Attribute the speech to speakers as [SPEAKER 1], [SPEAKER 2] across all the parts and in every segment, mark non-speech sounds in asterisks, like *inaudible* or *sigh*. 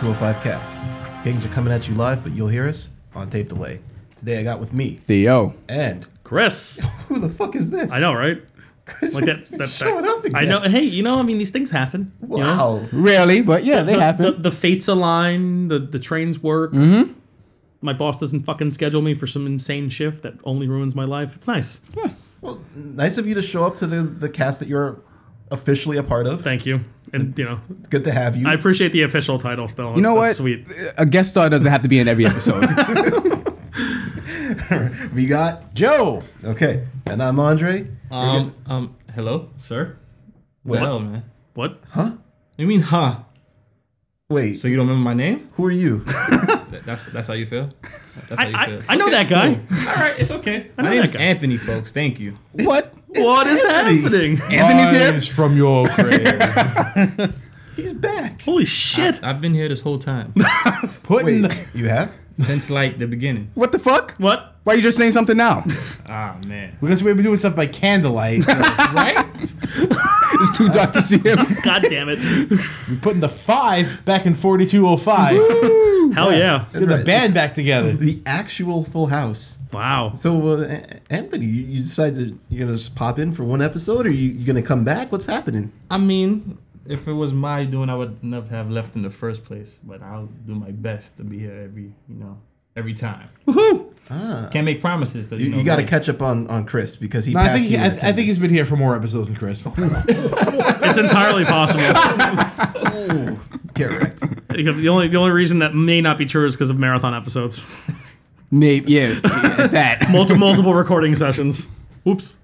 [SPEAKER 1] 5 oh Cast. Gangs are coming at you live, but you'll hear us on tape delay. Today I got with me
[SPEAKER 2] Theo.
[SPEAKER 1] and
[SPEAKER 3] Chris.
[SPEAKER 1] who the fuck is this?
[SPEAKER 3] I know, right?
[SPEAKER 1] *laughs* Chris
[SPEAKER 3] Like that. that,
[SPEAKER 1] showing
[SPEAKER 3] that-
[SPEAKER 1] up again.
[SPEAKER 3] I know. Hey, you know, I mean, these things happen. you know?
[SPEAKER 1] Wow.
[SPEAKER 2] Rarely, but yeah, they
[SPEAKER 3] The, the,
[SPEAKER 2] happen.
[SPEAKER 3] the fates align. The the trains work. My boss doesn't fucking schedule me for some insane shift that only ruins my life. It's nice.
[SPEAKER 1] Well, nice of you to show up to the, the cast that you're officially a part of.
[SPEAKER 3] Thank you. And you know,
[SPEAKER 1] It's good to have you.
[SPEAKER 3] I appreciate the official title still.
[SPEAKER 2] You know what?
[SPEAKER 3] That's Sweet.
[SPEAKER 2] A guest star doesn't have to be in every episode.
[SPEAKER 1] we got
[SPEAKER 2] *laughs* Joe.
[SPEAKER 1] okay, and I'm Andre. We're
[SPEAKER 4] Um,
[SPEAKER 1] gonna-
[SPEAKER 4] um, hello, sir.
[SPEAKER 1] What?
[SPEAKER 4] Wow, man.
[SPEAKER 3] What?
[SPEAKER 4] You mean, huh?
[SPEAKER 1] Wait,
[SPEAKER 4] So you don't remember my name?
[SPEAKER 1] who are
[SPEAKER 4] *laughs*
[SPEAKER 1] you?
[SPEAKER 4] That- That's that's how you feel. That's how
[SPEAKER 3] I,
[SPEAKER 4] you
[SPEAKER 3] I,
[SPEAKER 4] feel.
[SPEAKER 3] I know that guy.
[SPEAKER 4] All right, it's okay.
[SPEAKER 3] know
[SPEAKER 4] My name
[SPEAKER 3] that
[SPEAKER 4] is
[SPEAKER 3] guy.
[SPEAKER 4] Anthony, folks. Thank you.
[SPEAKER 2] What?
[SPEAKER 3] What is
[SPEAKER 1] Anthony.
[SPEAKER 3] happening?
[SPEAKER 2] Anthony's here.
[SPEAKER 5] from your
[SPEAKER 4] *laughs*
[SPEAKER 5] grave.
[SPEAKER 1] He's back.
[SPEAKER 3] Holy shit!
[SPEAKER 4] I've been here this whole
[SPEAKER 5] *laughs*
[SPEAKER 4] time
[SPEAKER 2] Putting
[SPEAKER 1] Wait,
[SPEAKER 2] the-
[SPEAKER 1] you have?
[SPEAKER 4] since like the beginning.
[SPEAKER 2] what the fuck?
[SPEAKER 3] what?
[SPEAKER 2] Why are you just saying something now? *laughs*
[SPEAKER 4] Ah, man.
[SPEAKER 5] Because we've been doing stuff by candlelight,
[SPEAKER 4] *laughs* Right?
[SPEAKER 2] It's too dark to see *laughs* him.
[SPEAKER 3] God damn it!
[SPEAKER 5] we're putting the five back in 4205.
[SPEAKER 3] Hell yeah!
[SPEAKER 5] Get the
[SPEAKER 1] Right,
[SPEAKER 5] band back together.
[SPEAKER 1] The actual Full House.
[SPEAKER 3] Wow.
[SPEAKER 1] So, uh, A- Anthony, you, you decide that you're gonna just pop in for one episode, or you, you gonna come back? What's happening?
[SPEAKER 4] I mean, if it was my doing, I would never have left in the first place. But I'll do my best to be here every, you know, every time.
[SPEAKER 3] Woohoo!
[SPEAKER 4] Can't make promises because
[SPEAKER 1] You,
[SPEAKER 4] you, know,
[SPEAKER 1] you got to
[SPEAKER 4] life.
[SPEAKER 1] catch up on on Chris because he
[SPEAKER 5] No,
[SPEAKER 1] passed
[SPEAKER 5] I think he,
[SPEAKER 1] you. in
[SPEAKER 5] I, I think he's
[SPEAKER 1] attendance.
[SPEAKER 5] been here for more episodes than Chris.
[SPEAKER 3] It's entirely possible.
[SPEAKER 5] *laughs*
[SPEAKER 1] Get wrecked.
[SPEAKER 3] the only the only reason that may not be true is because of marathon episodes.
[SPEAKER 2] Maybe, yeah, yeah, that.
[SPEAKER 3] multiple, multiple recording sessions. Oops.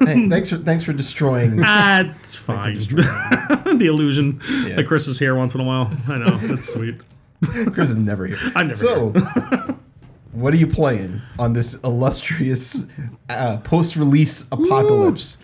[SPEAKER 1] Hey, thanks for thanks for
[SPEAKER 5] *laughs*
[SPEAKER 1] destroying.
[SPEAKER 3] That's fine. *laughs* the illusion that Chris is here once in a while. I know. That's sweet.
[SPEAKER 1] Chris is never here.
[SPEAKER 3] I'm never
[SPEAKER 1] so, *laughs* what are you playing on this illustrious uh, post-release apocalypse,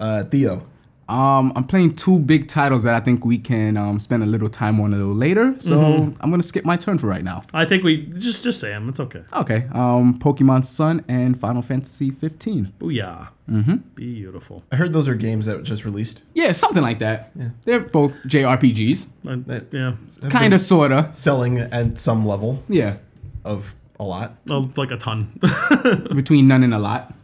[SPEAKER 1] uh, Theo?
[SPEAKER 2] Um, I'm playing two big titles that I think we can um, spend a little time on a little later. So
[SPEAKER 3] Mm-hmm.
[SPEAKER 2] I'm gonna skip my turn for right now.
[SPEAKER 3] I think we just just say 'em. It's okay.
[SPEAKER 2] Okay. Um, Pokemon Sun and Final Fantasy 15.
[SPEAKER 3] Booyah. Mm-hmm. Beautiful.
[SPEAKER 1] I heard those are games that were just released.
[SPEAKER 2] Yeah, something like that. They're both JRPGs,
[SPEAKER 3] I- yeah.
[SPEAKER 2] kind of, sorta.
[SPEAKER 1] Selling at some level
[SPEAKER 2] Yeah,
[SPEAKER 1] of a lot,
[SPEAKER 3] Oh, like a ton. *laughs*
[SPEAKER 2] between none and a lot.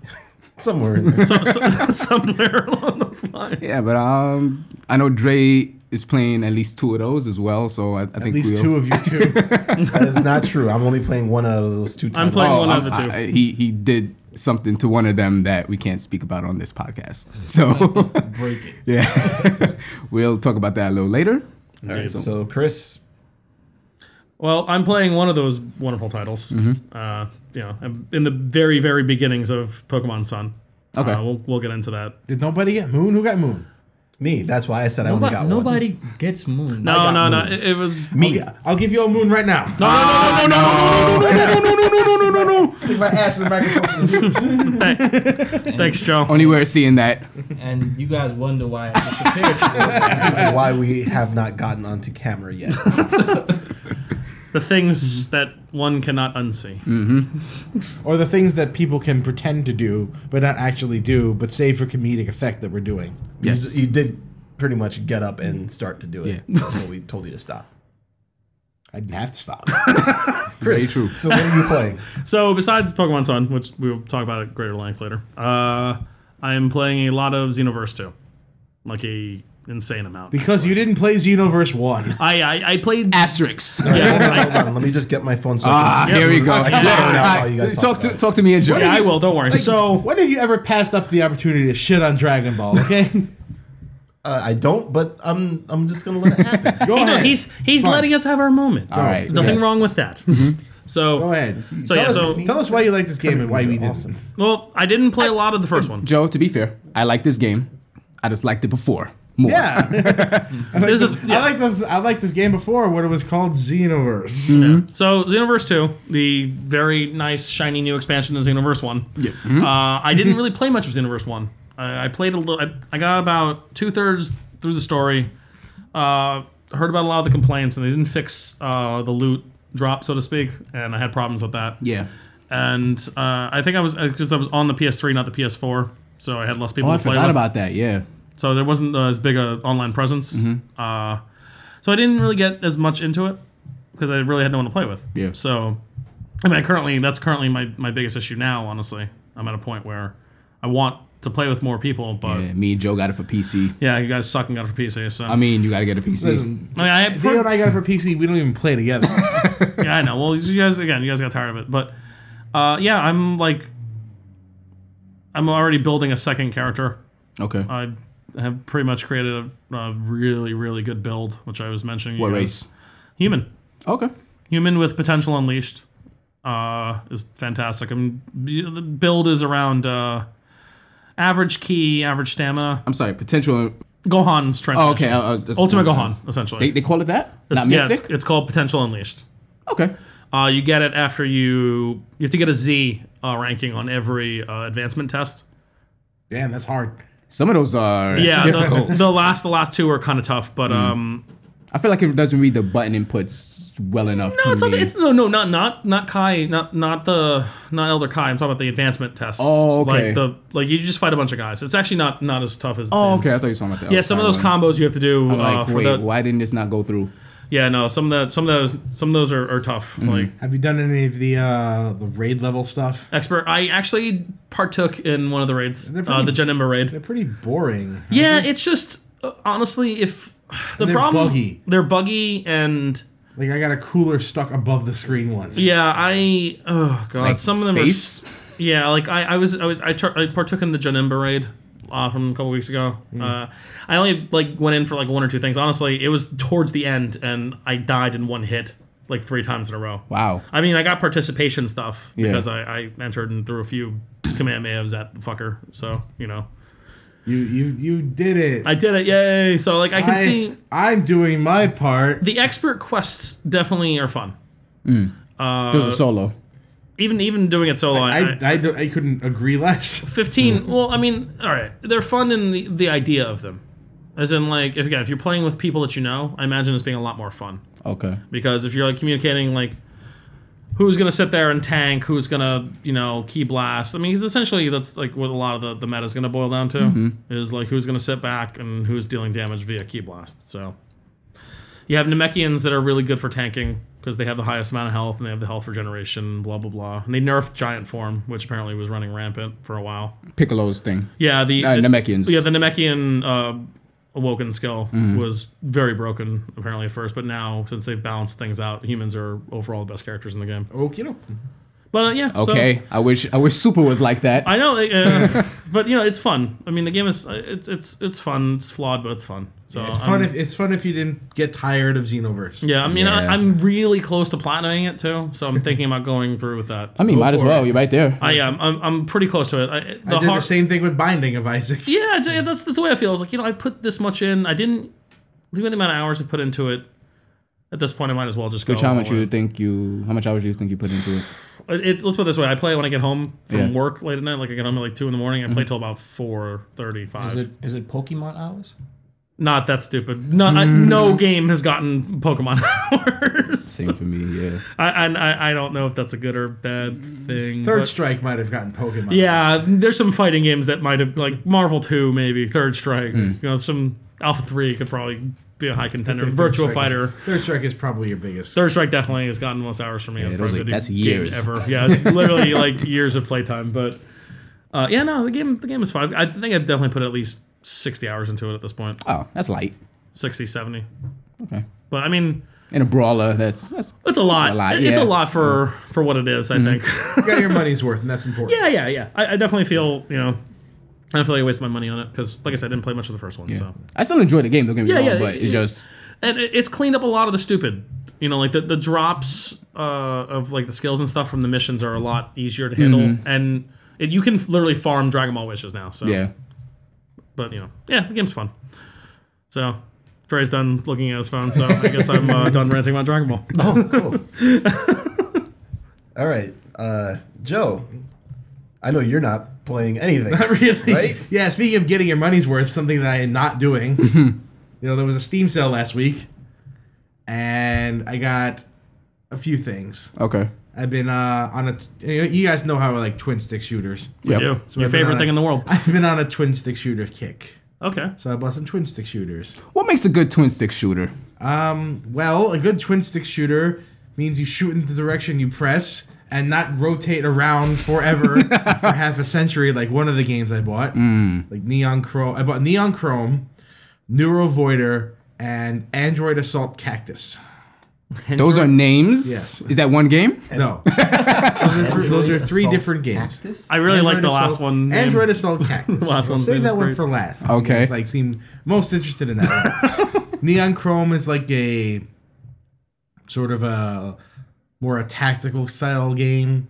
[SPEAKER 1] somewhere in
[SPEAKER 5] *laughs*
[SPEAKER 1] there.
[SPEAKER 3] So- *laughs* so- somewhere along those lines.
[SPEAKER 2] Yeah, but um, I know Dre is playing at least two of those as well. So I, I
[SPEAKER 5] At
[SPEAKER 2] think
[SPEAKER 5] least
[SPEAKER 2] we'll,
[SPEAKER 5] two of you two.
[SPEAKER 1] that is not true. I'm only playing one out of those two.
[SPEAKER 3] I'm
[SPEAKER 1] titles.
[SPEAKER 3] playing one
[SPEAKER 2] Oh, I'm-
[SPEAKER 3] of the two.
[SPEAKER 2] I- he he did something to one of them that we can't speak about on this podcast. So *laughs*
[SPEAKER 4] break it.
[SPEAKER 2] yeah, *laughs* we'll talk about that a little later.
[SPEAKER 1] All right, so Chris,
[SPEAKER 3] Well, I'm playing one of those wonderful titles. Uh, you know, I'm in the very, very beginnings of Pokemon Sun.
[SPEAKER 2] Okay.
[SPEAKER 3] Uh, we'll, we'll get into that.
[SPEAKER 5] Did nobody get Moon? Who got Moon?
[SPEAKER 1] me. That's why I said I only
[SPEAKER 4] Nobody,
[SPEAKER 1] got one.
[SPEAKER 4] nobody gets moon.
[SPEAKER 3] No, no, no. It, it was. No,
[SPEAKER 1] Me.
[SPEAKER 5] I'll give you a Moon right now.
[SPEAKER 3] no, no, no, no, no, no, no.
[SPEAKER 5] Stick my ass in the microphone.
[SPEAKER 3] Thanks, Joe.
[SPEAKER 2] *laughs* Only we're seeing that.
[SPEAKER 4] and you guys wonder why I disappeared. so soon.
[SPEAKER 1] This is why we have not gotten onto camera
[SPEAKER 5] *laughs*
[SPEAKER 1] yet.
[SPEAKER 3] The things that one cannot unsee.
[SPEAKER 5] or the things that people can pretend to do, but not actually do, but save for comedic effect that we're doing.
[SPEAKER 2] Yes.
[SPEAKER 1] You, you did pretty much get up and start to do it until we told you to stop.
[SPEAKER 5] I didn't have
[SPEAKER 3] *laughs*
[SPEAKER 5] to stop.
[SPEAKER 1] Chris,
[SPEAKER 2] true.
[SPEAKER 1] so what are you
[SPEAKER 5] *laughs*
[SPEAKER 1] playing?
[SPEAKER 3] So besides Pokemon Sun, which we'll talk about at greater length later, uh, I am playing a lot of Xenoverse 2, like a insane amount.
[SPEAKER 5] because you didn't play Xenoverse 1.
[SPEAKER 3] I, I I played.
[SPEAKER 2] Asterisks.
[SPEAKER 3] Yeah, I,
[SPEAKER 1] Hold on, let me just get my phone. So
[SPEAKER 2] Ah,
[SPEAKER 1] I can-
[SPEAKER 2] here we go.
[SPEAKER 1] I can
[SPEAKER 3] Yeah.
[SPEAKER 1] figure out how
[SPEAKER 2] All
[SPEAKER 1] you
[SPEAKER 2] right,
[SPEAKER 1] guys
[SPEAKER 2] talk
[SPEAKER 1] talk
[SPEAKER 2] to
[SPEAKER 1] about it.
[SPEAKER 2] talk to me and Joe.
[SPEAKER 3] yeah, I will. Don't worry. so
[SPEAKER 5] When have you ever passed up the opportunity to shit on Dragon
[SPEAKER 3] *laughs*
[SPEAKER 5] Ball, okay?
[SPEAKER 1] Uh, I don't, but I'm I'm just gonna let it
[SPEAKER 5] *laughs*
[SPEAKER 1] happen.
[SPEAKER 5] Go
[SPEAKER 3] you know,
[SPEAKER 5] ahead.
[SPEAKER 3] he's he's letting us have our moment.
[SPEAKER 2] All right.
[SPEAKER 3] Nothing
[SPEAKER 5] Yeah.
[SPEAKER 3] wrong with that. *laughs* So
[SPEAKER 5] Go ahead.
[SPEAKER 3] So yeah.
[SPEAKER 5] Tell us-
[SPEAKER 3] So
[SPEAKER 5] Tell us why you like this game and why we didn't.
[SPEAKER 1] Awesome.
[SPEAKER 3] well, I didn't play a lot of the first one.
[SPEAKER 2] Joe, to be fair, I like this game. I just liked it before more.
[SPEAKER 3] *laughs*
[SPEAKER 5] *laughs* Yeah.
[SPEAKER 3] There's a-
[SPEAKER 5] I like this. I liked this game before when it was called Xenoverse.
[SPEAKER 3] Mm. So Xenoverse 2, the very nice shiny new expansion to Xenoverse 1. Uh, I didn't really play much of Xenoverse 1. I, I played a little. I, I got about two thirds through the story. Uh, heard about a lot of the complaints, and they didn't fix uh, the loot drop, so to speak, and I had problems with that.
[SPEAKER 2] Yeah.
[SPEAKER 3] And uh, I think I was because I was on the PS3, not the PS4, so I had less people
[SPEAKER 2] Oh, I
[SPEAKER 3] to play
[SPEAKER 2] forgot
[SPEAKER 3] with
[SPEAKER 2] about that. Yeah.
[SPEAKER 3] so
[SPEAKER 2] Mm-hmm.
[SPEAKER 3] there wasn't uh, as big a online presence. Uh, so I didn't really get as much into it. because I really had no one to play with.
[SPEAKER 2] Yeah.
[SPEAKER 3] So, I mean, I currently that's currently my my biggest issue now. Honestly, I'm at a point where I want to play with more people, but yeah,
[SPEAKER 2] Yeah, me and Joe got it for PC.
[SPEAKER 3] you guys suck and got it for PC. So
[SPEAKER 2] I mean, you gotta get a PC.
[SPEAKER 5] Listen,
[SPEAKER 3] I, mean, I have
[SPEAKER 2] *laughs*
[SPEAKER 5] Theo and I got it for PC. We don't even
[SPEAKER 3] *laughs*
[SPEAKER 5] play together.
[SPEAKER 3] yeah, I know. Well, you guys again, you guys got tired of it, but uh, yeah, I'm like, I'm already building a second character.
[SPEAKER 2] okay.
[SPEAKER 3] I have pretty much created a, a really, really good build, which I was mentioning. you
[SPEAKER 2] what
[SPEAKER 3] guys.
[SPEAKER 2] race?
[SPEAKER 3] Human,
[SPEAKER 2] Okay.
[SPEAKER 3] human with potential unleashed, uh, is fantastic. I'm the build is around uh, average key, average stamina.
[SPEAKER 2] I'm sorry. Potential. uh,
[SPEAKER 3] Gohan's
[SPEAKER 2] Oh,
[SPEAKER 3] transformation.
[SPEAKER 2] okay. Uh, uh, that's-
[SPEAKER 3] Ultimate Gohan, essentially.
[SPEAKER 2] They, they call it that? Not
[SPEAKER 3] yeah,
[SPEAKER 2] Mystic?
[SPEAKER 3] it's, it's called Potential Unleashed.
[SPEAKER 2] okay.
[SPEAKER 3] Uh, you get it after you you have to get a Z uh, ranking on every uh, advancement test.
[SPEAKER 5] Damn, that's hard.
[SPEAKER 2] Some of those are
[SPEAKER 3] Yeah,
[SPEAKER 2] difficult. Hmm.
[SPEAKER 3] the, the last the last two are kind of tough, but um,
[SPEAKER 2] I feel like if it doesn't read the button inputs well enough
[SPEAKER 3] no,
[SPEAKER 2] to
[SPEAKER 3] it's not,
[SPEAKER 2] me.
[SPEAKER 3] it's no no not not not Kai not not the not Elder Kai. I'm talking about the advancement tests.
[SPEAKER 2] Oh, okay.
[SPEAKER 3] Like the like you just fight a bunch of guys. It's actually not not as tough as. it
[SPEAKER 2] oh,
[SPEAKER 3] seems.
[SPEAKER 2] okay. I thought you were talking about that.
[SPEAKER 3] Yeah, some of those combos you have to do. Uh,
[SPEAKER 2] Like,
[SPEAKER 3] for
[SPEAKER 2] wait,
[SPEAKER 3] the,
[SPEAKER 2] why didn't this not go through?
[SPEAKER 3] yeah, no, some of that some of those some of those are, are tough.
[SPEAKER 2] Mm-hmm.
[SPEAKER 3] Like
[SPEAKER 5] Have you done any of the uh, the raid level stuff?
[SPEAKER 3] expert, I actually partook in one of the raids,
[SPEAKER 5] They're
[SPEAKER 3] uh,
[SPEAKER 5] pretty-
[SPEAKER 3] the Janemba raid.
[SPEAKER 5] They're pretty boring.
[SPEAKER 3] Yeah, it's just uh, honestly, if *sighs* the
[SPEAKER 5] they're
[SPEAKER 3] problem
[SPEAKER 5] buggy.
[SPEAKER 3] they're buggy and
[SPEAKER 5] Like I got a cooler stuck above the screen once.
[SPEAKER 3] yeah, I oh god, some of them are
[SPEAKER 2] space?
[SPEAKER 3] yeah, like I, I was I was I, tur I partook in the Janemba raid uh, from a couple weeks ago. Uh, I only like went in for like one or two things. Honestly, it was towards the end, and I died in one hit like three times in a row.
[SPEAKER 2] Wow.
[SPEAKER 3] I mean, I got participation stuff
[SPEAKER 2] Yeah.
[SPEAKER 3] because I, I entered and threw a few command mayos at the fucker. So you know,
[SPEAKER 5] You you you did it.
[SPEAKER 3] I did it, yay! So like I can see
[SPEAKER 5] I'm doing my part.
[SPEAKER 3] the expert quests definitely are fun. Uh,
[SPEAKER 2] There's a solo.
[SPEAKER 3] Even even doing it solo, I,
[SPEAKER 5] I, I, don't- I couldn't agree less. *laughs*
[SPEAKER 3] fifteen. Well, I mean, all right, they're fun in the the idea of them, as in like if, again, if you're playing with people that you know, I imagine it's being a lot more fun
[SPEAKER 2] Okay.
[SPEAKER 3] because if you're like communicating like. Who's gonna sit there and tank? Who's gonna, you know, key blast? I mean, because essentially that's like what a lot of the, the meta is gonna boil down to is like who's gonna sit back and who's dealing damage via key blast. So you have Namekians that are really good for tanking because they have the highest amount of health and they have the health regeneration, blah blah blah. And they nerfed giant form, which apparently was running rampant for a while.
[SPEAKER 2] Piccolo's thing.
[SPEAKER 3] Yeah, the
[SPEAKER 2] Uh, Namekians.
[SPEAKER 3] Yeah, the Namekian uh, awoken skill
[SPEAKER 2] Mm-hmm.
[SPEAKER 3] was very broken apparently at first, but now since they've balanced things out, humans are overall the best characters in the game.
[SPEAKER 5] Okay, no.
[SPEAKER 3] But uh, yeah, so-
[SPEAKER 2] Okay. I wish I wish Super was like that.
[SPEAKER 3] I know,
[SPEAKER 2] *laughs*
[SPEAKER 3] uh, but you know it's fun. I mean, the game is uh, it's it's it's fun. It's flawed, but it's fun. So
[SPEAKER 5] It's fun
[SPEAKER 3] I'm-
[SPEAKER 5] if it's fun if you didn't get tired of Xenoverse.
[SPEAKER 3] yeah, I mean,
[SPEAKER 2] Yeah.
[SPEAKER 3] I, I'm really close to platinuming it too, so I'm thinking about going through with that. Oh,
[SPEAKER 2] I mean,
[SPEAKER 5] Go
[SPEAKER 2] might as
[SPEAKER 5] for
[SPEAKER 2] well.
[SPEAKER 5] it.
[SPEAKER 2] You're right there.
[SPEAKER 3] I am. I'm, I'm pretty close to it. I, the
[SPEAKER 5] I did
[SPEAKER 3] har-
[SPEAKER 5] the same thing with Binding of Isaac.
[SPEAKER 3] *laughs* Yeah, it's, yeah, that's that's the way I feel. I was like, you know, I put this much in. I didn't. Look at the amount of hours I put into it. At this point, I might as well just go.
[SPEAKER 2] Which how
[SPEAKER 3] all
[SPEAKER 2] much you
[SPEAKER 3] in.
[SPEAKER 2] think you how much hours you think you put into it?
[SPEAKER 3] It's let's put it this way. I play when I get home from
[SPEAKER 2] Yeah. Mm-hmm.
[SPEAKER 3] work late at night. Like I get home at like two in the morning. I play till about four thirty
[SPEAKER 4] *laughs* Is
[SPEAKER 3] five.
[SPEAKER 4] it is it Pokemon hours?
[SPEAKER 3] Not that stupid. Not, I,
[SPEAKER 2] Mm.
[SPEAKER 3] no game has gotten Pokemon *laughs* hours.
[SPEAKER 2] Same for me. Yeah.
[SPEAKER 3] I, and I I don't know if that's a good or bad thing.
[SPEAKER 5] Third
[SPEAKER 3] but-
[SPEAKER 5] Strike might have gotten Pokemon.
[SPEAKER 3] Yeah, there's some fighting games that might have like Marvel Two, maybe Third
[SPEAKER 2] Hmm.
[SPEAKER 3] Strike. You know, some Alpha Three could probably be a high contender.
[SPEAKER 5] I'd say Third
[SPEAKER 3] Virtual
[SPEAKER 5] Strike is-
[SPEAKER 3] Fighter,
[SPEAKER 5] Third Strike is probably your biggest.
[SPEAKER 3] Third Strike definitely has gotten the most hours for me.
[SPEAKER 2] Yeah,
[SPEAKER 3] for a
[SPEAKER 2] those, like,
[SPEAKER 3] video
[SPEAKER 2] that's
[SPEAKER 3] game
[SPEAKER 2] years. *laughs*
[SPEAKER 3] ever. Yeah, it's literally like years of playtime. But uh, yeah, no, the game the game is fun. I think I've definitely put at least sixty hours into it at this point,
[SPEAKER 2] Oh, that's light.
[SPEAKER 3] 60, 70.
[SPEAKER 2] Okay.
[SPEAKER 3] But I mean,
[SPEAKER 2] And a brawler. That's that's
[SPEAKER 3] it's a lot.
[SPEAKER 2] a lot,
[SPEAKER 3] It's
[SPEAKER 2] yeah. Mm-hmm.
[SPEAKER 3] a lot for for what it is. I think. *laughs*
[SPEAKER 5] You got your money's worth, and that's important.
[SPEAKER 3] Yeah, yeah, yeah. I, I definitely feel you know. I don't feel like I wasted my money on it because, like I said, I didn't play much of the first one. So,
[SPEAKER 2] I still enjoy the game. Don't get me
[SPEAKER 3] Yeah,
[SPEAKER 2] wrong,
[SPEAKER 3] yeah,
[SPEAKER 2] but
[SPEAKER 3] yeah.
[SPEAKER 2] it's just
[SPEAKER 3] and it, it's cleaned up a lot of the stupid. You know, like the, the drops uh, of like the skills and stuff from the missions are a lot easier to handle,
[SPEAKER 2] Mm-hmm.
[SPEAKER 3] and it, you can literally farm Dragon Ball wishes now. So,
[SPEAKER 2] yeah.
[SPEAKER 3] But you know, yeah, the game's fun. So, Dre's done looking at his phone, so I guess I'm uh, done ranting about Dragon Ball.
[SPEAKER 1] Oh, cool. All right, uh, Joe. I know you're not playing anything.
[SPEAKER 5] Not *laughs* really.
[SPEAKER 1] Right?
[SPEAKER 5] Yeah. Speaking of getting your money's worth, something that I am not doing. you know, there was a Steam sale last week, and I got a few things.
[SPEAKER 2] Okay.
[SPEAKER 5] I've been uh, on a. you know, you guys know how I like twin stick shooters.
[SPEAKER 2] Yeah.
[SPEAKER 3] You. It's my
[SPEAKER 5] I've been
[SPEAKER 3] favorite
[SPEAKER 5] on
[SPEAKER 3] thing
[SPEAKER 5] a-
[SPEAKER 3] in the world.
[SPEAKER 5] *laughs* I've been on a twin stick shooter kick.
[SPEAKER 3] Okay.
[SPEAKER 5] So I bought some twin stick shooters.
[SPEAKER 2] What makes a good twin stick shooter?
[SPEAKER 5] Um, well, a good twin stick shooter means you shoot in the direction you press and not rotate around forever for half a century like one of the games I bought. Like Neon Chrome. I bought Neon Chrome, Neuro Voider, and Android Assault Cactus.
[SPEAKER 2] Those are names.
[SPEAKER 5] Yeah.
[SPEAKER 2] Is that one game?
[SPEAKER 5] No. those, are three, those are three different games.
[SPEAKER 3] I really like the
[SPEAKER 5] Android
[SPEAKER 3] last
[SPEAKER 5] Assault-
[SPEAKER 3] one. name.
[SPEAKER 5] Android Assault
[SPEAKER 3] *laughs*
[SPEAKER 5] Cactus.
[SPEAKER 3] Last
[SPEAKER 5] We'll
[SPEAKER 3] one's
[SPEAKER 5] Save
[SPEAKER 3] name
[SPEAKER 5] that
[SPEAKER 3] is
[SPEAKER 5] one
[SPEAKER 3] great.
[SPEAKER 5] for last.
[SPEAKER 2] Okay.
[SPEAKER 5] It's like seemed most interested in that
[SPEAKER 3] *laughs*
[SPEAKER 5] one. Neon Chrome is like a sort of a more a tactical style game.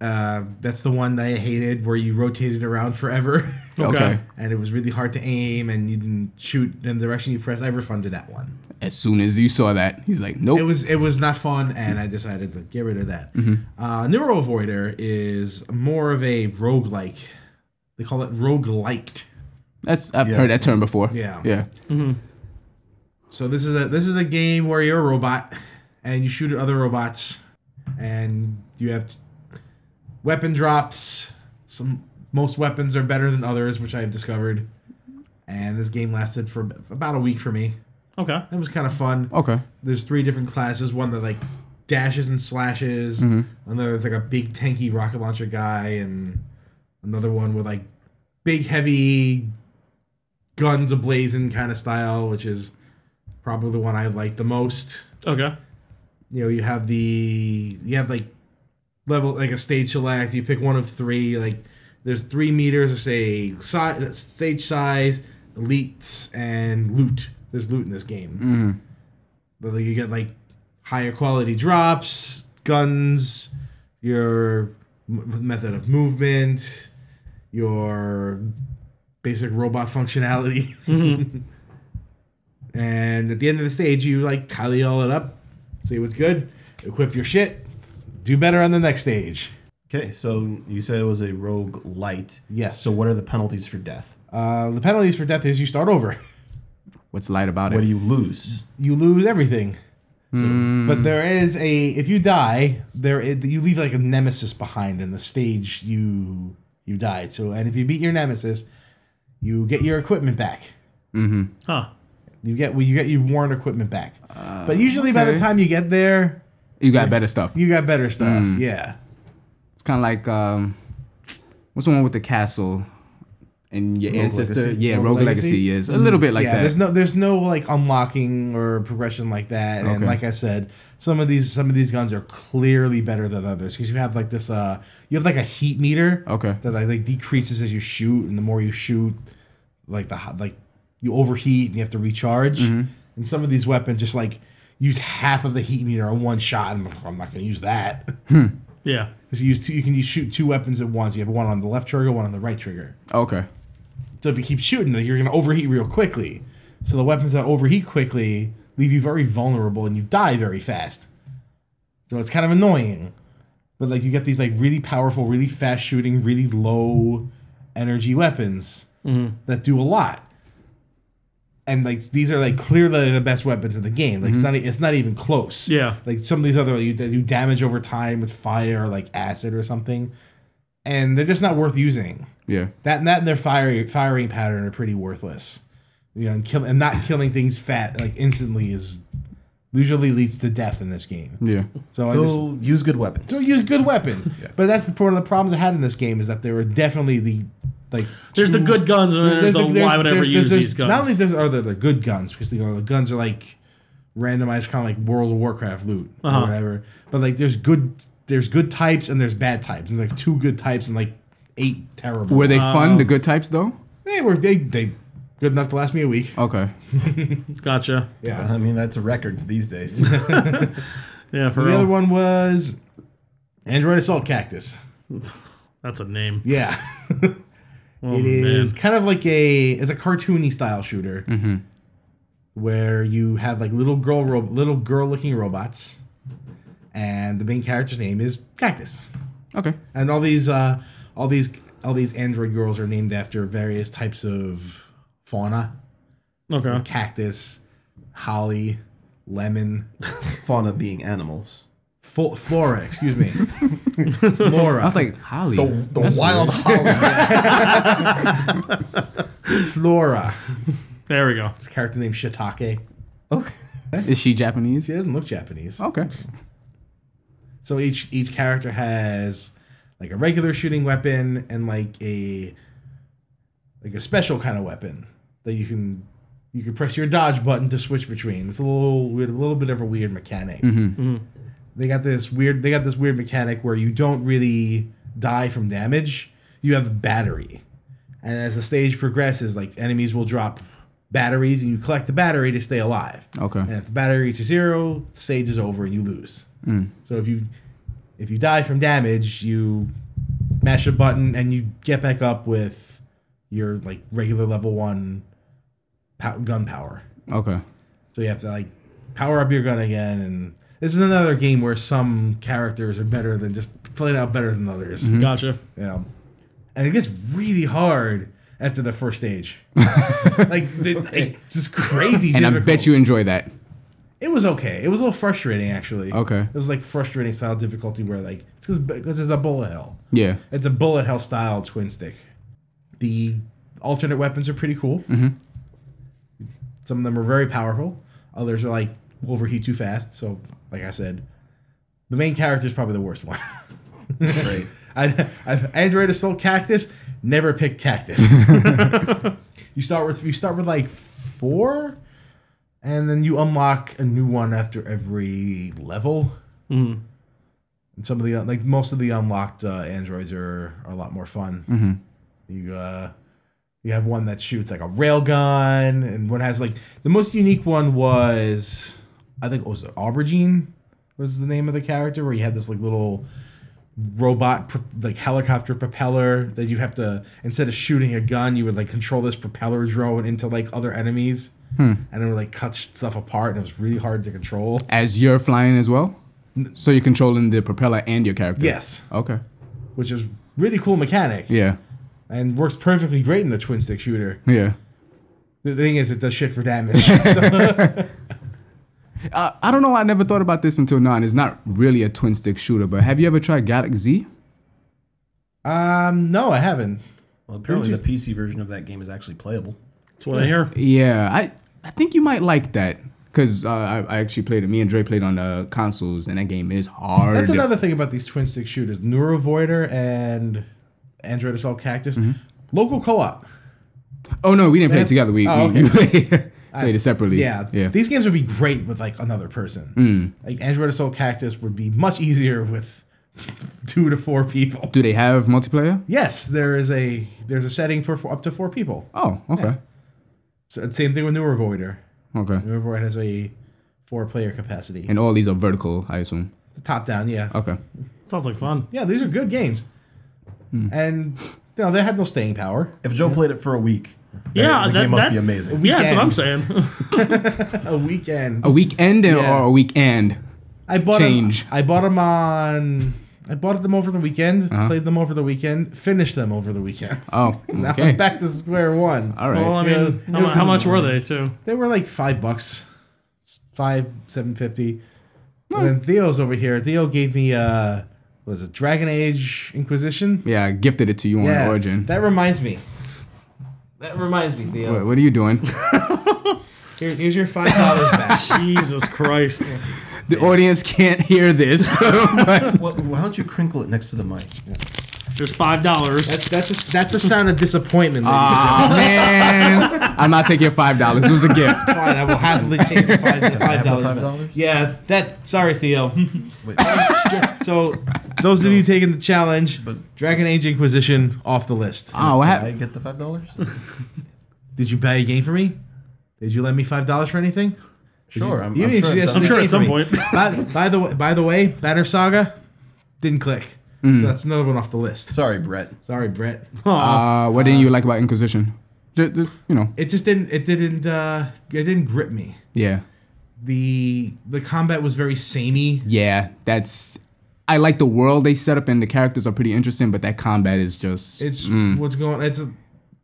[SPEAKER 5] Uh, that's the one that I hated, where you rotated around forever, *laughs*
[SPEAKER 3] Okay.
[SPEAKER 5] and it was really hard to aim, and you didn't shoot in the direction you pressed. I refunded that one.
[SPEAKER 2] As soon as you saw that, he was like,
[SPEAKER 5] It
[SPEAKER 2] "Nope."
[SPEAKER 5] was it was not fun, and I decided to get rid of that. Uh, Neuro Avoider is more of a roguelike. They call it roguelite.
[SPEAKER 2] That's I've
[SPEAKER 1] Yeah.
[SPEAKER 2] heard that term before.
[SPEAKER 5] Yeah.
[SPEAKER 2] Yeah.
[SPEAKER 5] So this is a this is a game where you're a robot and you shoot at other robots, and you have t- weapon drops. Some most weapons are better than others, which I've discovered. And this game lasted for ab- about a week for me.
[SPEAKER 3] Okay.
[SPEAKER 5] It was kind of fun.
[SPEAKER 2] Okay.
[SPEAKER 5] there's three different classes. One that like dashes and slashes. Another that's like a big tanky rocket launcher guy, and another one with like big heavy guns ablazing kind of style, which is probably the one I like the most.
[SPEAKER 3] Okay.
[SPEAKER 5] You know, you have the you have like level like a stage select. You pick one of three. Like there's three meters of say size, stage size, elites, and loot. There's loot in this game. But like you get like higher quality drops, guns, your m- method of movement, your basic robot functionality. *laughs* and at the end of the stage, you like tally all it up, see what's good, equip your shit, do better on the next stage.
[SPEAKER 1] Okay, so you said it was a rogue light.
[SPEAKER 5] Yes.
[SPEAKER 1] So what are the penalties for death?
[SPEAKER 5] Uh, the penalties for death is you start over. *laughs*
[SPEAKER 2] What's light about
[SPEAKER 1] What do
[SPEAKER 2] it?
[SPEAKER 1] you lose?
[SPEAKER 5] you lose everything. But there is a if you die, there i- you leave like a nemesis behind in the stage you you died. So and if you beat your nemesis, you get your equipment back.
[SPEAKER 3] Huh.
[SPEAKER 5] You get well, you get your worn equipment back. but usually by the
[SPEAKER 2] okay.
[SPEAKER 5] time you get there,
[SPEAKER 2] You got better stuff.
[SPEAKER 5] you got better stuff. Yeah.
[SPEAKER 2] It's kind of like um, what's the one with the castle and your ancestor?
[SPEAKER 5] Legacy?
[SPEAKER 2] Yeah,
[SPEAKER 5] Rogue
[SPEAKER 2] Rogue, Legacy.
[SPEAKER 5] Legacy? Mm.
[SPEAKER 2] yeah, it's a little bit like
[SPEAKER 5] yeah,
[SPEAKER 2] that.
[SPEAKER 5] there's no there's no like unlocking or progression like that. And
[SPEAKER 2] Okay.
[SPEAKER 5] like I said, some of these some of these guns are clearly better than others because you have like this uh you have like a heat meter.
[SPEAKER 2] Okay.
[SPEAKER 5] That like, like decreases as you shoot, and the more you shoot, like the hot like you overheat and you have to recharge.
[SPEAKER 2] Mm-hmm.
[SPEAKER 5] And some of these weapons just like use half of the heat meter on one shot. And I'm like, I'm not gonna use that. *laughs*
[SPEAKER 3] Yeah.
[SPEAKER 5] 'Cause you use two, you can you shoot two weapons at once. You have one on the left trigger, one on the right trigger.
[SPEAKER 2] okay.
[SPEAKER 5] So if you keep shooting, like, you're going to overheat real quickly. So the weapons that overheat quickly leave you very vulnerable and you die very fast. So it's kind of annoying. But like you get these like really powerful, really fast shooting, really low energy weapons that do a lot. And like these are like clearly the best weapons in the game. Like it's not e, it's not even close.
[SPEAKER 3] Yeah.
[SPEAKER 5] Like some of these other you that do damage over time with fire or like acid or something. And they're just not worth using.
[SPEAKER 2] Yeah.
[SPEAKER 5] That that and their firing firing pattern are pretty worthless. You know, and kill and not killing things fat like instantly is usually leads to death in this game.
[SPEAKER 2] Yeah.
[SPEAKER 5] So, I just
[SPEAKER 1] So use good weapons.
[SPEAKER 5] don't use good weapons. But that's the one of the problems I had in this game is that there were definitely the like
[SPEAKER 3] There's the
[SPEAKER 5] two-
[SPEAKER 3] good guns and there's, the why would I ever
[SPEAKER 5] there's-
[SPEAKER 3] use
[SPEAKER 5] there's-
[SPEAKER 3] these guns.
[SPEAKER 5] Not only there's are there the good guns because you know the guns are like randomized kind of like World of Warcraft loot
[SPEAKER 3] Uh-huh.
[SPEAKER 5] or whatever, but like there's good there's good types and there's bad types. There's like two good types and like eight terrible.
[SPEAKER 2] Were they
[SPEAKER 3] Um,
[SPEAKER 2] fun? The good types though.
[SPEAKER 5] They were they they good enough to last me a week.
[SPEAKER 2] Okay.
[SPEAKER 3] gotcha.
[SPEAKER 5] Yeah.
[SPEAKER 1] I mean, that's a record these days. *laughs*
[SPEAKER 3] Yeah, for
[SPEAKER 5] The
[SPEAKER 3] real.
[SPEAKER 5] other one was Android Assault Cactus.
[SPEAKER 3] That's a name.
[SPEAKER 5] Yeah. *laughs*
[SPEAKER 3] Oh,
[SPEAKER 5] It is
[SPEAKER 3] man. Mm-hmm.
[SPEAKER 5] kind of like a it's a cartoony style shooter where you have like little girl ro- little girl looking robots, and the main character's name is Cactus,
[SPEAKER 2] Okay.
[SPEAKER 5] and all these uh, all these all these android girls are named after various types of fauna:
[SPEAKER 3] Okay.
[SPEAKER 5] cactus, holly, lemon.
[SPEAKER 1] Fauna being animals.
[SPEAKER 5] Fl- flora, excuse me. Flora.
[SPEAKER 2] I was like, Holly.
[SPEAKER 1] The, the
[SPEAKER 2] that's
[SPEAKER 1] wild
[SPEAKER 2] weird.
[SPEAKER 1] *laughs* holly.
[SPEAKER 5] Flora.
[SPEAKER 3] There we go.
[SPEAKER 5] This character named Shiitake.
[SPEAKER 1] Okay.
[SPEAKER 2] Is she Japanese?
[SPEAKER 5] She doesn't look Japanese.
[SPEAKER 2] Okay.
[SPEAKER 5] So each each character has like a regular shooting weapon and like a like a special kind of weapon that you can you can press your dodge button to switch between. It's a little weird, a little bit of a weird mechanic. They got this weird they got this weird mechanic where you don't really die from damage. You have a battery. And as the stage progresses, like enemies will drop batteries and you collect the battery to stay alive.
[SPEAKER 2] Okay.
[SPEAKER 5] And if the battery reaches zero, the stage is over and you lose.
[SPEAKER 2] Mm.
[SPEAKER 5] So if you if you die from damage, you mash a button and you get back up with your like regular level one pow- gun power.
[SPEAKER 2] Okay.
[SPEAKER 5] So you have to like power up your gun again. And this is another game where some characters are better than just played out better than others.
[SPEAKER 2] Mm-hmm.
[SPEAKER 3] Gotcha.
[SPEAKER 5] Yeah. And it gets really hard after the first
[SPEAKER 2] *laughs*
[SPEAKER 5] stage. like, the, it's just crazy.
[SPEAKER 2] And I
[SPEAKER 5] difficult.
[SPEAKER 2] bet you enjoy that.
[SPEAKER 5] It was okay. It was a little frustrating, actually.
[SPEAKER 2] Okay.
[SPEAKER 5] It was like frustrating style difficulty where like it's because it's a bullet hell.
[SPEAKER 2] Yeah.
[SPEAKER 5] It's a bullet hell style twin stick. The alternate weapons are pretty cool. Some of them are very powerful. Others are like overheat too fast. So, like I said, the main character is probably the worst one.
[SPEAKER 1] Great.
[SPEAKER 5] *laughs* I, I, Android Assault Cactus. Never pick Cactus. *laughs* you start with you start with like four, and then you unlock a new one after every level. And some of the uh, like most of the unlocked uh, androids are, are a lot more fun. You uh, you have one that shoots like a railgun, and one has like the most unique one was I think was it Aubergine was the name of the character where you had this like little robot pro- like helicopter propeller that you have to instead of shooting a gun you would like control this propeller drone into like other enemies and it would like cut stuff apart and it was really hard to control
[SPEAKER 2] As you're flying as well? So you're controlling the propeller and your character?
[SPEAKER 5] yes
[SPEAKER 2] Okay.
[SPEAKER 5] which is really cool mechanic
[SPEAKER 2] Yeah.
[SPEAKER 5] and works perfectly great in the twin stick shooter
[SPEAKER 2] Yeah.
[SPEAKER 5] the thing is it does shit
[SPEAKER 2] *laughs*
[SPEAKER 5] for damage So-
[SPEAKER 2] Uh, I don't know. why I never thought about this until now. And it's not really a twin stick shooter, but have you ever tried Galaxy?
[SPEAKER 5] um no i haven't
[SPEAKER 1] Well, apparently the PC version of that game is actually playable.
[SPEAKER 3] That's what I hear.
[SPEAKER 2] Yeah, I I think you might like that because uh, I, I actually played it. Me and Dre played on the consoles, and that game is hard.
[SPEAKER 5] that's another thing about these twin stick shooters neurovoider and android assault cactus
[SPEAKER 2] Mm-hmm.
[SPEAKER 5] local co-op
[SPEAKER 2] Oh no, we didn't play it together. We, *laughs*
[SPEAKER 5] Oh,
[SPEAKER 2] we- played it separately.
[SPEAKER 5] Yeah,
[SPEAKER 2] yeah. Mm.
[SPEAKER 5] These games would be great with like another person. Like Android Assault Cactus would be much easier with two to four people.
[SPEAKER 2] Do they have multiplayer?
[SPEAKER 5] Yes, there is a there's a setting for, for up to four people.
[SPEAKER 2] Oh, okay,
[SPEAKER 5] So same thing with New Revoider.
[SPEAKER 2] okay.
[SPEAKER 5] New Revoider has a four player capacity.
[SPEAKER 2] And all these are vertical, I assume.
[SPEAKER 5] Top down, yeah.
[SPEAKER 2] Okay.
[SPEAKER 3] Sounds like fun.
[SPEAKER 5] Yeah, these are good games.
[SPEAKER 2] Hmm.
[SPEAKER 5] And you know, they had no staying power.
[SPEAKER 1] If Joe played it for a week,
[SPEAKER 3] Yeah,
[SPEAKER 1] the
[SPEAKER 3] that-
[SPEAKER 1] game must
[SPEAKER 3] that-
[SPEAKER 1] be amazing.
[SPEAKER 3] Yeah, that's what
[SPEAKER 5] can.
[SPEAKER 3] I'm saying. *laughs*
[SPEAKER 5] A weekend.
[SPEAKER 2] A weekend and,
[SPEAKER 5] Yeah.
[SPEAKER 2] or a weekend.
[SPEAKER 5] I bought
[SPEAKER 2] Change.
[SPEAKER 5] Them, I bought them on I bought them over the weekend,
[SPEAKER 2] Uh-huh.
[SPEAKER 5] played them over the weekend, finished them over the weekend. *laughs*
[SPEAKER 2] Oh,
[SPEAKER 5] Now
[SPEAKER 2] okay.
[SPEAKER 5] I'm back to square one.
[SPEAKER 2] All right.
[SPEAKER 3] well, I
[SPEAKER 5] Yeah,
[SPEAKER 3] mean,
[SPEAKER 5] it
[SPEAKER 3] how, mu-
[SPEAKER 5] was
[SPEAKER 3] how
[SPEAKER 5] the-
[SPEAKER 3] much were they too?
[SPEAKER 5] They were like five bucks, five seven fifty. And then Theo's over here. Theo gave me uh, what was it Dragon Age Inquisition?
[SPEAKER 2] yeah, I gifted it to you on Origin.
[SPEAKER 5] That reminds me. That reminds me, Theo.
[SPEAKER 2] what, what are you doing?
[SPEAKER 5] Here- here's your five dollars *laughs* back.
[SPEAKER 3] Jesus Christ.
[SPEAKER 5] *laughs*
[SPEAKER 2] the audience can't hear this. Oh, but-
[SPEAKER 1] Well, why don't you crinkle it next to the mic?
[SPEAKER 3] There's five dollars.
[SPEAKER 5] That's that's a, that's the sound of disappointment. ladies and
[SPEAKER 2] Aw, man, I'm not taking five dollars. It was a gift.
[SPEAKER 5] *laughs* Fine, I will happily take the *laughs* five, the five
[SPEAKER 1] have the
[SPEAKER 5] dollars.
[SPEAKER 1] five
[SPEAKER 5] back.
[SPEAKER 1] dollars?
[SPEAKER 5] Yeah, that. Sorry, Theo. *laughs*
[SPEAKER 1] Wait,
[SPEAKER 5] So, those of you taking the challenge,
[SPEAKER 1] But-
[SPEAKER 5] Dragon Age Inquisition off the list.
[SPEAKER 2] Oh, what
[SPEAKER 1] I
[SPEAKER 2] happened?
[SPEAKER 1] get the five dollars?
[SPEAKER 5] Did you buy a game for me? Did you lend me five dollars for anything?
[SPEAKER 1] Sure, I'm,
[SPEAKER 5] You
[SPEAKER 1] I'm
[SPEAKER 5] need
[SPEAKER 1] sure.
[SPEAKER 5] to
[SPEAKER 1] it's
[SPEAKER 5] just-
[SPEAKER 1] done.
[SPEAKER 3] I'm sure
[SPEAKER 5] Hey,
[SPEAKER 3] at some
[SPEAKER 5] Jimmy.
[SPEAKER 3] point.
[SPEAKER 5] by, by the way, by the way, Banner Saga didn't click.
[SPEAKER 2] Mm.
[SPEAKER 5] So that's another one off the list.
[SPEAKER 1] Sorry, Brett.
[SPEAKER 5] Sorry, Brett.
[SPEAKER 3] Aw.
[SPEAKER 2] Uh, what didn't you like about Inquisition? Just, you know,
[SPEAKER 5] It just didn't. It didn't. Uh, it didn't grip me.
[SPEAKER 2] yeah,
[SPEAKER 5] the The combat was very samey.
[SPEAKER 2] yeah. That's I like the world they set up and the characters are pretty interesting, but that combat is just mm.
[SPEAKER 5] It's what's going. It's a,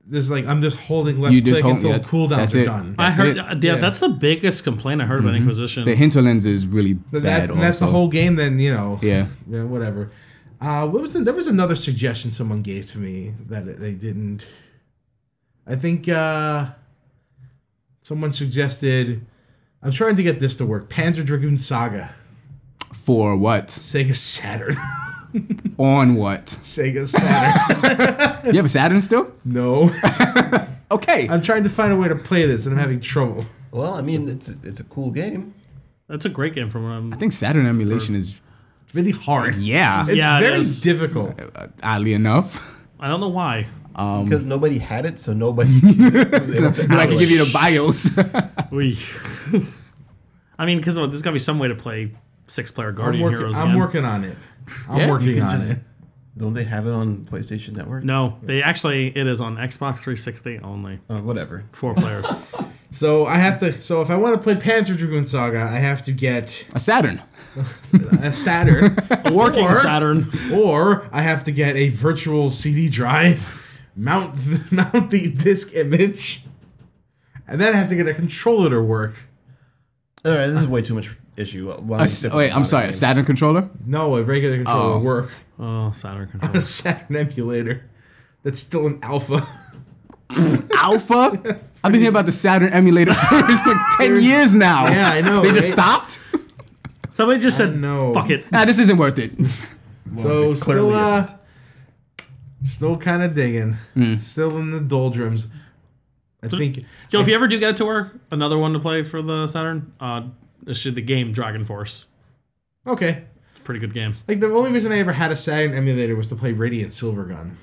[SPEAKER 5] there's like I'm just holding left
[SPEAKER 2] You just
[SPEAKER 5] click
[SPEAKER 2] hold-
[SPEAKER 5] until
[SPEAKER 2] yeah, that's
[SPEAKER 5] cooldowns are
[SPEAKER 2] it.
[SPEAKER 5] done.
[SPEAKER 3] I
[SPEAKER 2] that's
[SPEAKER 3] heard.
[SPEAKER 2] it.
[SPEAKER 3] uh, Yeah, that's the biggest complaint I heard
[SPEAKER 5] Mm-hmm.
[SPEAKER 3] about Inquisition.
[SPEAKER 2] the hinterlands is really bad.
[SPEAKER 5] But that's, and that's the
[SPEAKER 2] also.
[SPEAKER 5] whole game. Then you know.
[SPEAKER 2] Yeah.
[SPEAKER 5] Yeah. Whatever. Uh, what was the, there was another suggestion someone gave to me that it- they didn't. I think uh, someone suggested I'm trying to get this to work. Panzer Dragoon Saga,
[SPEAKER 2] For what?
[SPEAKER 5] Sega Saturn, *laughs*
[SPEAKER 2] On what? *laughs*
[SPEAKER 5] Sega Saturn.
[SPEAKER 2] You have a Saturn still?
[SPEAKER 5] no, *laughs*
[SPEAKER 2] Okay.
[SPEAKER 5] I'm trying to find a way to play this, and I'm having trouble.
[SPEAKER 1] Well, I mean, it's it's a cool game.
[SPEAKER 3] That's a great game from um, what I'm.
[SPEAKER 2] I think Saturn emulation is
[SPEAKER 5] It's really hard.
[SPEAKER 2] yeah, uh,
[SPEAKER 5] It's
[SPEAKER 3] Yeah, it
[SPEAKER 5] very
[SPEAKER 3] is.
[SPEAKER 5] difficult.
[SPEAKER 2] oddly
[SPEAKER 5] *laughs*
[SPEAKER 2] enough.
[SPEAKER 3] I don't know why.
[SPEAKER 1] because nobody had it, so nobody. *laughs* I
[SPEAKER 2] I can give you the BIOS. *laughs*
[SPEAKER 3] We. *laughs* I mean, because there's got to be some way to play six-player
[SPEAKER 5] I'm,
[SPEAKER 3] Guardian
[SPEAKER 5] working,
[SPEAKER 3] Heroes.
[SPEAKER 5] I'm
[SPEAKER 3] again.
[SPEAKER 5] working on it. I'm
[SPEAKER 2] Yeah, you
[SPEAKER 5] working
[SPEAKER 1] can
[SPEAKER 5] on
[SPEAKER 1] just-
[SPEAKER 5] it.
[SPEAKER 1] Don't they have it on PlayStation Network?
[SPEAKER 3] No, they actually it is on Xbox 360 only.
[SPEAKER 1] Uh, whatever.
[SPEAKER 5] *laughs*
[SPEAKER 3] Four players.
[SPEAKER 5] So I have to. So if I want to play Panzer Dragoon Saga, I have to get
[SPEAKER 2] a Saturn.
[SPEAKER 5] a Saturn,
[SPEAKER 3] Working
[SPEAKER 5] Or-
[SPEAKER 3] Saturn.
[SPEAKER 5] Uh, or I have to get a virtual CD drive, mount *laughs* the, mount the disc image, and then I have to get a controller to work.
[SPEAKER 1] All right, this is way too much issue. Well,
[SPEAKER 2] A s- wait, I'm sorry, a Saturn controller?
[SPEAKER 5] No, a regular controller
[SPEAKER 2] Oh.
[SPEAKER 5] to work. *laughs*
[SPEAKER 3] Oh, Saturn controller.
[SPEAKER 5] A *laughs* Saturn emulator that's still an alpha. *laughs*
[SPEAKER 2] Alpha? I've been here about the Saturn emulator for
[SPEAKER 5] *laughs*
[SPEAKER 2] like 10 years now.
[SPEAKER 5] Yeah, I know,
[SPEAKER 2] *laughs* They just
[SPEAKER 5] right? *laughs*
[SPEAKER 2] stopped?
[SPEAKER 3] Somebody just said
[SPEAKER 5] know.
[SPEAKER 3] Fuck it.
[SPEAKER 2] Nah, this isn't worth it.
[SPEAKER 5] so
[SPEAKER 1] it
[SPEAKER 5] still,
[SPEAKER 1] clearly
[SPEAKER 5] uh, still kind of digging. Still in the doldrums. I think.
[SPEAKER 3] Joe, if you ever do get it to work, another one to play for the Saturn. Uh, this should the game Dragon Force.
[SPEAKER 5] Okay.
[SPEAKER 3] It's a pretty good game.
[SPEAKER 5] Like the only reason I ever had a Saturn emulator was to play Radiant Silver Gun.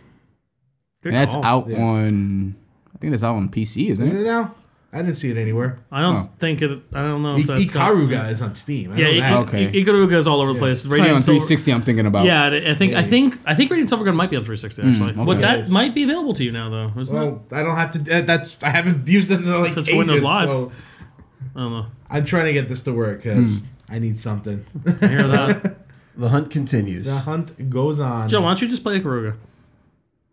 [SPEAKER 3] Good
[SPEAKER 2] And that's
[SPEAKER 3] call.
[SPEAKER 2] out on, I think that's out on PC, isn't
[SPEAKER 5] Is
[SPEAKER 2] it?
[SPEAKER 5] it now? I didn't see it anywhere.
[SPEAKER 3] I don't
[SPEAKER 2] Oh.
[SPEAKER 3] think it. I don't know if that's got-
[SPEAKER 5] Ikaru guys on Steam. I
[SPEAKER 3] Yeah,
[SPEAKER 5] know
[SPEAKER 3] I-
[SPEAKER 5] that.
[SPEAKER 3] I-
[SPEAKER 2] Okay.
[SPEAKER 3] Ikaruga is all over the place.
[SPEAKER 2] Probably on
[SPEAKER 3] Radiant Silver-
[SPEAKER 2] 360 I'm thinking about.
[SPEAKER 3] Yeah, I I think I think I think Radiant Silvergun might be on 360 actually. But
[SPEAKER 2] Hmm, okay.
[SPEAKER 3] that
[SPEAKER 5] It is.
[SPEAKER 3] might be available to you now though, isn't it?
[SPEAKER 5] Well, I don't have to. That, that's I haven't used it in like
[SPEAKER 3] If it's
[SPEAKER 5] ages.
[SPEAKER 3] Windows Live.
[SPEAKER 5] So
[SPEAKER 3] I don't know.
[SPEAKER 5] I'm trying to get this to work because
[SPEAKER 2] Hmm.
[SPEAKER 5] I need something.
[SPEAKER 3] *laughs* I
[SPEAKER 2] *laughs*
[SPEAKER 3] hear that.
[SPEAKER 1] The hunt continues.
[SPEAKER 5] the hunt goes on.
[SPEAKER 3] Joe, why don't you just play Ikaruga?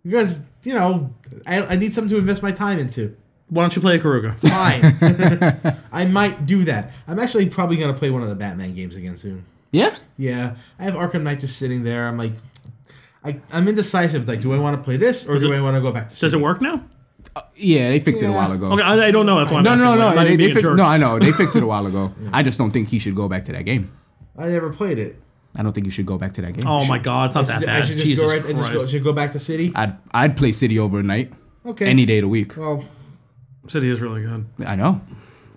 [SPEAKER 5] you guys, you know, I, I need something to invest my time into.
[SPEAKER 3] Why don't you play Ikaruga?
[SPEAKER 2] *laughs*
[SPEAKER 5] Fine, I might do that. I'm actually probably gonna play one of the Batman games again soon.
[SPEAKER 2] Yeah?
[SPEAKER 5] Yeah, I have Arkham Knight just sitting there. I'm like, I, I'm indecisive. Like, do I want to play this or do I want to go back to?
[SPEAKER 3] Does it
[SPEAKER 5] City?
[SPEAKER 3] work now?
[SPEAKER 2] Yeah, they fixed it a
[SPEAKER 5] Yeah.
[SPEAKER 2] while ago.
[SPEAKER 3] Okay, I, I don't know. That's why I'm
[SPEAKER 2] Oh. No,
[SPEAKER 3] asking.
[SPEAKER 2] no,
[SPEAKER 3] I'm
[SPEAKER 2] no,
[SPEAKER 3] not
[SPEAKER 2] they,
[SPEAKER 3] even
[SPEAKER 2] they
[SPEAKER 3] being a
[SPEAKER 2] fi-
[SPEAKER 3] jerk.
[SPEAKER 2] no, I know. They fixed it a while
[SPEAKER 3] *laughs*
[SPEAKER 2] ago. I just don't think he should go back to that game.
[SPEAKER 5] I never played it.
[SPEAKER 2] I don't think you should go back to that game.
[SPEAKER 3] Oh my god, it's not that
[SPEAKER 5] I
[SPEAKER 3] bad.
[SPEAKER 5] should just
[SPEAKER 3] Jesus
[SPEAKER 5] go right. I
[SPEAKER 3] Christ.
[SPEAKER 5] just go, should go back to City.
[SPEAKER 2] I'd I'd play City overnight
[SPEAKER 5] Okay.
[SPEAKER 2] any day of the week.
[SPEAKER 5] Well,
[SPEAKER 3] City is really good.
[SPEAKER 2] I know.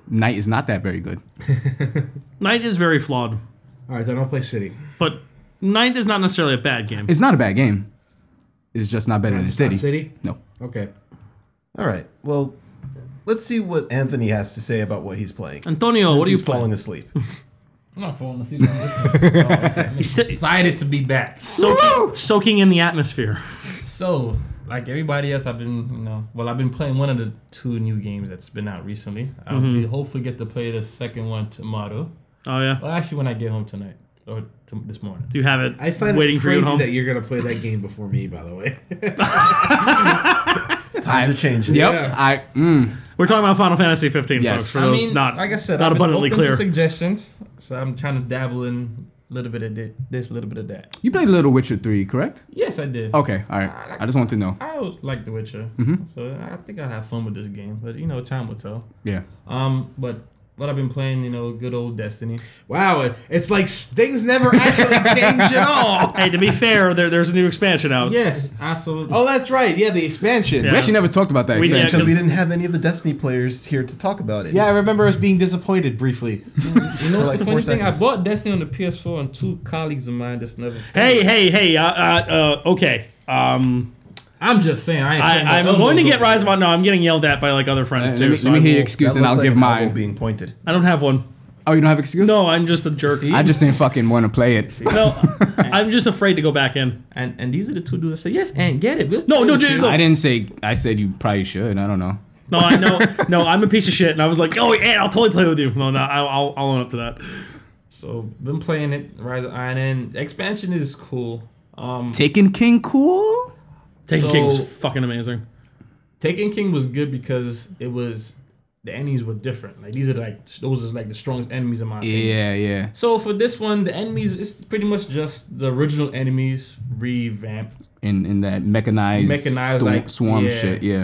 [SPEAKER 2] Night is not that very good.
[SPEAKER 3] Night is very flawed,
[SPEAKER 5] all right, then I'll play City.
[SPEAKER 3] but Night is not necessarily a bad game.
[SPEAKER 2] It's not a bad game. It's just not better than
[SPEAKER 5] It's not
[SPEAKER 2] City.
[SPEAKER 5] City.
[SPEAKER 2] No.
[SPEAKER 5] Okay.
[SPEAKER 1] All right. Well, let's see what Anthony has to say about what he's playing.
[SPEAKER 3] Antonio, what are you
[SPEAKER 1] He's
[SPEAKER 3] playing?
[SPEAKER 1] falling asleep?
[SPEAKER 4] I'm not falling asleep. I'm listening. I'm excited to be back.
[SPEAKER 3] Soaking, soaking in the atmosphere.
[SPEAKER 4] So, like everybody else, I've been, you know, well, I've been playing one of the two new games that's been out recently. I'll
[SPEAKER 3] Mm-hmm.
[SPEAKER 4] be hopefully get to play the second one tomorrow.
[SPEAKER 3] Oh yeah,
[SPEAKER 4] Well, actually, when I get home tonight or t- this morning.
[SPEAKER 3] do you have it?
[SPEAKER 5] I find
[SPEAKER 3] waiting
[SPEAKER 5] it
[SPEAKER 3] for you
[SPEAKER 5] crazy
[SPEAKER 3] at home.
[SPEAKER 5] that you're gonna play that game before me. By the way, *laughs*
[SPEAKER 1] Time to change it.
[SPEAKER 2] Yep.
[SPEAKER 5] Yeah.
[SPEAKER 2] I mm,
[SPEAKER 3] We're talking about Final Fantasy 15,
[SPEAKER 2] Yes.
[SPEAKER 3] folks. For those not,
[SPEAKER 4] like I said,
[SPEAKER 3] not
[SPEAKER 4] I've been
[SPEAKER 3] abundantly
[SPEAKER 4] open to
[SPEAKER 3] clear.
[SPEAKER 4] suggestions. So I'm trying to dabble in a little bit of thi- this, a little bit of that.
[SPEAKER 2] you played Little Witcher 3, correct?
[SPEAKER 4] Yes, I
[SPEAKER 3] Oh.
[SPEAKER 4] did.
[SPEAKER 2] Okay, all right. I just want to know.
[SPEAKER 4] I always like The Witcher,
[SPEAKER 3] Mm-hmm.
[SPEAKER 4] so I think I'll have fun with this game. But you know, time will tell.
[SPEAKER 2] Yeah.
[SPEAKER 4] Um, but what I've been playing, you know, good old Destiny.
[SPEAKER 5] wow, it, it's like s- things never actually change at all.
[SPEAKER 3] hey, to be fair, there, there's a new expansion out.
[SPEAKER 4] Yes, absolutely.
[SPEAKER 5] Oh, that's right. Yeah, the expansion.
[SPEAKER 3] Yeah.
[SPEAKER 2] We actually never talked about that
[SPEAKER 3] We- yeah,
[SPEAKER 2] expansion.
[SPEAKER 1] Because we
[SPEAKER 3] 'cause-
[SPEAKER 1] didn't have any of the Destiny players here to talk about it.
[SPEAKER 5] Yeah, I remember us being disappointed briefly.
[SPEAKER 4] You know what's
[SPEAKER 1] like
[SPEAKER 4] the
[SPEAKER 1] four
[SPEAKER 4] funny thing? I
[SPEAKER 1] seconds.
[SPEAKER 4] bought Destiny on the PS4 and two colleagues of mine just never.
[SPEAKER 3] Hey, hey, hey. Uh, uh, uh, okay. Um,
[SPEAKER 4] I'm just saying. I ain't playing no
[SPEAKER 3] I, I'm
[SPEAKER 4] elbows
[SPEAKER 3] going to get
[SPEAKER 4] over
[SPEAKER 3] Rise
[SPEAKER 4] there.
[SPEAKER 3] of No, I'm getting yelled at by like other friends
[SPEAKER 2] Uh,
[SPEAKER 3] too.
[SPEAKER 2] let me,
[SPEAKER 3] so
[SPEAKER 2] let me
[SPEAKER 3] I
[SPEAKER 2] hear your
[SPEAKER 3] won't-
[SPEAKER 1] That
[SPEAKER 2] excuse and
[SPEAKER 1] looks
[SPEAKER 2] I'll
[SPEAKER 1] like
[SPEAKER 2] give
[SPEAKER 1] an elbow
[SPEAKER 2] mine.
[SPEAKER 1] Being pointed.
[SPEAKER 3] I don't have one.
[SPEAKER 2] Oh, you don't have excuse?
[SPEAKER 3] No, I'm just a jerk.
[SPEAKER 2] I just didn't fucking want to play it.
[SPEAKER 4] *laughs*
[SPEAKER 3] no, I'm just afraid to go back in.
[SPEAKER 4] And and these are the two dudes that say yes and get it. We'll
[SPEAKER 3] No,
[SPEAKER 4] play
[SPEAKER 3] no,
[SPEAKER 4] with
[SPEAKER 3] dude,
[SPEAKER 4] you."
[SPEAKER 3] no.
[SPEAKER 2] I didn't say I said you probably should. I don't know.
[SPEAKER 3] No, I know. no, I'm a piece of shit, and I was like, oh, yeah, I'll totally play with you. No, no, I'll, I'll, I'll own up to that.
[SPEAKER 4] So been playing it. Rise of Iron and expansion is cool. Um,
[SPEAKER 2] Taken King cool?
[SPEAKER 3] Taking
[SPEAKER 4] So-
[SPEAKER 3] King was fucking amazing.
[SPEAKER 4] Taken King was good because it was the enemies were different. Like these are like those is like the strongest enemies in my opinion.
[SPEAKER 2] Yeah, yeah.
[SPEAKER 4] So for this one, the enemies it's pretty much just the original enemies revamped.
[SPEAKER 2] in in that mechanized,
[SPEAKER 4] Mechanized,
[SPEAKER 2] sto-
[SPEAKER 4] like,
[SPEAKER 2] swarm
[SPEAKER 4] yeah.
[SPEAKER 2] shit. Yeah,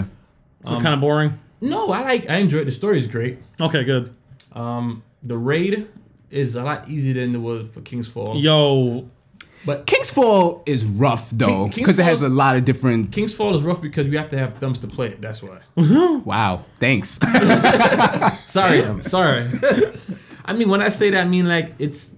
[SPEAKER 4] um,
[SPEAKER 3] It's kind of boring.
[SPEAKER 4] No, I like I enjoyed it. the story is great.
[SPEAKER 3] Okay, good.
[SPEAKER 4] Um, The raid is a lot easier than it was for King's Fall.
[SPEAKER 3] Yo,
[SPEAKER 4] But
[SPEAKER 2] King's Fall is rough though,
[SPEAKER 4] King- King's
[SPEAKER 2] because it has a
[SPEAKER 4] Fall-
[SPEAKER 2] lot of different.
[SPEAKER 4] King's Fall is rough because you have to have thumbs to play it. That's
[SPEAKER 3] *laughs*
[SPEAKER 4] why.
[SPEAKER 2] wow,
[SPEAKER 4] *laughs*
[SPEAKER 2] thanks.
[SPEAKER 3] *laughs*
[SPEAKER 4] Sorry, sorry. I mean, when I say that, I mean like it's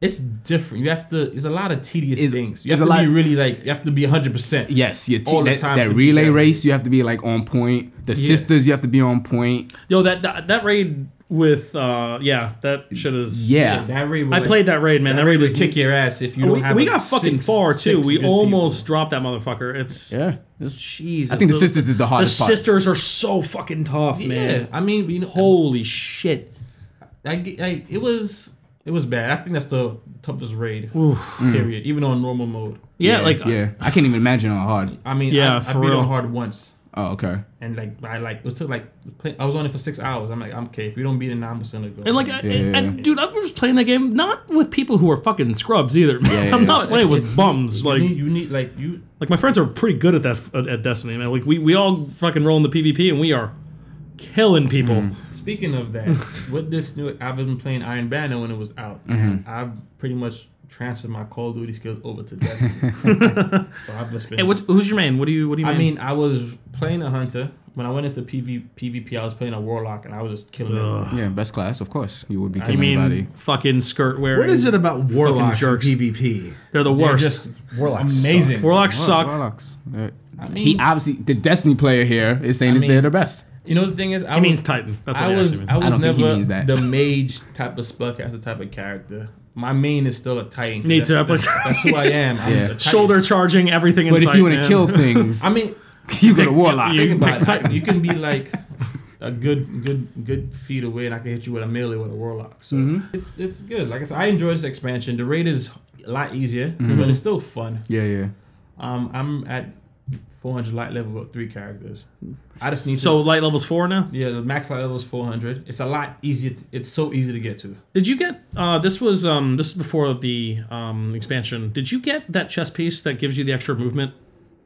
[SPEAKER 4] it's different. You have to. It's a lot of tedious
[SPEAKER 2] It's-
[SPEAKER 4] things. You
[SPEAKER 2] it's
[SPEAKER 4] have
[SPEAKER 2] a
[SPEAKER 4] to
[SPEAKER 2] lot-
[SPEAKER 4] be really like you have to be hundred percent.
[SPEAKER 2] yes, your
[SPEAKER 4] All
[SPEAKER 2] team
[SPEAKER 4] the
[SPEAKER 2] that,
[SPEAKER 4] time
[SPEAKER 2] that
[SPEAKER 4] to be
[SPEAKER 2] relay
[SPEAKER 4] there.
[SPEAKER 2] race, you have to be like on point. The sisters, you have to be on point.
[SPEAKER 3] yo, that that, that raid with uh, yeah, that shit is
[SPEAKER 2] Yeah,
[SPEAKER 4] That raid.
[SPEAKER 3] I played that raid, man. That,
[SPEAKER 4] That
[SPEAKER 3] raid
[SPEAKER 4] raid
[SPEAKER 3] was Oh,
[SPEAKER 4] would kick your ass if you don't
[SPEAKER 3] We,
[SPEAKER 4] have.
[SPEAKER 3] we
[SPEAKER 4] like
[SPEAKER 3] got fucking
[SPEAKER 4] six-
[SPEAKER 3] far too.
[SPEAKER 4] six
[SPEAKER 3] We
[SPEAKER 4] good people.
[SPEAKER 3] almost dropped that motherfucker. It's
[SPEAKER 2] yeah.
[SPEAKER 3] Jesus.
[SPEAKER 2] I think the, sisters is the
[SPEAKER 3] The
[SPEAKER 2] hardest part.
[SPEAKER 3] sisters are so fucking tough, man.
[SPEAKER 4] Yeah, I mean, you know,
[SPEAKER 3] Holy shit.
[SPEAKER 4] I, ge- I, it was it was bad. I think that's the toughest raid. Period. Even on normal mode.
[SPEAKER 3] Yeah, like uh,
[SPEAKER 2] yeah, I can't even imagine how hard.
[SPEAKER 4] I mean,
[SPEAKER 3] Yeah,
[SPEAKER 4] I, I
[SPEAKER 3] for
[SPEAKER 4] beat
[SPEAKER 3] real.
[SPEAKER 4] on hard once,
[SPEAKER 2] Oh, okay.
[SPEAKER 4] and like I like it took like play, I was on it for six hours. I'm like, I'm okay. If we don't beat it, now I'm just gonna go.
[SPEAKER 3] And like, I, and dude, I was playing that game not with people who are fucking scrubs either.
[SPEAKER 2] yeah,
[SPEAKER 3] *laughs* I'm
[SPEAKER 2] yeah.
[SPEAKER 3] not playing with
[SPEAKER 4] *laughs*
[SPEAKER 3] bums.
[SPEAKER 4] you
[SPEAKER 3] Like,
[SPEAKER 4] need, you need like you
[SPEAKER 3] like my friends are pretty good at that at, at Destiny, man. Like, we we all fucking roll in the PvP and we are killing people.
[SPEAKER 4] Mm. Speaking
[SPEAKER 3] *laughs*
[SPEAKER 4] of that, with this new, I've been playing Iron Banner when it was out. I've pretty much transferred my Call of Duty skills over
[SPEAKER 3] *laughs*
[SPEAKER 4] to Destiny. so I've just been.
[SPEAKER 3] Hey, what, who's your main? What do you what do you?
[SPEAKER 4] I
[SPEAKER 3] main?
[SPEAKER 4] mean, I was playing a hunter. When I went into PV, PvP, I was playing a warlock, and I was just killing everyone.
[SPEAKER 2] Yeah, best class, of course. You would be
[SPEAKER 3] you
[SPEAKER 2] killing
[SPEAKER 3] mean
[SPEAKER 2] anybody.
[SPEAKER 3] fucking skirt wearing?
[SPEAKER 5] What is it about warlocks and
[SPEAKER 3] jerks.
[SPEAKER 5] PvP?
[SPEAKER 3] They're the
[SPEAKER 4] They're
[SPEAKER 3] worst.
[SPEAKER 4] just
[SPEAKER 1] Warlocks
[SPEAKER 4] amazing.
[SPEAKER 3] Warlocks suck.
[SPEAKER 2] Warlocks. Yeah.
[SPEAKER 4] I
[SPEAKER 2] He
[SPEAKER 4] mean,
[SPEAKER 2] obviously the Destiny player here is saying
[SPEAKER 4] I
[SPEAKER 2] that they're
[SPEAKER 4] mean-
[SPEAKER 2] the best.
[SPEAKER 4] you know the thing is, I
[SPEAKER 3] He
[SPEAKER 4] was,
[SPEAKER 3] means Titan. That's what
[SPEAKER 4] I
[SPEAKER 3] he
[SPEAKER 4] was,
[SPEAKER 3] was,
[SPEAKER 4] I was
[SPEAKER 2] don't think he
[SPEAKER 4] never
[SPEAKER 2] means that.
[SPEAKER 4] the mage type of spellcaster type of character. My main is still a titan.
[SPEAKER 3] Me too, I
[SPEAKER 4] That's,
[SPEAKER 3] play-
[SPEAKER 4] that's- that's who I am. I'm
[SPEAKER 2] Yeah.
[SPEAKER 4] a titan.
[SPEAKER 3] Shoulder charging everything.
[SPEAKER 2] But if
[SPEAKER 3] inside,
[SPEAKER 2] you want to
[SPEAKER 3] man. *laughs*
[SPEAKER 2] kill things,
[SPEAKER 4] I mean,
[SPEAKER 2] *laughs* you go to warlock.
[SPEAKER 3] you-
[SPEAKER 4] think about it.
[SPEAKER 3] Titan.
[SPEAKER 4] You can be like a good, good, good feet away, and I can hit you with a melee with a warlock. So
[SPEAKER 2] Mm-hmm.
[SPEAKER 4] it's it's good. Like I said, I enjoy this expansion. The raid is a lot easier,
[SPEAKER 2] Mm-hmm.
[SPEAKER 4] but it's still fun.
[SPEAKER 2] Yeah, yeah.
[SPEAKER 4] Um, I'm at 400 light level with three characters. I just need
[SPEAKER 3] so
[SPEAKER 4] to,
[SPEAKER 3] light level's four now.
[SPEAKER 4] yeah, the max light level is 400. It's a lot easier. To, it's so easy to get to.
[SPEAKER 3] Did you get uh, this was um, this is before the um, expansion? Did you get that chess piece that gives you the extra movement,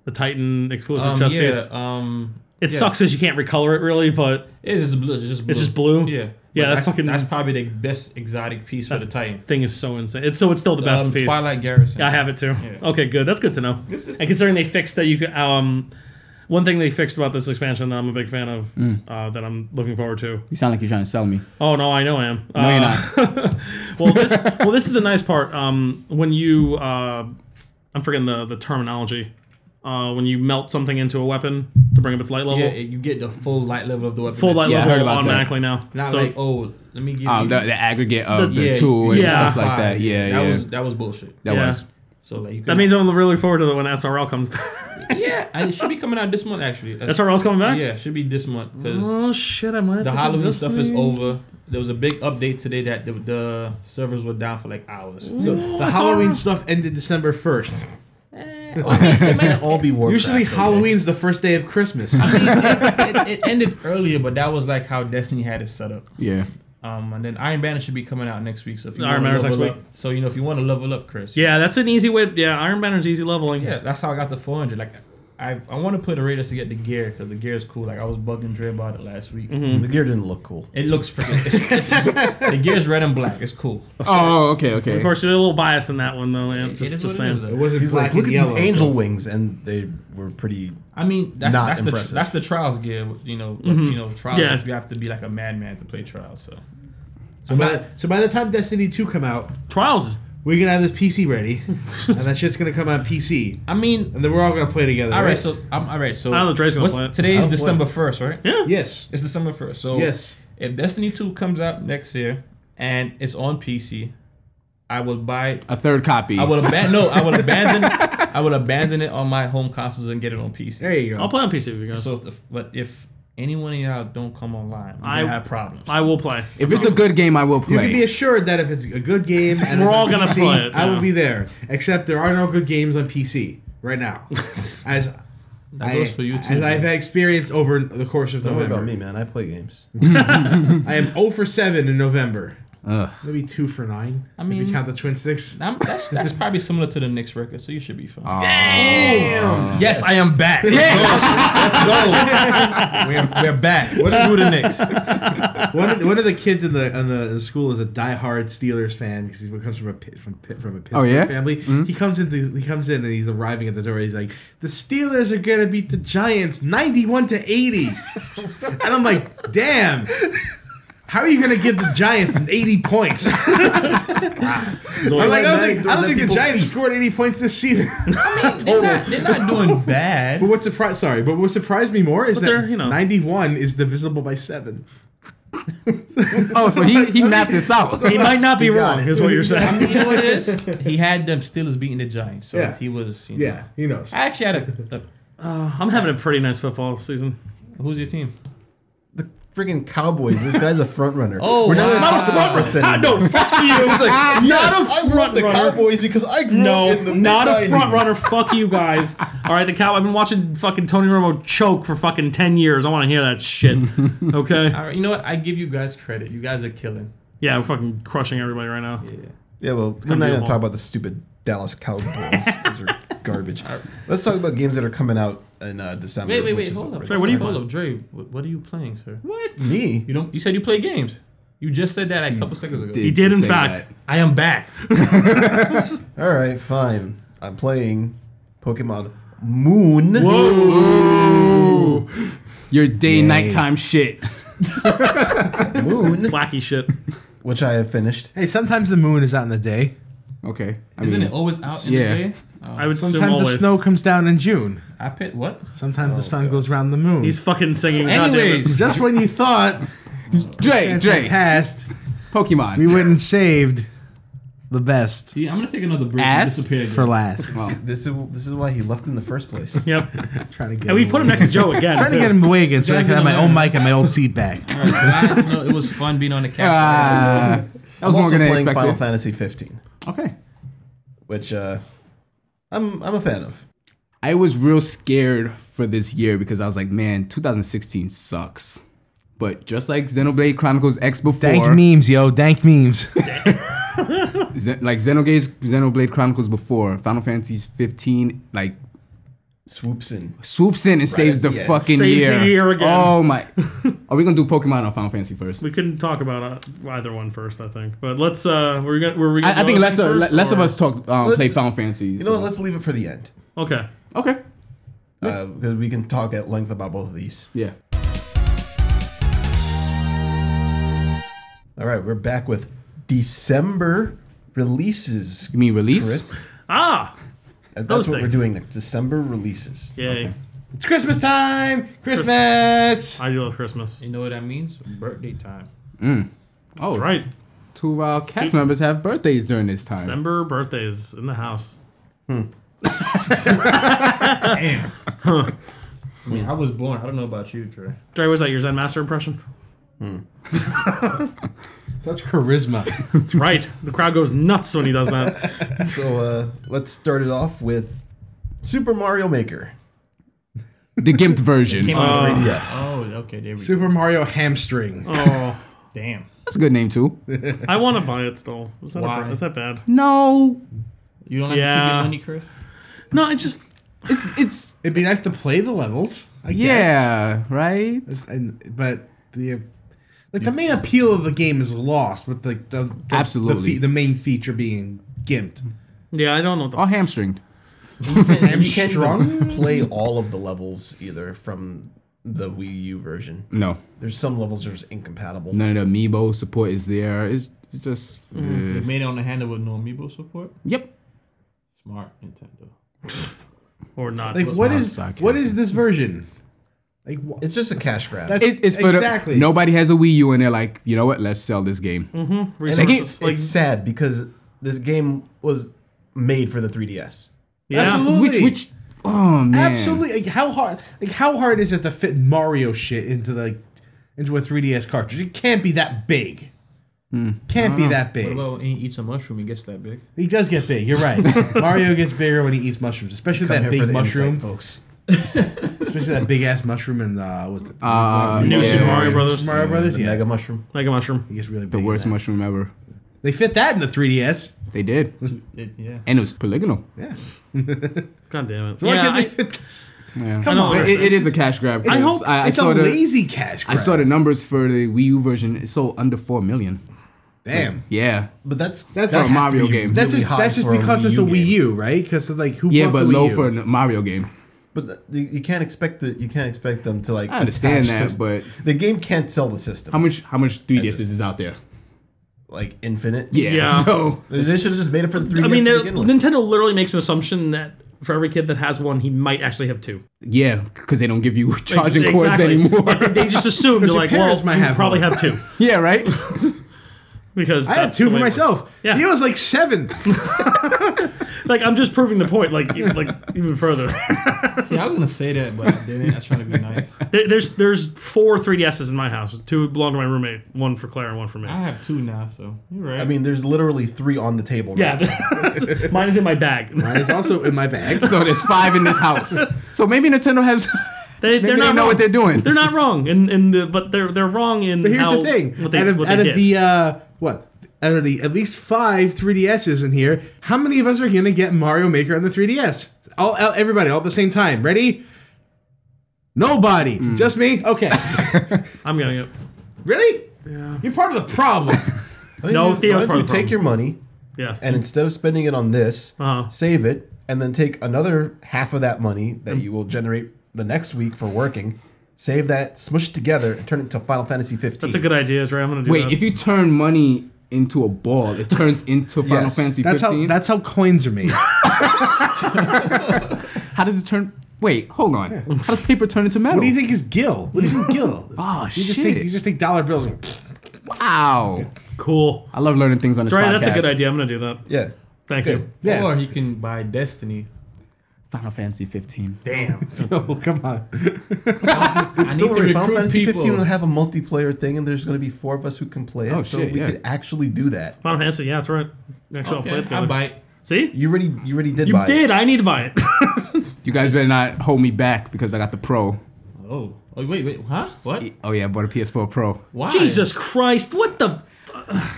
[SPEAKER 3] the Titan exclusive
[SPEAKER 4] Um,
[SPEAKER 3] chess
[SPEAKER 4] yeah.
[SPEAKER 3] piece?
[SPEAKER 4] Um,
[SPEAKER 3] It
[SPEAKER 4] yeah.
[SPEAKER 3] sucks as you can't recolor it really, but
[SPEAKER 4] It's just blue. It's just blue.
[SPEAKER 3] It's just blue?
[SPEAKER 4] Yeah.
[SPEAKER 3] Yeah,
[SPEAKER 4] But
[SPEAKER 3] that
[SPEAKER 4] that's,
[SPEAKER 3] fucking-
[SPEAKER 4] that's probably the best exotic piece for the Titan.
[SPEAKER 3] thing is so insane. It's so it's still the best
[SPEAKER 4] um,
[SPEAKER 3] piece.
[SPEAKER 4] Twilight Garrison.
[SPEAKER 3] I have it too.
[SPEAKER 4] Yeah.
[SPEAKER 3] Okay, good. That's good to know.
[SPEAKER 4] This is-
[SPEAKER 3] and considering they fixed that, you could um, one thing they fixed about this expansion that I'm a big fan of,
[SPEAKER 2] Mm.
[SPEAKER 3] uh, that I'm looking forward to.
[SPEAKER 2] You sound like you're trying to sell me.
[SPEAKER 3] Oh no, I know I am.
[SPEAKER 2] No,
[SPEAKER 3] uh,
[SPEAKER 2] you're not. *laughs*
[SPEAKER 3] well this well this is the nice part um when you uh i'm forgetting the the terminology uh when you melt something into a weapon to bring up its light level
[SPEAKER 4] Yeah, it- you get the full light level of the weapon.
[SPEAKER 3] full light
[SPEAKER 2] Yeah, I heard
[SPEAKER 3] level
[SPEAKER 2] about that.
[SPEAKER 3] automatically now
[SPEAKER 4] Not
[SPEAKER 3] so
[SPEAKER 4] like oh, let me give
[SPEAKER 2] Um,
[SPEAKER 4] you
[SPEAKER 2] the, the aggregate of the,
[SPEAKER 4] Yeah,
[SPEAKER 2] two and
[SPEAKER 3] yeah.
[SPEAKER 2] stuff like that.
[SPEAKER 4] five.
[SPEAKER 2] Yeah,
[SPEAKER 4] that
[SPEAKER 2] yeah.
[SPEAKER 4] was that was bullshit.
[SPEAKER 2] that
[SPEAKER 3] Yeah.
[SPEAKER 2] was.
[SPEAKER 4] So like you could,
[SPEAKER 3] that means i'm really forward to the when srl comes back
[SPEAKER 4] *laughs* yeah, and it should be coming out this month actually. That's,
[SPEAKER 3] srl's coming back
[SPEAKER 4] yeah, it should be this month because
[SPEAKER 3] oh shit i might have
[SPEAKER 4] the
[SPEAKER 3] to get
[SPEAKER 4] Halloween
[SPEAKER 3] this
[SPEAKER 4] stuff is
[SPEAKER 3] thing.
[SPEAKER 4] over. There was a big update today that the, the servers were down for like hours.
[SPEAKER 5] So the
[SPEAKER 3] I saw
[SPEAKER 5] Halloween
[SPEAKER 3] that.
[SPEAKER 5] stuff ended December first.
[SPEAKER 1] It might all be Warcraft.
[SPEAKER 5] Usually
[SPEAKER 1] though.
[SPEAKER 5] Halloween's the first day of
[SPEAKER 4] *laughs*
[SPEAKER 5] Christmas.
[SPEAKER 4] it, it, it ended earlier, but that was like how Destiny had it set up.
[SPEAKER 2] Yeah.
[SPEAKER 4] Um, and then Iron Banner should be coming out next week. So if you
[SPEAKER 3] Iron
[SPEAKER 4] wanna
[SPEAKER 3] Banner's
[SPEAKER 4] level
[SPEAKER 3] next
[SPEAKER 4] up, so you know if you want to level up, Chris,
[SPEAKER 3] yeah that's an easy way yeah iron banner's easy leveling
[SPEAKER 4] Yeah, that's how I got the 400. Like, I I want to put a radius to get the gear because the gear is cool. Like I was bugging Dre about it last week.
[SPEAKER 3] Mm-hmm.
[SPEAKER 1] the gear didn't look cool.
[SPEAKER 4] It looks freaking. *laughs* the gear is red and black. It's cool.
[SPEAKER 2] Oh, okay, okay.
[SPEAKER 3] of course you're a little biased in that one though man. just,
[SPEAKER 4] is
[SPEAKER 3] just
[SPEAKER 4] what it is,
[SPEAKER 3] saying
[SPEAKER 5] It
[SPEAKER 4] though.
[SPEAKER 5] wasn't
[SPEAKER 1] He's
[SPEAKER 5] black
[SPEAKER 1] like, look at
[SPEAKER 5] and
[SPEAKER 1] these
[SPEAKER 5] yellow,
[SPEAKER 1] angel
[SPEAKER 5] so-
[SPEAKER 1] wings, and they were pretty.
[SPEAKER 4] I mean, that's
[SPEAKER 1] Not
[SPEAKER 4] that's
[SPEAKER 1] impressive.
[SPEAKER 4] the that's the trials gear. You know, you know trials.
[SPEAKER 3] Mm-hmm. Yeah.
[SPEAKER 4] You have to be like a madman to play trials. So
[SPEAKER 5] So by, the- so by the time Destiny two come out,
[SPEAKER 3] trials is
[SPEAKER 5] we're gonna have this PC ready, and that shit's gonna come on PC,
[SPEAKER 4] I mean,
[SPEAKER 5] and then we're all gonna play together.
[SPEAKER 4] all
[SPEAKER 5] right?
[SPEAKER 4] right. So I'm all right. So
[SPEAKER 3] I don't know if Dre's gonna
[SPEAKER 4] what's-
[SPEAKER 3] play it.
[SPEAKER 4] today's
[SPEAKER 1] I'll play
[SPEAKER 4] December first, right?
[SPEAKER 3] yeah
[SPEAKER 5] yes,
[SPEAKER 4] It's December first. So
[SPEAKER 5] yes.
[SPEAKER 4] if Destiny two comes out next year and it's on PC, I will buy
[SPEAKER 2] a third copy.
[SPEAKER 4] I would abandon. no, I would abandon. I would abandon it on my home consoles and get it on PC.
[SPEAKER 5] There you go.
[SPEAKER 3] i'll play on pc if you guys
[SPEAKER 4] So, if, but if anyone of y'all don't come online, we
[SPEAKER 3] I-
[SPEAKER 4] I have problems.
[SPEAKER 3] i will play
[SPEAKER 2] if it's a good game, I will
[SPEAKER 5] you can be
[SPEAKER 2] play.
[SPEAKER 5] assured that if it's a good game,
[SPEAKER 3] *laughs*
[SPEAKER 5] and
[SPEAKER 3] We're
[SPEAKER 5] it's
[SPEAKER 3] all
[SPEAKER 5] on
[SPEAKER 3] gonna
[SPEAKER 5] PC,
[SPEAKER 3] play it,
[SPEAKER 5] I
[SPEAKER 3] yeah.
[SPEAKER 5] will be there. Except there are no good games on PC
[SPEAKER 3] *laughs*
[SPEAKER 5] right now. as
[SPEAKER 4] that goes for you too.
[SPEAKER 5] As I've had experience over the course of
[SPEAKER 1] Don't worry
[SPEAKER 5] November.
[SPEAKER 1] about me, man. I play games.
[SPEAKER 5] I am 0 for 7 oh in November.
[SPEAKER 2] Ugh.
[SPEAKER 5] Maybe two for nine.
[SPEAKER 4] I
[SPEAKER 5] if
[SPEAKER 4] mean-
[SPEAKER 5] you count the twin sticks.
[SPEAKER 4] I'm, that's that's probably similar to the Knicks record, so you should be fine.
[SPEAKER 5] Damn.
[SPEAKER 4] Yes, I am back. Let's
[SPEAKER 5] *laughs*
[SPEAKER 4] go. We're, we're back. Let's do the Knicks.
[SPEAKER 5] one, of, one of the kids in the in the, in the school is a diehard Steelers fan because he comes from a Pi- from Pi- from a Pittsburgh
[SPEAKER 2] yeah?
[SPEAKER 5] family. He comes into he comes in and he's arriving at the door. He's like, "The Steelers are gonna beat the Giants ninety-one to 80. and I'm like, "Damn." How are you gonna give the Giants
[SPEAKER 3] *laughs*
[SPEAKER 5] 80 points? *laughs* I'm like, I don't think, I don't think the Giants scored 80 points this season.
[SPEAKER 3] *laughs*
[SPEAKER 4] They're not, they're not
[SPEAKER 5] *laughs*
[SPEAKER 4] doing bad.
[SPEAKER 5] But what surprised? Sorry, but what surprised me more is
[SPEAKER 3] they're,
[SPEAKER 5] that
[SPEAKER 3] you know-
[SPEAKER 5] 91 is divisible by seven.
[SPEAKER 2] Oh, so he, he mapped this out.
[SPEAKER 3] He might
[SPEAKER 4] *laughs*
[SPEAKER 3] not be
[SPEAKER 5] got
[SPEAKER 3] wrong,
[SPEAKER 5] it.
[SPEAKER 3] is what you're saying.
[SPEAKER 4] You know what it is? He had them Steelers beating the Giants, so
[SPEAKER 5] Yeah.
[SPEAKER 4] he was. You know.
[SPEAKER 5] Yeah, he knows.
[SPEAKER 4] I actually had a,
[SPEAKER 3] I'm having a pretty nice football season.
[SPEAKER 4] a. Who's your team?
[SPEAKER 1] The friggin' Cowboys. This guy's a front runner.
[SPEAKER 4] Oh,
[SPEAKER 1] We're not in
[SPEAKER 4] wow.
[SPEAKER 1] the
[SPEAKER 4] *laughs* Not
[SPEAKER 1] top
[SPEAKER 4] a front
[SPEAKER 1] front
[SPEAKER 3] *laughs*
[SPEAKER 1] percent.
[SPEAKER 3] Ah,
[SPEAKER 4] *laughs*
[SPEAKER 3] no, fuck you.
[SPEAKER 1] It's like, Ah, yes, I love the
[SPEAKER 3] runner.
[SPEAKER 1] Cowboys because I grew up in the
[SPEAKER 3] *laughs* No, not a
[SPEAKER 1] mid-nineties.
[SPEAKER 3] front runner. Fuck you
[SPEAKER 4] *laughs*
[SPEAKER 3] guys. All right, the cow. I've been watching fucking Tony Romo choke for fucking ten years. I want to hear that
[SPEAKER 4] *laughs*
[SPEAKER 3] shit. Okay.
[SPEAKER 4] All right, you know what? I give you guys credit. You guys are killing.
[SPEAKER 3] Yeah, we're fucking crushing everybody right now.
[SPEAKER 4] Yeah.
[SPEAKER 1] Yeah, well, we're not going
[SPEAKER 3] beautiful.
[SPEAKER 1] to talk about the stupid Dallas
[SPEAKER 3] *laughs*
[SPEAKER 1] Cowboys. Those are garbage. Let's talk about games that are coming out in uh, December.
[SPEAKER 4] Wait, wait,
[SPEAKER 1] which
[SPEAKER 4] wait.
[SPEAKER 1] is
[SPEAKER 4] Hold up.
[SPEAKER 1] outrageous.
[SPEAKER 3] Sorry, what are you
[SPEAKER 4] hold
[SPEAKER 3] playing?
[SPEAKER 4] up, Dre? What, what are you playing, sir? What?
[SPEAKER 1] Me?
[SPEAKER 4] You don't. You said you play games. You just said that a couple seconds ago.
[SPEAKER 3] He did, in
[SPEAKER 2] say
[SPEAKER 3] fact.
[SPEAKER 4] I am back.
[SPEAKER 1] All right, fine. I'm playing Pokemon Moon.
[SPEAKER 2] Your day nighttime shit.
[SPEAKER 3] *laughs*
[SPEAKER 1] Moon,
[SPEAKER 3] Wacky shit.
[SPEAKER 4] *laughs*
[SPEAKER 1] which I have finished.
[SPEAKER 5] Hey, sometimes the moon is out in the day.
[SPEAKER 2] Okay. I
[SPEAKER 4] Isn't
[SPEAKER 2] mean,
[SPEAKER 4] it always out in
[SPEAKER 2] Yeah.
[SPEAKER 4] the day?
[SPEAKER 3] I would assume
[SPEAKER 5] Sometimes the
[SPEAKER 3] always.
[SPEAKER 5] snow comes down in June.
[SPEAKER 4] I pit what?
[SPEAKER 5] Sometimes the sun goes round the moon.
[SPEAKER 3] Oh, He's fucking singing.
[SPEAKER 4] Anyways.
[SPEAKER 3] Anyways,
[SPEAKER 5] *laughs* Just when you
[SPEAKER 3] *laughs*
[SPEAKER 5] thought
[SPEAKER 2] Dre,
[SPEAKER 5] Jay
[SPEAKER 2] Dre,
[SPEAKER 5] passed,
[SPEAKER 2] Pokemon.
[SPEAKER 5] we went and saved the
[SPEAKER 3] *laughs*
[SPEAKER 5] best
[SPEAKER 4] See, I'm gonna take another break
[SPEAKER 2] Ass
[SPEAKER 4] and disappear again.
[SPEAKER 5] for last.
[SPEAKER 1] This is this is why he left in the first
[SPEAKER 3] *laughs*
[SPEAKER 1] place.
[SPEAKER 3] yep.
[SPEAKER 5] trying to get
[SPEAKER 3] And we put him next to Joe again.
[SPEAKER 5] trying to
[SPEAKER 3] too.
[SPEAKER 5] get him away again so I
[SPEAKER 4] Gotta
[SPEAKER 5] can have
[SPEAKER 4] get
[SPEAKER 5] my
[SPEAKER 4] him
[SPEAKER 5] own
[SPEAKER 4] out.
[SPEAKER 5] mic and my old seat back.
[SPEAKER 4] All right, guys, no, it was fun being on the couch.
[SPEAKER 2] *laughs* Ah, that was
[SPEAKER 1] I'm
[SPEAKER 2] more
[SPEAKER 1] also
[SPEAKER 2] than I
[SPEAKER 1] playing Final
[SPEAKER 2] expected.
[SPEAKER 1] Fantasy 15,
[SPEAKER 2] Okay.
[SPEAKER 1] which uh, I'm I'm a fan of.
[SPEAKER 2] I was real scared for this year because I was like, man, 2016 sucks. But just like Xenoblade Chronicles X before,
[SPEAKER 5] Dank memes, yo, dank memes.
[SPEAKER 2] Zen- like Xenoblade, Xenoblade Chronicles before, Final Fantasy 15 like
[SPEAKER 1] Swoops in.
[SPEAKER 2] swoops in and saves
[SPEAKER 1] at
[SPEAKER 2] the
[SPEAKER 1] the end.
[SPEAKER 2] fucking
[SPEAKER 3] Saves the
[SPEAKER 2] year.
[SPEAKER 3] year again.
[SPEAKER 2] Oh
[SPEAKER 3] *laughs*
[SPEAKER 2] my! Are we gonna do Pokemon or Final Fantasy first?
[SPEAKER 3] We couldn't talk about uh, either one first, I think. But let's. uh Were we gonna? Were we gonna
[SPEAKER 2] I, I
[SPEAKER 3] go
[SPEAKER 2] think
[SPEAKER 3] with
[SPEAKER 2] less
[SPEAKER 3] you
[SPEAKER 2] of,
[SPEAKER 3] first,
[SPEAKER 2] less of
[SPEAKER 3] or-
[SPEAKER 2] us talk um,
[SPEAKER 1] Let's-
[SPEAKER 2] play Final Fantasy.
[SPEAKER 1] You know what? Let's leave it for the end
[SPEAKER 3] Okay.
[SPEAKER 2] okay.
[SPEAKER 1] uh, because we can talk at length about both of these.
[SPEAKER 2] Yeah.
[SPEAKER 1] All right, we're back with December releases.
[SPEAKER 2] You mean release?
[SPEAKER 1] Chris,
[SPEAKER 3] Ah.
[SPEAKER 1] that's
[SPEAKER 3] Those
[SPEAKER 1] what
[SPEAKER 3] things.
[SPEAKER 1] we're doing next. December releases.
[SPEAKER 3] Yay.
[SPEAKER 5] it's Christmas time! Christmas!
[SPEAKER 3] I do love Christmas.
[SPEAKER 4] You know what that means? Birthday time.
[SPEAKER 2] Oh,
[SPEAKER 3] That's right.
[SPEAKER 2] Two of our cast members have birthdays during this time.
[SPEAKER 3] December birthdays in the house. *laughs*
[SPEAKER 4] Damn. I mean, I was born. I don't know about you, Dre.
[SPEAKER 3] Dre, was that your Zen Master impression?
[SPEAKER 5] Such
[SPEAKER 4] *laughs*
[SPEAKER 5] charisma.
[SPEAKER 3] That's right. The crowd goes nuts when he does that.
[SPEAKER 1] *laughs* So uh, let's start it off with Super Mario
[SPEAKER 5] *laughs*
[SPEAKER 1] Maker.
[SPEAKER 2] The
[SPEAKER 3] *laughs*
[SPEAKER 2] gimped version.
[SPEAKER 4] out
[SPEAKER 3] Oh.
[SPEAKER 1] Yes.
[SPEAKER 4] Oh, okay. There we go.
[SPEAKER 5] Super Mario hamstring.
[SPEAKER 3] Oh,
[SPEAKER 4] Damn.
[SPEAKER 2] That's a good name
[SPEAKER 3] *laughs*
[SPEAKER 2] too.
[SPEAKER 3] I want to buy it still. Is that, a-
[SPEAKER 4] Why?
[SPEAKER 3] is that bad?
[SPEAKER 2] No,
[SPEAKER 4] You don't like to keep
[SPEAKER 3] Yeah.
[SPEAKER 4] your money, Chris?
[SPEAKER 3] No, I just
[SPEAKER 2] it's it's
[SPEAKER 5] It'd be nice to play the levels. I guess.
[SPEAKER 2] yeah, right.
[SPEAKER 5] and but the like the main appeal of the game is lost with like the, the the,
[SPEAKER 2] Absolutely.
[SPEAKER 5] fe- the main feature being gimped.
[SPEAKER 3] yeah, I don't know what the
[SPEAKER 2] All hamstringed.
[SPEAKER 1] And you can't
[SPEAKER 5] strong?
[SPEAKER 1] even play all of the levels either from the Wii U version.
[SPEAKER 2] No,
[SPEAKER 1] There's some levels that are just incompatible.
[SPEAKER 2] none of the amiibo support is there. It's, it's just
[SPEAKER 4] They
[SPEAKER 2] uh,
[SPEAKER 4] made it on the handle with no amiibo support.
[SPEAKER 2] yep.
[SPEAKER 4] Smart Nintendo.
[SPEAKER 3] or not.
[SPEAKER 5] Like what
[SPEAKER 2] not
[SPEAKER 5] is
[SPEAKER 2] sarcasm.
[SPEAKER 5] what is this version? Like wh-
[SPEAKER 1] It's just a cash grab.
[SPEAKER 5] That's-
[SPEAKER 2] It's, it's for
[SPEAKER 5] Exactly. Mm-hmm.
[SPEAKER 2] the nobody has a Wii U and they're like, you know what? Let's sell this game.
[SPEAKER 1] and
[SPEAKER 3] resources?
[SPEAKER 1] it's,
[SPEAKER 3] like,
[SPEAKER 1] it's sad because this game was made for the 3DS.
[SPEAKER 3] yeah,
[SPEAKER 2] Which
[SPEAKER 5] Absolutely.
[SPEAKER 2] which oh man,
[SPEAKER 5] absolutely like how hard like how hard is it to fit Mario shit into like into a 3DS cartridge? It can't be that big.
[SPEAKER 2] Hmm.
[SPEAKER 5] Can't be that big.
[SPEAKER 4] Well, when he eats a mushroom, he gets that big.
[SPEAKER 2] *laughs*
[SPEAKER 5] He does get big. You're right. Mario gets bigger when he eats mushrooms, especially
[SPEAKER 1] Come
[SPEAKER 5] that
[SPEAKER 1] here for
[SPEAKER 5] big
[SPEAKER 1] the
[SPEAKER 5] mushroom.
[SPEAKER 1] insight, folks.
[SPEAKER 5] Especially that big ass mushroom and uh, what was the
[SPEAKER 2] Uh,
[SPEAKER 3] New
[SPEAKER 2] yeah.
[SPEAKER 3] Super Mario Brothers.
[SPEAKER 5] Super Mario Brothers.
[SPEAKER 1] The
[SPEAKER 5] Yeah,
[SPEAKER 1] Mega Mushroom.
[SPEAKER 3] Mega Mushroom.
[SPEAKER 5] It gets really big.
[SPEAKER 2] The
[SPEAKER 5] in
[SPEAKER 2] worst
[SPEAKER 5] that.
[SPEAKER 2] mushroom ever.
[SPEAKER 5] They fit that in the 3DS.
[SPEAKER 2] They
[SPEAKER 5] *laughs*
[SPEAKER 2] did.
[SPEAKER 4] It, yeah.
[SPEAKER 2] And it was polygonal.
[SPEAKER 5] Yeah.
[SPEAKER 3] God damn it.
[SPEAKER 5] Why
[SPEAKER 3] yeah,
[SPEAKER 5] can't they
[SPEAKER 3] I,
[SPEAKER 5] fit this?
[SPEAKER 2] Yeah.
[SPEAKER 3] Come on.
[SPEAKER 2] It- it- it is a cash grab.
[SPEAKER 5] I
[SPEAKER 2] because
[SPEAKER 5] hope
[SPEAKER 2] I, I
[SPEAKER 5] it's
[SPEAKER 2] saw
[SPEAKER 5] a
[SPEAKER 2] the
[SPEAKER 5] lazy cash.
[SPEAKER 2] I
[SPEAKER 5] grab.
[SPEAKER 2] saw the numbers for the Wii U version. It sold under four million.
[SPEAKER 5] Damn.
[SPEAKER 2] Yeah.
[SPEAKER 1] But that's
[SPEAKER 5] That's
[SPEAKER 1] that
[SPEAKER 5] for
[SPEAKER 1] has
[SPEAKER 5] a
[SPEAKER 1] to
[SPEAKER 2] Mario
[SPEAKER 1] be
[SPEAKER 2] game.
[SPEAKER 5] That's
[SPEAKER 1] really
[SPEAKER 5] just
[SPEAKER 1] high
[SPEAKER 5] that's just
[SPEAKER 1] for a
[SPEAKER 5] because it's a Wii
[SPEAKER 1] game.
[SPEAKER 5] U, right? Because like who?
[SPEAKER 2] Yeah,
[SPEAKER 5] bought
[SPEAKER 2] but
[SPEAKER 5] the Wii
[SPEAKER 2] low
[SPEAKER 5] U?
[SPEAKER 2] for a Mario game.
[SPEAKER 1] But th- you you can't expect that. You can't expect them to like.
[SPEAKER 2] I understand
[SPEAKER 1] attach
[SPEAKER 2] that,
[SPEAKER 1] sys-
[SPEAKER 2] but-
[SPEAKER 1] the game can't sell the system.
[SPEAKER 2] How much? How much 3DSs is out there?
[SPEAKER 1] like infinite.
[SPEAKER 2] Yeah.
[SPEAKER 3] Yeah.
[SPEAKER 2] *laughs* So
[SPEAKER 1] They should have just made it for the three.
[SPEAKER 3] I mean,
[SPEAKER 1] to
[SPEAKER 3] they're-
[SPEAKER 1] begin with.
[SPEAKER 3] Nintendo literally makes an assumption that for every kid that has one, he might actually have two.
[SPEAKER 2] yeah, because they don't give you *laughs* charging
[SPEAKER 3] Ex-
[SPEAKER 2] cords
[SPEAKER 3] exactly.
[SPEAKER 2] anymore. *laughs*
[SPEAKER 3] They just
[SPEAKER 5] *laughs*
[SPEAKER 3] assume they're
[SPEAKER 5] your
[SPEAKER 3] like, well,
[SPEAKER 5] parents might
[SPEAKER 3] you
[SPEAKER 5] have
[SPEAKER 3] probably
[SPEAKER 5] one.
[SPEAKER 3] have
[SPEAKER 5] *laughs*
[SPEAKER 3] two
[SPEAKER 2] yeah.
[SPEAKER 3] *laughs*
[SPEAKER 2] Right.
[SPEAKER 3] because
[SPEAKER 5] I had
[SPEAKER 3] that's
[SPEAKER 5] two
[SPEAKER 3] the
[SPEAKER 5] for
[SPEAKER 3] way it works.
[SPEAKER 5] myself.
[SPEAKER 3] Yeah.
[SPEAKER 5] He was like seven.
[SPEAKER 3] Like, I'm just proving the point. Like, even-
[SPEAKER 5] *laughs*
[SPEAKER 3] like even further,
[SPEAKER 4] *laughs* See, I was gonna say that, but I didn't. I was trying to be nice.
[SPEAKER 3] There- there's there's four 3DSs in my house. Two belong to my roommate. One for Claire and one for me.
[SPEAKER 4] *laughs* I
[SPEAKER 5] Ah.
[SPEAKER 4] have two now, so you're right.
[SPEAKER 1] I mean, there's literally three on the table. right now.
[SPEAKER 3] Yeah, *laughs* mine is in my bag.
[SPEAKER 5] *laughs* Mine is also in my bag.
[SPEAKER 2] so there's five in this house. So maybe Nintendo has.
[SPEAKER 3] *laughs* They,
[SPEAKER 2] maybe
[SPEAKER 3] they're
[SPEAKER 2] they
[SPEAKER 3] not
[SPEAKER 2] know
[SPEAKER 3] wrong.
[SPEAKER 2] what they're doing.
[SPEAKER 3] They're not wrong, and and the, but they're they're wrong in.
[SPEAKER 5] But here's
[SPEAKER 3] how,
[SPEAKER 5] the thing:
[SPEAKER 3] What they,
[SPEAKER 5] out of
[SPEAKER 3] what they
[SPEAKER 5] out
[SPEAKER 3] did.
[SPEAKER 5] of the uh, what out of the at least five 3DSs in here, how many of us are gonna get Mario Maker on the 3DS? All, all- everybody all at the same time. Ready? Nobody.
[SPEAKER 3] Hmm.
[SPEAKER 5] Just me.
[SPEAKER 3] *laughs*
[SPEAKER 5] Okay.
[SPEAKER 3] I'm getting it.
[SPEAKER 5] really? You're part of
[SPEAKER 3] *laughs*
[SPEAKER 5] the problem.
[SPEAKER 1] Why don't
[SPEAKER 3] No,
[SPEAKER 1] you-
[SPEAKER 3] Theo's
[SPEAKER 1] why don't
[SPEAKER 3] part
[SPEAKER 1] you
[SPEAKER 3] of the
[SPEAKER 1] take
[SPEAKER 3] problem.
[SPEAKER 1] your money
[SPEAKER 3] Yes.
[SPEAKER 1] and instead of spending it on this,
[SPEAKER 3] Uh-huh.
[SPEAKER 1] save it and then take another half of that money that
[SPEAKER 3] Mm.
[SPEAKER 1] you will generate the next week for working. Save that, smush it together, and turn it into Final Fantasy 15.
[SPEAKER 3] that's a good idea, Dre. I'm gonna do
[SPEAKER 2] Wait,
[SPEAKER 3] that.
[SPEAKER 2] if you turn money into a ball, it
[SPEAKER 3] *laughs*
[SPEAKER 2] turns into Final
[SPEAKER 1] Yes.
[SPEAKER 2] Fantasy
[SPEAKER 5] That's how
[SPEAKER 2] 15.
[SPEAKER 5] that's how coins are made.
[SPEAKER 2] how does it turn? Wait, hold on. How does paper turn into metal?
[SPEAKER 5] What do you think is Gil? What do you think
[SPEAKER 3] *laughs*
[SPEAKER 5] Gil? is?
[SPEAKER 3] Ah,
[SPEAKER 2] Oh,
[SPEAKER 5] you just think
[SPEAKER 2] shit.
[SPEAKER 5] you just think dollar bills. and-
[SPEAKER 2] Wow.
[SPEAKER 3] cool,
[SPEAKER 2] I love learning things on this
[SPEAKER 3] Dre.
[SPEAKER 2] podcast.
[SPEAKER 3] That's a good idea. I'm gonna do that.
[SPEAKER 1] Yeah.
[SPEAKER 3] Thank
[SPEAKER 1] Good.
[SPEAKER 3] you.
[SPEAKER 5] *laughs* Yeah.
[SPEAKER 4] Or he can buy Destiny.
[SPEAKER 2] Final Fantasy 15.
[SPEAKER 5] Damn. oh, come on.
[SPEAKER 4] I need
[SPEAKER 1] Don't
[SPEAKER 4] to
[SPEAKER 1] worry, Final
[SPEAKER 4] recruit
[SPEAKER 1] Fantasy 15 will
[SPEAKER 4] people.
[SPEAKER 1] have a multiplayer thing, and there's going to be four of us who can play it.
[SPEAKER 2] Oh,
[SPEAKER 1] so
[SPEAKER 2] shit,
[SPEAKER 1] we
[SPEAKER 2] yeah.
[SPEAKER 1] could actually do that.
[SPEAKER 3] Final Fantasy. Yeah, that's right. Actually, I'll play it
[SPEAKER 4] Okay,
[SPEAKER 3] together.
[SPEAKER 4] I bite.
[SPEAKER 3] See,
[SPEAKER 1] You already, you already did.
[SPEAKER 3] you
[SPEAKER 1] buy It.
[SPEAKER 3] did. I need to buy it.
[SPEAKER 2] You guys better not hold me back because I got the Pro.
[SPEAKER 4] Oh, oh wait, wait, huh? What?
[SPEAKER 2] Oh yeah, I bought a PS4 Pro.
[SPEAKER 4] Why?
[SPEAKER 3] Jesus Christ! What the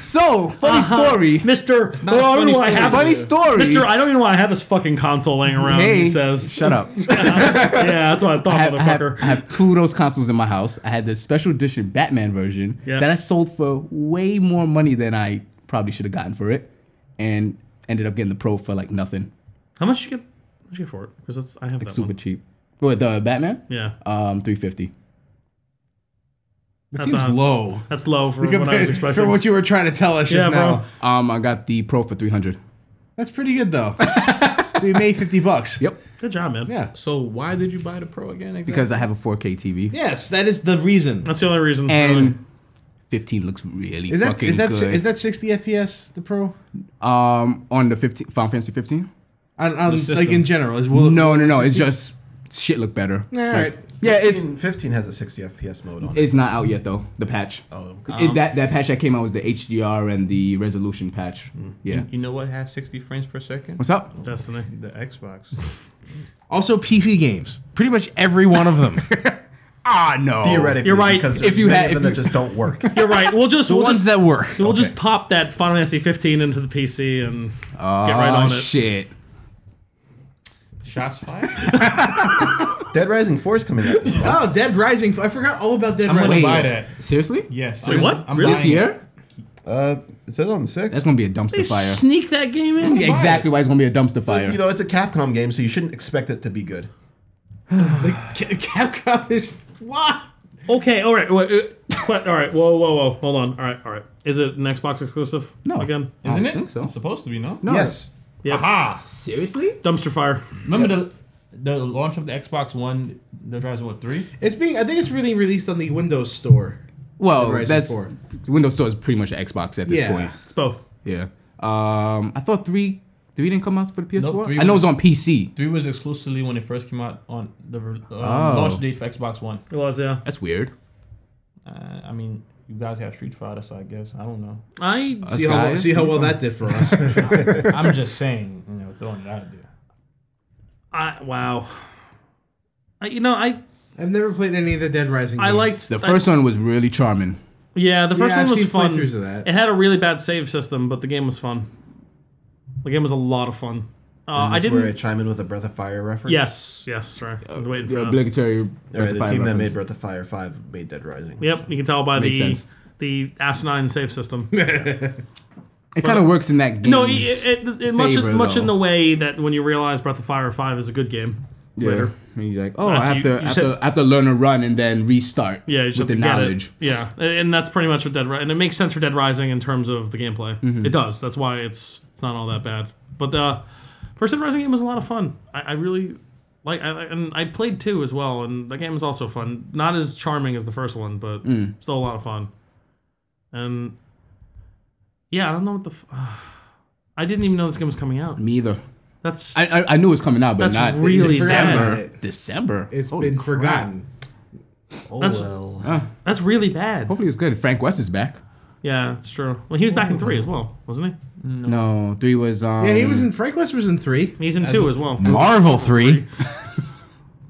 [SPEAKER 2] So funny story.
[SPEAKER 3] Uh-huh. Mister?
[SPEAKER 4] not a
[SPEAKER 3] I don't
[SPEAKER 4] funny
[SPEAKER 3] know why I
[SPEAKER 4] story.
[SPEAKER 3] have
[SPEAKER 2] Funny
[SPEAKER 3] this.
[SPEAKER 2] story.
[SPEAKER 3] Mister, I don't even know why I have this fucking console laying around.
[SPEAKER 2] hey,
[SPEAKER 3] he
[SPEAKER 2] *laughs*
[SPEAKER 3] says,
[SPEAKER 2] shut
[SPEAKER 3] *laughs*
[SPEAKER 2] up.
[SPEAKER 3] "Yeah, that's what I thought,
[SPEAKER 2] I have, I, have,
[SPEAKER 3] motherfucker."
[SPEAKER 2] I have two of those consoles in my house. I had the special edition Batman version
[SPEAKER 3] Yeah.
[SPEAKER 2] that I sold for way more money than I probably should have gotten for it, and ended up getting the Pro for like nothing,
[SPEAKER 3] How much you get? How much you get for it? Because that's I have that
[SPEAKER 2] super
[SPEAKER 3] one.
[SPEAKER 2] cheap. With the Batman,
[SPEAKER 3] Yeah,
[SPEAKER 2] um, three fifty.
[SPEAKER 5] That
[SPEAKER 3] That's
[SPEAKER 5] seems
[SPEAKER 3] not-
[SPEAKER 5] low.
[SPEAKER 3] that's low for what
[SPEAKER 2] *laughs*
[SPEAKER 3] I was expecting.
[SPEAKER 5] for what you were trying to tell us
[SPEAKER 3] Yeah,
[SPEAKER 5] just
[SPEAKER 3] bro.
[SPEAKER 5] now.
[SPEAKER 2] Um, I got the Pro for three hundred.
[SPEAKER 5] That's pretty
[SPEAKER 2] *laughs*
[SPEAKER 5] good though. so you made fifty bucks.
[SPEAKER 2] Yep,
[SPEAKER 3] Good job, man.
[SPEAKER 5] Yeah.
[SPEAKER 4] So why did you buy the Pro again? Exactly?
[SPEAKER 2] because I have a four K TV,
[SPEAKER 5] Yes, that is the reason.
[SPEAKER 3] that's the only reason. really.
[SPEAKER 2] and fifteen looks really
[SPEAKER 5] Is that
[SPEAKER 2] fucking
[SPEAKER 5] is that is
[SPEAKER 2] good.
[SPEAKER 5] that sixty FPS the pro?
[SPEAKER 2] um, on the 15, Final Fantasy fifteen.
[SPEAKER 5] On, on, like
[SPEAKER 4] system.
[SPEAKER 5] in general, is will
[SPEAKER 2] No, no, no. It's just shit look better.
[SPEAKER 5] All right.
[SPEAKER 2] Yeah, it's
[SPEAKER 1] 15, 15 has a 60 FPS mode on it.
[SPEAKER 2] it's not out yet though. The patch.
[SPEAKER 1] Oh,
[SPEAKER 2] It- that that patch that came out was the HDR and the resolution patch. Yeah.
[SPEAKER 4] you know what has 60 frames per second?
[SPEAKER 2] What's up?
[SPEAKER 3] Destiny.
[SPEAKER 4] The Xbox.
[SPEAKER 5] Also PC games, pretty much every one of
[SPEAKER 2] *laughs*
[SPEAKER 5] them.
[SPEAKER 2] Ah no.
[SPEAKER 1] Theoretically,
[SPEAKER 3] You're right.
[SPEAKER 1] Because
[SPEAKER 3] If
[SPEAKER 1] there's
[SPEAKER 2] you
[SPEAKER 1] many
[SPEAKER 2] had-
[SPEAKER 1] of them
[SPEAKER 2] if you-
[SPEAKER 1] that just don't work.
[SPEAKER 3] You're right. We'll just
[SPEAKER 5] *laughs* the
[SPEAKER 3] we'll
[SPEAKER 5] ones
[SPEAKER 3] just
[SPEAKER 5] that work.
[SPEAKER 3] we'll just pop that Final Fantasy 15 into the PC and get
[SPEAKER 2] Oh
[SPEAKER 3] right on it.
[SPEAKER 2] shit.
[SPEAKER 4] *laughs* Shots fired.
[SPEAKER 1] Dead Rising 4 is coming out.
[SPEAKER 5] *laughs* Oh, Dead Rising! I forgot all about Dead
[SPEAKER 4] I'm gonna
[SPEAKER 5] Rising.
[SPEAKER 4] buy that.
[SPEAKER 2] Seriously?
[SPEAKER 4] Yes.
[SPEAKER 3] Wait, what?
[SPEAKER 4] I'm
[SPEAKER 3] Really?
[SPEAKER 2] This
[SPEAKER 4] buying it.
[SPEAKER 2] year?
[SPEAKER 1] Uh, it says on the 6th.
[SPEAKER 2] That's gonna be a dumpster
[SPEAKER 3] They
[SPEAKER 2] fire.
[SPEAKER 3] sneak that game in.
[SPEAKER 2] Yeah, exactly why it's gonna be a dumpster fire.
[SPEAKER 1] You know, it's a Capcom game, so you shouldn't expect it to be good.
[SPEAKER 5] Ca- Capcom is what?
[SPEAKER 3] *laughs* Okay. All right. Wait, uh, que- all right. Whoa. Whoa. Whoa. Hold on. All right. All right. Is it an Xbox exclusive?
[SPEAKER 2] No.
[SPEAKER 3] Again.
[SPEAKER 2] I
[SPEAKER 4] Isn't
[SPEAKER 2] don't
[SPEAKER 4] it?
[SPEAKER 2] think so.
[SPEAKER 4] It's supposed to be, no?
[SPEAKER 2] No.
[SPEAKER 1] Yes.
[SPEAKER 3] Yeah.
[SPEAKER 4] Aha!
[SPEAKER 2] Seriously?
[SPEAKER 3] Dumpster fire.
[SPEAKER 4] Remember the the launch of the Xbox One, the Horizon what three?
[SPEAKER 5] It's being. I think it's really released on the Windows Store.
[SPEAKER 2] Well,
[SPEAKER 5] Horizon
[SPEAKER 2] that's
[SPEAKER 5] 4.
[SPEAKER 2] Windows Store is pretty much Xbox at this
[SPEAKER 5] Yeah.
[SPEAKER 2] point.
[SPEAKER 3] It's both.
[SPEAKER 2] Yeah. Um, I thought three three didn't come out for the PS4.
[SPEAKER 4] three
[SPEAKER 2] I know
[SPEAKER 4] was-
[SPEAKER 2] it's on PC.
[SPEAKER 4] Three was exclusively when it first came out on the um, launch date for Xbox One.
[SPEAKER 3] It was. Yeah.
[SPEAKER 2] That's weird.
[SPEAKER 4] Uh, I mean, you guys have Street Fighter, so I guess I don't know. *laughs*
[SPEAKER 3] I.
[SPEAKER 5] See how, well,
[SPEAKER 2] guys?
[SPEAKER 5] see how well that did for
[SPEAKER 2] *laughs*
[SPEAKER 5] us.
[SPEAKER 4] I'm just saying, you know, throwing it out there.
[SPEAKER 3] I. Wow. I, you know, I
[SPEAKER 5] I've never played any of the Dead Rising.
[SPEAKER 3] I
[SPEAKER 5] games.
[SPEAKER 3] liked
[SPEAKER 2] The first one was really charming.
[SPEAKER 3] yeah, the first
[SPEAKER 5] Yeah,
[SPEAKER 3] one
[SPEAKER 5] I've
[SPEAKER 3] was
[SPEAKER 5] seen
[SPEAKER 3] fun.
[SPEAKER 5] playthroughs of that.
[SPEAKER 3] It had a really bad save system, but the game was fun. The game was a lot of fun. Uh, I
[SPEAKER 1] Is this where
[SPEAKER 3] didn't.
[SPEAKER 1] I chime in with a Breath of Fire reference?
[SPEAKER 3] yes, yes, right. I was waiting for
[SPEAKER 2] The
[SPEAKER 3] that.
[SPEAKER 2] obligatory.
[SPEAKER 1] All right, the
[SPEAKER 2] rectifier
[SPEAKER 1] team that
[SPEAKER 2] reference.
[SPEAKER 1] made Breath of Fire 5 made Dead Rising.
[SPEAKER 3] Yep, you can tell by
[SPEAKER 2] Makes
[SPEAKER 3] the
[SPEAKER 2] sense.
[SPEAKER 3] the asinine save
[SPEAKER 2] *laughs*
[SPEAKER 3] system.
[SPEAKER 2] It kind of works in that game.
[SPEAKER 3] no, it, it, it, it much
[SPEAKER 2] favor,
[SPEAKER 3] much in
[SPEAKER 2] though.
[SPEAKER 3] the way that when you realize Breath of Fire Five is a good game later.
[SPEAKER 2] And you're like, oh,
[SPEAKER 3] After
[SPEAKER 2] I have
[SPEAKER 3] you-
[SPEAKER 2] to,
[SPEAKER 3] you
[SPEAKER 2] I have
[SPEAKER 3] said-
[SPEAKER 2] to, I have to learn a run and then restart.
[SPEAKER 3] Yeah, you just
[SPEAKER 2] with the
[SPEAKER 3] have to get it.
[SPEAKER 2] knowledge.
[SPEAKER 3] Yeah, and- and that's pretty much what Dead Rising, and it makes sense for Dead Rising in terms of the gameplay.
[SPEAKER 2] Mm-hmm.
[SPEAKER 3] It does. That's why it's it's not all that bad. But the first Dead Rising game was a lot of fun. I, I really like, I, I- and I played two as well, and the game was also fun. Not as charming as the first one, but
[SPEAKER 2] Mm.
[SPEAKER 3] still a lot of fun. And yeah, I don't know what the. F- *sighs* I didn't even know this game was coming out.
[SPEAKER 2] Me either.
[SPEAKER 3] That's
[SPEAKER 2] I, I, I knew it was coming out, but
[SPEAKER 3] That's
[SPEAKER 2] not
[SPEAKER 3] really
[SPEAKER 2] December.
[SPEAKER 5] bad.
[SPEAKER 2] December.
[SPEAKER 5] It's
[SPEAKER 2] It's
[SPEAKER 5] been forgotten.
[SPEAKER 1] Oh,
[SPEAKER 3] That's-
[SPEAKER 1] well.
[SPEAKER 2] Ah.
[SPEAKER 3] that's really bad.
[SPEAKER 2] Hopefully, it's good. Frank West is back.
[SPEAKER 3] Yeah, it's true. Well, he was back in three as well, wasn't
[SPEAKER 2] No, three was. Um,
[SPEAKER 5] Yeah, he was in Frank West was in three.
[SPEAKER 3] he? He's in two as well.
[SPEAKER 2] Marvel three.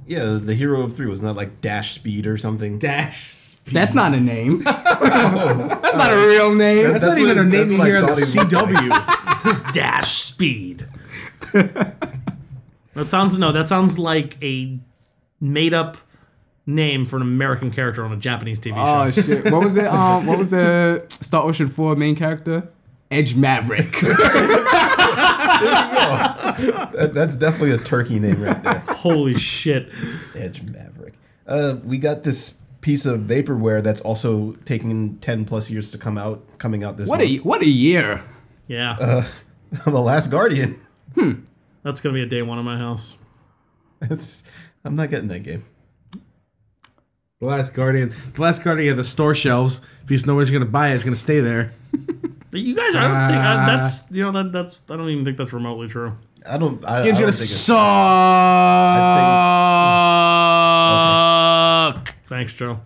[SPEAKER 1] Yeah, the- the hero of 3 was not like Dash Speed or something.
[SPEAKER 5] Dash.
[SPEAKER 2] That's not a name. That's not a real name.
[SPEAKER 5] That's, not even a
[SPEAKER 1] what-
[SPEAKER 5] name
[SPEAKER 1] that's
[SPEAKER 5] you
[SPEAKER 1] what I
[SPEAKER 5] hear on the
[SPEAKER 1] thought he looked like. *laughs*
[SPEAKER 5] CW.
[SPEAKER 3] dash speed. that sounds no. That sounds like a made up name for an American character on a Japanese TV show.
[SPEAKER 2] Oh shit! What was it? Um, what was the Star Ocean Four main character? Edge Maverick. *laughs*
[SPEAKER 1] That- That's definitely a turkey name right there. *laughs*
[SPEAKER 3] Holy shit!
[SPEAKER 1] Edge Maverick. Uh, we got this piece of vaporware that's also taking 10 plus years to come out, coming out this
[SPEAKER 2] what a
[SPEAKER 1] month.
[SPEAKER 2] what a year!
[SPEAKER 3] Yeah,
[SPEAKER 1] *laughs* the Last Guardian.
[SPEAKER 3] that's gonna be a day one in my house.
[SPEAKER 1] It's, I'm not getting that game.
[SPEAKER 5] the Last Guardian. The Last Guardian of the store shelves because nobody's gonna buy it. It's gonna stay there.
[SPEAKER 3] You guys, I don't think uh, that's you know that that's I don't even think that's remotely true.
[SPEAKER 1] I don't. I, I
[SPEAKER 5] Game's
[SPEAKER 1] don't
[SPEAKER 5] gonna
[SPEAKER 1] think it's-
[SPEAKER 2] Uh, Suck.
[SPEAKER 3] Thanks, Joe.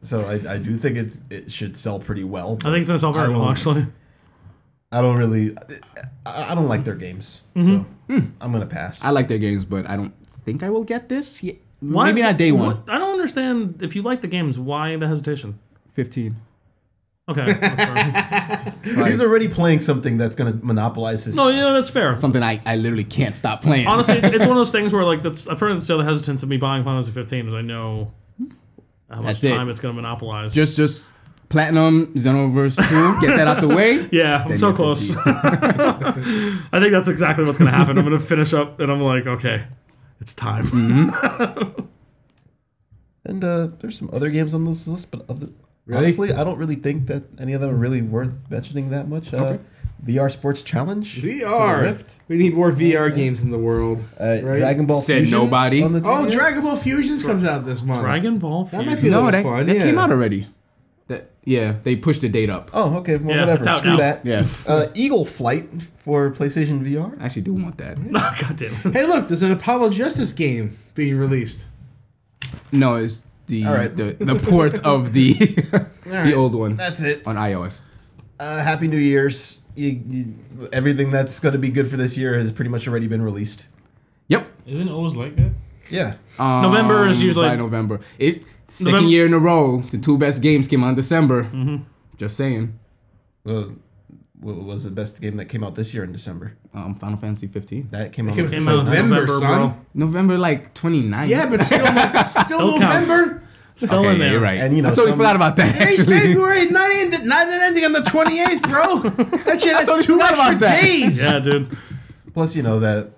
[SPEAKER 1] So I, I do think it's it should sell pretty well.
[SPEAKER 3] I think it's gonna sell very
[SPEAKER 1] I don't-
[SPEAKER 3] well, actually.
[SPEAKER 1] I don't really. I, I don't like their games, so I'm gonna pass.
[SPEAKER 2] I like their games, but I don't think I will get this. Yeah,
[SPEAKER 3] Why-
[SPEAKER 2] maybe not day one.
[SPEAKER 3] what- I don't understand if you like the games, why the hesitation?
[SPEAKER 2] Fifteen.
[SPEAKER 3] Okay, that's
[SPEAKER 2] *laughs*
[SPEAKER 3] fair.
[SPEAKER 1] He's already playing something that's gonna monopolize his.
[SPEAKER 3] no, you know that's fair.
[SPEAKER 2] Something I, I literally can't stop playing.
[SPEAKER 3] honestly, it's, it's one of those things where like that's apparently that's the other hesitance of me buying Final Fantasy 15 is I know how much
[SPEAKER 2] That's it.
[SPEAKER 3] time it's going to monopolize.
[SPEAKER 2] just just platinum Xenoverse two. Get that out
[SPEAKER 3] *laughs*
[SPEAKER 2] the way.
[SPEAKER 3] yeah, I'm
[SPEAKER 2] Then
[SPEAKER 3] so
[SPEAKER 2] you're
[SPEAKER 3] close. *laughs*
[SPEAKER 2] 15.
[SPEAKER 3] I think that's exactly what's going to happen. I'm going to finish up and I'm like, okay,
[SPEAKER 2] *laughs*
[SPEAKER 3] it's time.
[SPEAKER 2] Mm-hmm.
[SPEAKER 1] And uh, there's some other games on this list, but other,
[SPEAKER 5] Really?
[SPEAKER 1] honestly, I don't really think that any of them are really worth mentioning that much. Uh, VR Sports Challenge,
[SPEAKER 5] VR. We need more VR games in the world.
[SPEAKER 1] uh, Dragon Ball
[SPEAKER 2] Said
[SPEAKER 1] Fusions
[SPEAKER 2] nobody.
[SPEAKER 1] on the
[SPEAKER 5] Oh,
[SPEAKER 1] 3DS?
[SPEAKER 5] Dragon Ball Fusions comes out this month.
[SPEAKER 3] Dragon Ball
[SPEAKER 5] That
[SPEAKER 3] Fusion.
[SPEAKER 5] might be a
[SPEAKER 2] no,
[SPEAKER 5] little
[SPEAKER 2] that,
[SPEAKER 5] fun.
[SPEAKER 2] that
[SPEAKER 5] yeah.
[SPEAKER 2] came out already. That yeah, they pushed the date up.
[SPEAKER 1] Oh, okay. Well,
[SPEAKER 3] Yeah,
[SPEAKER 1] whatever.
[SPEAKER 3] it's out
[SPEAKER 1] Screw
[SPEAKER 3] now.
[SPEAKER 1] that.
[SPEAKER 2] Yeah.
[SPEAKER 1] Uh, Eagle Flight for PlayStation VR.
[SPEAKER 2] I actually do want that.
[SPEAKER 3] *laughs* God damn it.
[SPEAKER 5] Hey, look, there's an Apollo Justice game being released.
[SPEAKER 2] *laughs* No, it's the
[SPEAKER 1] All right.
[SPEAKER 2] the, the port of *laughs* the the
[SPEAKER 1] right.
[SPEAKER 2] old one
[SPEAKER 1] That's it.
[SPEAKER 2] on iOS.
[SPEAKER 1] Uh, Happy New Year's. You, you, everything that's going to be good for this year has pretty much already been released.
[SPEAKER 2] Yep.
[SPEAKER 4] Isn't it always like that?
[SPEAKER 1] Yeah.
[SPEAKER 2] Um,
[SPEAKER 3] November is usually-
[SPEAKER 2] by November. It second
[SPEAKER 3] November- Mm-hmm.
[SPEAKER 2] year in a row. The two best games came out in December. Just saying.
[SPEAKER 1] Well, Uh, what was the best game that came out this year in December?
[SPEAKER 2] Um, Final Fantasy 15.
[SPEAKER 1] That came out.
[SPEAKER 5] came
[SPEAKER 1] on the
[SPEAKER 5] out
[SPEAKER 3] Came out
[SPEAKER 1] 29th.
[SPEAKER 3] in
[SPEAKER 5] November,
[SPEAKER 3] November, bro.
[SPEAKER 5] son.
[SPEAKER 2] November like 29.
[SPEAKER 5] Yeah, but *laughs* still, still
[SPEAKER 3] Still counts.
[SPEAKER 5] November.
[SPEAKER 2] *laughs*
[SPEAKER 3] Still
[SPEAKER 2] okay,
[SPEAKER 3] in there.
[SPEAKER 2] you're right.
[SPEAKER 1] And, you know,
[SPEAKER 2] I totally
[SPEAKER 1] some-
[SPEAKER 2] forgot about that.
[SPEAKER 5] Hey,
[SPEAKER 2] Actually,
[SPEAKER 5] February, not ending, not ending on the 28th, bro. That *laughs* shit
[SPEAKER 2] totally
[SPEAKER 5] has two
[SPEAKER 2] forgot
[SPEAKER 5] extra
[SPEAKER 2] about that.
[SPEAKER 5] days.
[SPEAKER 2] *laughs*
[SPEAKER 3] Yeah, dude.
[SPEAKER 1] Plus, you know that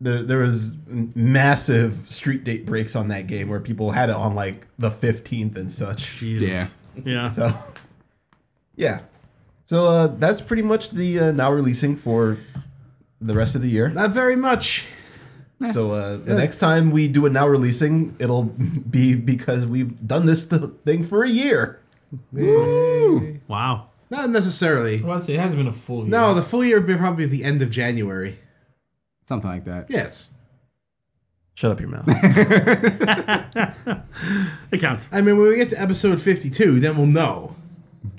[SPEAKER 1] there there was m- massive street date breaks on that game where people had it on like the fifteenth and such.
[SPEAKER 3] Jesus. Yeah. Yeah.
[SPEAKER 1] So, yeah. So uh, that's pretty much the uh, now releasing for the rest of the year.
[SPEAKER 5] Not very much.
[SPEAKER 1] So uh, the next time we do a now releasing, it'll *laughs* be because we've done this th- thing for a year.
[SPEAKER 2] Woo.
[SPEAKER 3] Wow.
[SPEAKER 5] Not necessarily.
[SPEAKER 4] I'm about to say it hasn't been a full year.
[SPEAKER 5] No, the full year would be probably the end of January.
[SPEAKER 2] something like that.
[SPEAKER 5] Yes.
[SPEAKER 1] Shut up your mouth.
[SPEAKER 3] It counts.
[SPEAKER 5] I mean, when we get to episode 52, then we'll know.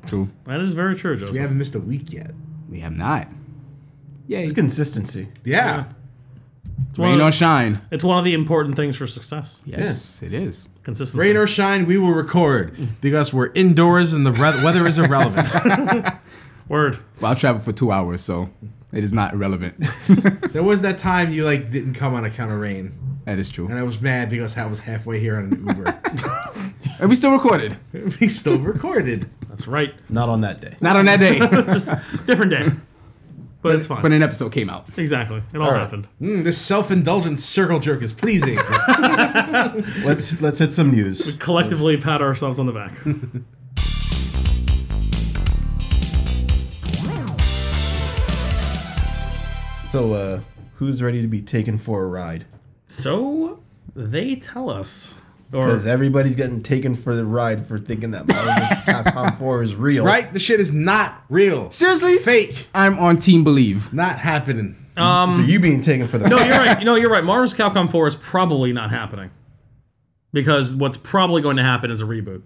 [SPEAKER 2] True.
[SPEAKER 3] That is very true,
[SPEAKER 5] We
[SPEAKER 3] Joseph.
[SPEAKER 5] haven't missed a week yet.
[SPEAKER 2] We have not. Yay.
[SPEAKER 1] it's consistency.
[SPEAKER 5] Yeah.
[SPEAKER 3] one
[SPEAKER 2] Rain
[SPEAKER 3] of-
[SPEAKER 2] or shine.
[SPEAKER 3] It's one of the important things for success.
[SPEAKER 2] Yes, it is.
[SPEAKER 3] Consistency.
[SPEAKER 5] Rain or shine, we will record because we're indoors and the re- weather is irrelevant.
[SPEAKER 3] Word.
[SPEAKER 2] Well, I'll travel for two hours, so it is not
[SPEAKER 5] *laughs*
[SPEAKER 2] irrelevant.
[SPEAKER 5] there was that time you like didn't come on account of rain,
[SPEAKER 2] that is true.
[SPEAKER 5] and I was mad because I was halfway here on an Uber.
[SPEAKER 2] And we still recorded.
[SPEAKER 5] we still recorded.
[SPEAKER 3] That's right. *laughs*
[SPEAKER 1] Not on that day.
[SPEAKER 2] Not on that
[SPEAKER 5] *laughs*
[SPEAKER 2] day, but,
[SPEAKER 3] Just different day. But it's fine.
[SPEAKER 2] an episode came out.
[SPEAKER 3] exactly. It all happened.
[SPEAKER 5] Mm, this self-indulgent circle jerk is pleasing.
[SPEAKER 1] Let's let's hit some news.
[SPEAKER 3] Collectively pat ourselves on the back.
[SPEAKER 1] So, uh, who's ready to be taken for a ride?
[SPEAKER 3] so they tell us. Or
[SPEAKER 1] Because everybody's getting taken for the ride for thinking that Marvel Capcom 4 is real.
[SPEAKER 5] right? The shit is not real.
[SPEAKER 2] Seriously?
[SPEAKER 5] Fake.
[SPEAKER 2] I'm on Team Believe.
[SPEAKER 5] Not happening.
[SPEAKER 1] So you being taken for *laughs* the
[SPEAKER 3] No,
[SPEAKER 1] ride.
[SPEAKER 3] you're right. No, you're right. Marvel's Capcom 4 is probably not happening. Because what's probably going to happen is a reboot.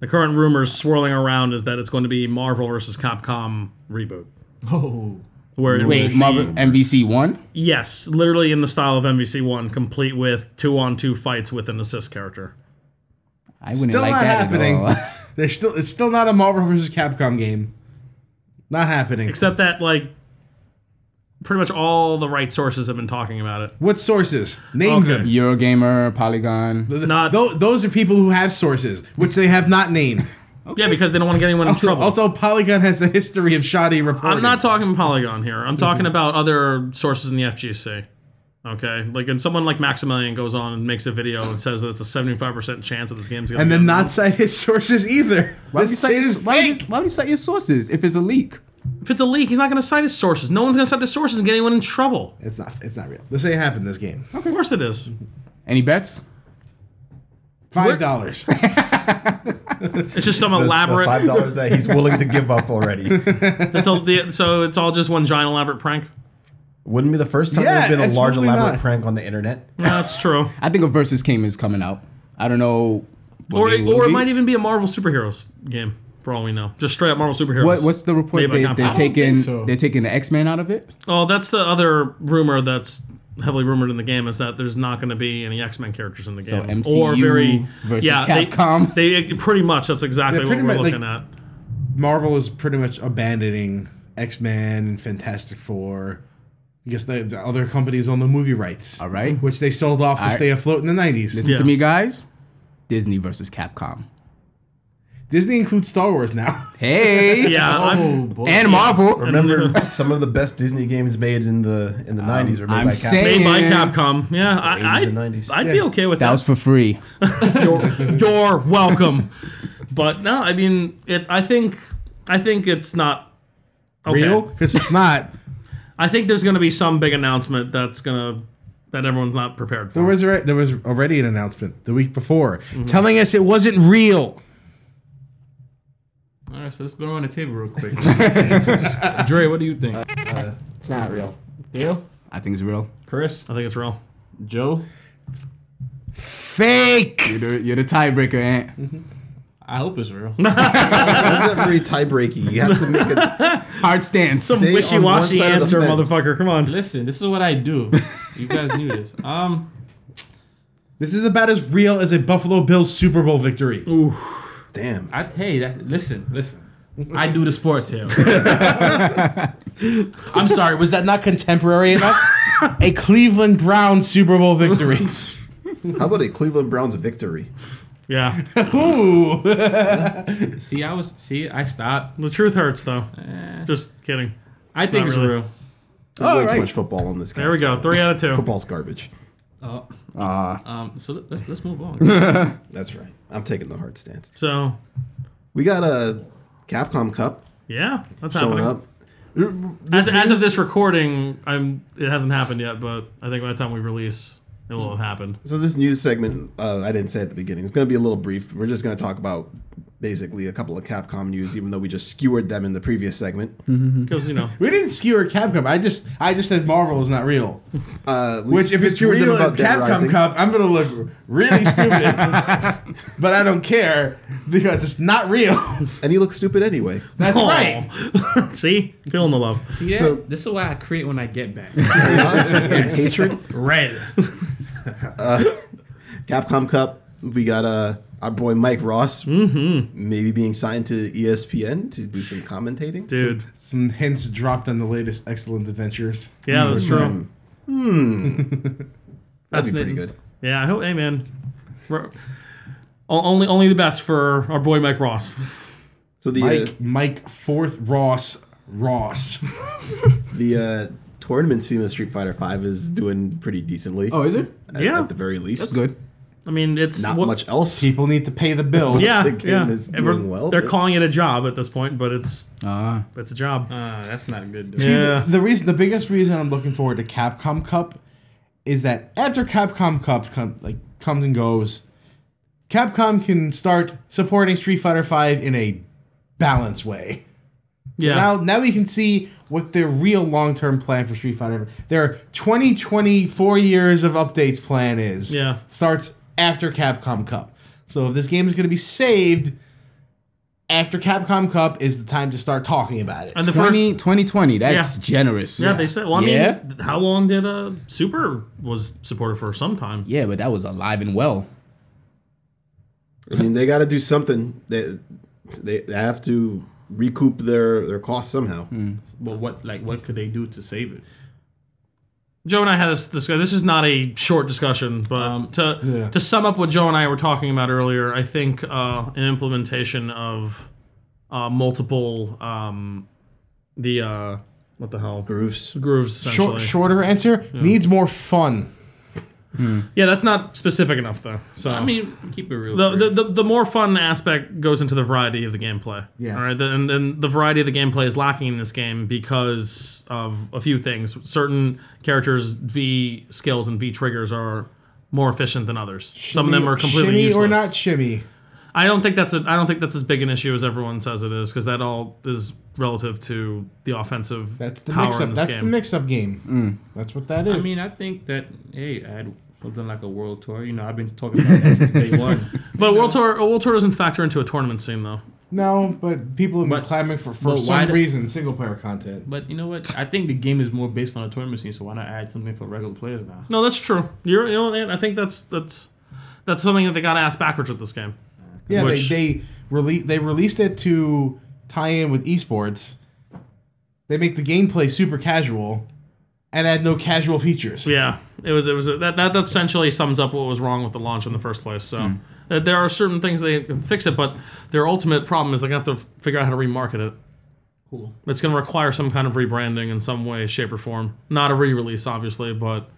[SPEAKER 3] The current rumors swirling around is that it's going to be Marvel versus Capcom reboot.
[SPEAKER 4] Oh,
[SPEAKER 3] Where it will
[SPEAKER 2] Wait,
[SPEAKER 3] be-
[SPEAKER 2] Marvel MVC one?
[SPEAKER 3] yes, literally in the style of MVC1, complete with two on two fights with an assist character.
[SPEAKER 2] I wouldn't
[SPEAKER 5] Still
[SPEAKER 2] like
[SPEAKER 5] not
[SPEAKER 2] that
[SPEAKER 5] happening.
[SPEAKER 2] at all. *laughs*
[SPEAKER 5] There's still it's still not a Marvel vs. Capcom game. Not happening.
[SPEAKER 3] Except that, like, pretty much all the right sources have been talking about it.
[SPEAKER 5] What sources? Name
[SPEAKER 3] Okay.
[SPEAKER 5] them.
[SPEAKER 2] Eurogamer, Polygon.
[SPEAKER 5] Th-
[SPEAKER 3] Not-
[SPEAKER 5] tho- those are people who have sources, which they have not named.
[SPEAKER 3] Yeah, because they don't want to get anyone *laughs* in
[SPEAKER 5] also,
[SPEAKER 3] trouble.
[SPEAKER 5] also, Polygon has a history of shoddy reporting.
[SPEAKER 3] I'm not talking Polygon here.
[SPEAKER 5] Mhm.
[SPEAKER 3] I'm talking about other sources in the FGC. Okay, like when someone like Maximilian goes on and makes a video and says that it's a 75% chance that this game's gonna.
[SPEAKER 5] and
[SPEAKER 3] be
[SPEAKER 5] then
[SPEAKER 3] out.
[SPEAKER 5] not cite his sources either.
[SPEAKER 2] Why would, you
[SPEAKER 5] This
[SPEAKER 2] cite
[SPEAKER 5] shit
[SPEAKER 2] your,
[SPEAKER 5] is
[SPEAKER 2] why, would
[SPEAKER 5] fake.
[SPEAKER 2] you, why would you cite your sources if it's a leak?
[SPEAKER 3] if it's a leak, he's not gonna cite his sources. No one's gonna cite the sources and get anyone in trouble.
[SPEAKER 5] It's not. It's not real. This ain't happened. This game.
[SPEAKER 3] Of course it is.
[SPEAKER 2] Any bets? *laughs*
[SPEAKER 5] Five dollars.
[SPEAKER 3] It's
[SPEAKER 5] *laughs*
[SPEAKER 3] just some
[SPEAKER 1] The- the
[SPEAKER 3] elaborate.
[SPEAKER 1] five dollars that he's willing to give up already
[SPEAKER 3] it's a- the- so it's all just one giant elaborate prank.
[SPEAKER 1] wouldn't be the first time
[SPEAKER 5] Yeah,
[SPEAKER 1] there's been a large
[SPEAKER 5] absolutely
[SPEAKER 1] elaborate
[SPEAKER 5] not.
[SPEAKER 1] prank on the internet.
[SPEAKER 3] That's
[SPEAKER 5] *laughs*
[SPEAKER 3] true.
[SPEAKER 2] I think a versus game is coming out. I don't know. what
[SPEAKER 3] or
[SPEAKER 2] game
[SPEAKER 3] it, or it
[SPEAKER 2] be.
[SPEAKER 3] might even be a Marvel superheroes game for all we know. Just straight up Marvel superheroes.
[SPEAKER 2] What, what's the report?
[SPEAKER 3] Made by
[SPEAKER 2] They,
[SPEAKER 3] Capcom.
[SPEAKER 2] they're
[SPEAKER 3] I don't think
[SPEAKER 2] taking
[SPEAKER 4] so.
[SPEAKER 2] they're taking the X Men out of it.
[SPEAKER 3] Oh, that's the other rumor that's heavily rumored in the game is that there's not going to be any X Men characters in the game,
[SPEAKER 2] MCU versus
[SPEAKER 3] they-
[SPEAKER 2] Capcom.
[SPEAKER 3] *laughs* They, pretty much that's exactly
[SPEAKER 5] They're
[SPEAKER 3] what
[SPEAKER 5] pretty
[SPEAKER 3] we're
[SPEAKER 5] much, like-
[SPEAKER 3] looking at.
[SPEAKER 5] Marvel is pretty much abandoning X Men and Fantastic Four. Because the, the other companies own the movie rights,
[SPEAKER 2] All right.
[SPEAKER 5] which they sold off to
[SPEAKER 2] I-
[SPEAKER 5] stay afloat in the nineties.
[SPEAKER 2] Listen
[SPEAKER 3] Yeah.
[SPEAKER 2] to me, guys. Disney versus Capcom.
[SPEAKER 5] Disney includes Star Wars now. *laughs*
[SPEAKER 2] Hey.
[SPEAKER 3] *laughs* Yeah, I'm,
[SPEAKER 4] oh boy.
[SPEAKER 2] And Marvel.
[SPEAKER 1] Remember some of the best Disney games made in the in the nineties were made
[SPEAKER 2] I'm
[SPEAKER 1] by Capcom.
[SPEAKER 2] saying-
[SPEAKER 3] made by
[SPEAKER 2] Yeah.
[SPEAKER 3] Capcom. Yeah,
[SPEAKER 1] 80s
[SPEAKER 3] I,
[SPEAKER 1] and
[SPEAKER 3] I'd,
[SPEAKER 1] 90s.
[SPEAKER 3] I'd be okay with
[SPEAKER 2] That
[SPEAKER 3] that.
[SPEAKER 2] was for free. *laughs*
[SPEAKER 3] you're, you're welcome. But no, I mean, it. I think, I think it's not okay.
[SPEAKER 5] Real? Because it's not.
[SPEAKER 3] I think there's going to be some big announcement that's gonna that everyone's not prepared for.
[SPEAKER 5] *laughs* There was alre- there was already an announcement the week before telling us it wasn't real.
[SPEAKER 4] All right, so let's go around the table real quick. *laughs* Dre, what do you *laughs* think?
[SPEAKER 1] It's not real.
[SPEAKER 4] Theo,
[SPEAKER 2] I think it's real.
[SPEAKER 4] Chris,
[SPEAKER 3] I think it's real.
[SPEAKER 4] Joe.
[SPEAKER 5] Fake.
[SPEAKER 2] You're the, you're the tiebreaker, Ant.
[SPEAKER 4] I hope it's real.
[SPEAKER 1] That's not very tie breaky. You have to make a
[SPEAKER 2] Hard stance.
[SPEAKER 3] Some
[SPEAKER 1] Stay on
[SPEAKER 3] wishy washy
[SPEAKER 1] one side of the
[SPEAKER 3] answer,
[SPEAKER 1] fence.
[SPEAKER 3] motherfucker. Come
[SPEAKER 4] *laughs*
[SPEAKER 3] on.
[SPEAKER 4] *laughs* Listen, this is what I do. You guys knew *laughs* this. Um,
[SPEAKER 5] This is about as real as a Buffalo Bills Super Bowl victory.
[SPEAKER 1] damn.
[SPEAKER 4] I hey, that, listen, listen. I do the sports here.
[SPEAKER 5] I'm sorry, was that not contemporary enough? a Cleveland Browns Super Bowl victory.
[SPEAKER 1] How about a Cleveland Browns victory?
[SPEAKER 3] Yeah.
[SPEAKER 4] *laughs*
[SPEAKER 5] Ooh.
[SPEAKER 4] See, I was see, I stopped.
[SPEAKER 3] The truth hurts, though. Just kidding.
[SPEAKER 4] *laughs* I think
[SPEAKER 3] Not
[SPEAKER 4] it's
[SPEAKER 3] really.
[SPEAKER 4] real.
[SPEAKER 1] There's way
[SPEAKER 2] right.
[SPEAKER 1] too much football on this.
[SPEAKER 3] There we go. Three out of two.
[SPEAKER 1] Football's garbage.
[SPEAKER 4] Oh,
[SPEAKER 2] Uh,
[SPEAKER 4] um, so let's let's move on.
[SPEAKER 1] That's right. I'm taking the hard stance.
[SPEAKER 3] So,
[SPEAKER 1] We got a Capcom Cup
[SPEAKER 3] yeah, that's
[SPEAKER 1] showing
[SPEAKER 3] happening.
[SPEAKER 1] up.
[SPEAKER 3] As, as of this recording, I'm. It hasn't happened yet, but I think by the time we release, it will have happened.
[SPEAKER 1] So this news segment, uh, I didn't say at the beginning. It's going to be a little brief. We're just going to talk about basically a couple of Capcom news, even though we just skewered them in the previous segment.
[SPEAKER 5] Hmm.
[SPEAKER 3] because you know
[SPEAKER 5] We didn't skewer Capcom. I just I just said Marvel is not real.
[SPEAKER 1] Uh, we
[SPEAKER 5] Which, if
[SPEAKER 1] we
[SPEAKER 5] it's
[SPEAKER 1] skewered them
[SPEAKER 5] real
[SPEAKER 1] about
[SPEAKER 5] and
[SPEAKER 1] Dead Rising.
[SPEAKER 5] Capcom Cup, I'm gonna look really stupid. but I don't care because it's not real.
[SPEAKER 1] and he looks stupid
[SPEAKER 5] *laughs*
[SPEAKER 1] anyway.
[SPEAKER 5] That's
[SPEAKER 3] Aw. *laughs*
[SPEAKER 5] right.
[SPEAKER 3] see feeling the love
[SPEAKER 4] See that?
[SPEAKER 1] So-
[SPEAKER 4] this is what I create when I get back.
[SPEAKER 1] Chaos and *laughs* hatred.
[SPEAKER 4] Red.
[SPEAKER 1] Capcom Cup. We got uh, our boy Mike Ross
[SPEAKER 5] Mm-hmm.
[SPEAKER 1] maybe being signed to E ESPN to do some commentating. *laughs*
[SPEAKER 3] dude
[SPEAKER 5] Some hints dropped on the latest Excellent Adventures.
[SPEAKER 3] yeah that's true
[SPEAKER 1] That'd be pretty good.
[SPEAKER 3] yeah I hope hey man Ro- o- only only the best for our boy Mike Ross
[SPEAKER 1] So the
[SPEAKER 5] Mike
[SPEAKER 1] uh,
[SPEAKER 5] Mike Fourth Ross Ross.
[SPEAKER 1] the uh, tournament scene of Street Fighter Five is doing pretty decently.
[SPEAKER 2] Oh, is it?
[SPEAKER 1] at,
[SPEAKER 3] Yeah.
[SPEAKER 1] at the very least,
[SPEAKER 2] That's good.
[SPEAKER 3] I mean it's
[SPEAKER 1] Not
[SPEAKER 3] what-
[SPEAKER 1] much else.
[SPEAKER 5] People need to pay the bills.
[SPEAKER 3] yeah
[SPEAKER 1] the game
[SPEAKER 3] yeah
[SPEAKER 1] is
[SPEAKER 3] And we're-
[SPEAKER 1] doing well,
[SPEAKER 3] they're
[SPEAKER 1] but-
[SPEAKER 3] calling it a job at this point but it's
[SPEAKER 2] Ah,
[SPEAKER 3] it's a job
[SPEAKER 4] Uh, that's not good.
[SPEAKER 5] See, the-
[SPEAKER 3] yeah
[SPEAKER 5] the, reason, the biggest reason I'm looking forward to Capcom Cup is that after Capcom Cup come, like comes and goes, Capcom can start supporting Street Fighter Five in a balanced way.
[SPEAKER 3] yeah
[SPEAKER 5] Now, now we can see what their real long term plan for Street Fighter, their 2024 years of updates plan is.
[SPEAKER 3] Yeah.
[SPEAKER 5] Starts after Capcom Cup. So if this game is going to be saved, after Capcom Cup is the time to start talking about it.
[SPEAKER 3] and the
[SPEAKER 2] 20,
[SPEAKER 3] first
[SPEAKER 2] 2020. That's generous.
[SPEAKER 3] yeah, they said. Well, I mean,
[SPEAKER 2] Yeah.
[SPEAKER 3] how long did uh, Super was supported for? Some time.
[SPEAKER 2] Yeah, but that was alive and well.
[SPEAKER 1] I mean, they got to do something. They they they have to recoup their their costs somehow.
[SPEAKER 2] Hmm.
[SPEAKER 4] But what, like, what could they do to save it?
[SPEAKER 3] Joe and I had this discussion. This is not a short discussion, but
[SPEAKER 5] Um,
[SPEAKER 3] to to sum up what Joe and I were talking about earlier, I think uh, an implementation of uh, multiple um, the uh, what the hell
[SPEAKER 1] Grooves.
[SPEAKER 3] grooves essentially.
[SPEAKER 5] Short, shorter answer needs more fun.
[SPEAKER 3] Yeah, that's not specific enough though. So
[SPEAKER 4] I mean, keep it real.
[SPEAKER 3] the, the, the, the more fun aspect goes into the variety of the gameplay.
[SPEAKER 5] Yes.
[SPEAKER 3] All right. The- And then the variety of the gameplay is lacking in this game because of a few things. Certain characters' V skills and V triggers are more efficient than others. Some of them are completely
[SPEAKER 5] shimmy
[SPEAKER 3] useless.
[SPEAKER 5] or not shimmy.
[SPEAKER 3] I don't think that's a I don't think that's as big an issue as everyone says it is because that all is relative to the offensive
[SPEAKER 5] That's the
[SPEAKER 3] power
[SPEAKER 5] mix
[SPEAKER 3] in
[SPEAKER 5] up.
[SPEAKER 3] this
[SPEAKER 5] That's
[SPEAKER 3] game.
[SPEAKER 5] the mix up game. That's what that is.
[SPEAKER 4] I mean, I think that hey, I had something like a world tour. You know, I've been talking about that since *laughs* day one.
[SPEAKER 3] but World Tour World Tour doesn't factor into a tournament scene though.
[SPEAKER 5] no, but people have been
[SPEAKER 4] But-
[SPEAKER 5] clamoring for, for
[SPEAKER 4] but why
[SPEAKER 5] some
[SPEAKER 4] do-
[SPEAKER 5] reason single player content.
[SPEAKER 4] But you know what? I think the game is more based on a tournament scene, so why not add something for regular players now?
[SPEAKER 3] No, that's true. You're you know what, man? I think that's that's that's something that they got to ask backwards with this game.
[SPEAKER 5] Yeah,
[SPEAKER 3] Which-
[SPEAKER 5] they they, rele- they released it to tie in with esports. They make the gameplay super casual and add no casual features.
[SPEAKER 3] Yeah, it was. It was that, that. That essentially sums up what was wrong with the launch in the first place. So
[SPEAKER 1] Hmm.
[SPEAKER 3] uh, there are certain things they can fix it, but their ultimate problem is they're gonna have to f- figure out how to remarket it.
[SPEAKER 4] Cool.
[SPEAKER 3] It's gonna require some kind of rebranding in some way, shape, or form. Not a re-release, obviously, but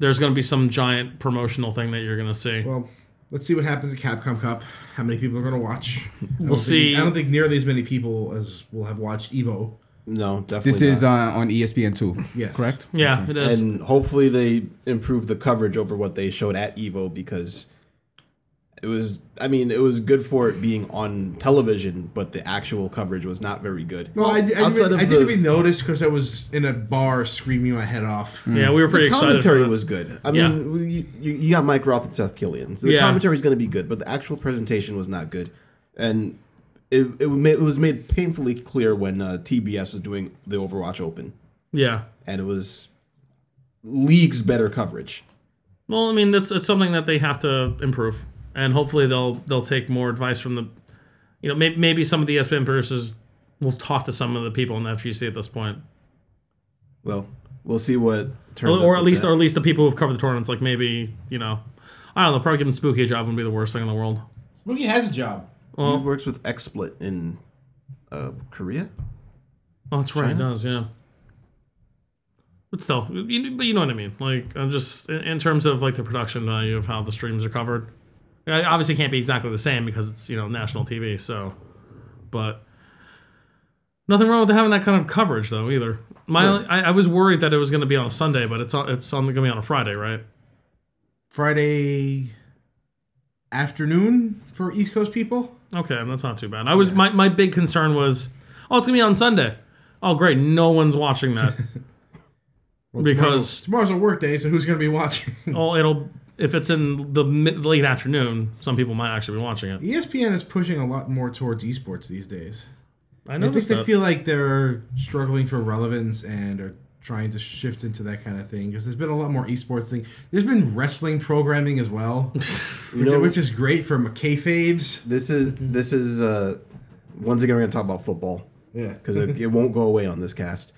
[SPEAKER 3] there's gonna be some giant promotional thing that you're gonna see.
[SPEAKER 5] Well, let's see what happens at Capcom Cup. How many people are going to watch? We'll
[SPEAKER 3] see.
[SPEAKER 5] I don't think nearly as many people as will have watched Evo.
[SPEAKER 1] No, definitely.
[SPEAKER 2] This is
[SPEAKER 1] not.
[SPEAKER 2] uh, on ESPN two.
[SPEAKER 5] Yes.
[SPEAKER 2] correct.
[SPEAKER 3] yeah, it is.
[SPEAKER 1] and hopefully they improve the coverage over what they showed at Evo because it was. I mean, it was good for it being on television, but the actual coverage was not very good.
[SPEAKER 5] Well, I, I,
[SPEAKER 1] Outside of
[SPEAKER 5] didn't, I
[SPEAKER 1] the-
[SPEAKER 5] didn't even notice because I was in a bar screaming my head off.
[SPEAKER 3] yeah, we were pretty
[SPEAKER 1] the
[SPEAKER 3] excited. for
[SPEAKER 1] commentary
[SPEAKER 3] that.
[SPEAKER 1] was good. I
[SPEAKER 3] Yeah.
[SPEAKER 1] mean, we- you, you got Mike Roth and Seth Killian, so the
[SPEAKER 3] Yeah.
[SPEAKER 1] commentary is going to be good, but the actual presentation was not good, and it it, wa- it was made painfully clear when uh, TBS was doing the Overwatch Open,
[SPEAKER 3] yeah.
[SPEAKER 1] and it was leagues better coverage.
[SPEAKER 3] Well, I mean, that's it's something that they have to improve, and hopefully they'll they'll take more advice from the, you know, maybe, maybe some of the ESPN producers will talk to some of the people in the FGC at this point,
[SPEAKER 1] Well, we'll see what
[SPEAKER 3] or,
[SPEAKER 1] turns.
[SPEAKER 3] or
[SPEAKER 1] up
[SPEAKER 3] at
[SPEAKER 1] with
[SPEAKER 3] least
[SPEAKER 1] that.
[SPEAKER 3] or at least the people who've covered the tournaments. Like maybe you know, I don't know. Probably giving Spooky a job wouldn't be the worst thing in the world.
[SPEAKER 5] Mookie has a job.
[SPEAKER 3] uh,
[SPEAKER 1] he works with XSplit in uh, Korea.
[SPEAKER 3] Oh, that's right. It does, yeah. But still, you, but you know what I mean. Like, I'm just in, in terms of like the production value of how the streams are covered. I obviously can't be exactly the same because it's you know national TV. So, but nothing wrong with having that kind of coverage though either. My only- I, I was worried that it was going to be on a Sunday, but it's on it's on going to be on a Friday, right?
[SPEAKER 5] Friday afternoon for East Coast people.
[SPEAKER 3] Okay, that's not too bad. I was my, my big concern was, oh, it's gonna be on Sunday. Oh, great, no one's watching *laughs* that because
[SPEAKER 5] Tomorrow's a work day, so who's going to be watching? *laughs*
[SPEAKER 3] oh, it'll if it's in the mid, late afternoon, some people might actually be watching it.
[SPEAKER 5] ESPN is pushing a lot more towards esports these days.
[SPEAKER 3] I
[SPEAKER 5] I think
[SPEAKER 3] noticed
[SPEAKER 5] they
[SPEAKER 3] that.
[SPEAKER 5] feel like they're struggling for relevance and are trying to shift into that kind of thing because there's been a lot more esports thing. There's been wrestling programming as
[SPEAKER 3] *laughs*
[SPEAKER 5] well, which,
[SPEAKER 1] know-
[SPEAKER 5] which is great for m- kayfabes.
[SPEAKER 1] This is this is uh, once again we're gonna talk about football
[SPEAKER 5] Yeah,
[SPEAKER 1] because
[SPEAKER 3] Mm-hmm.
[SPEAKER 1] it, it won't go away on this cast.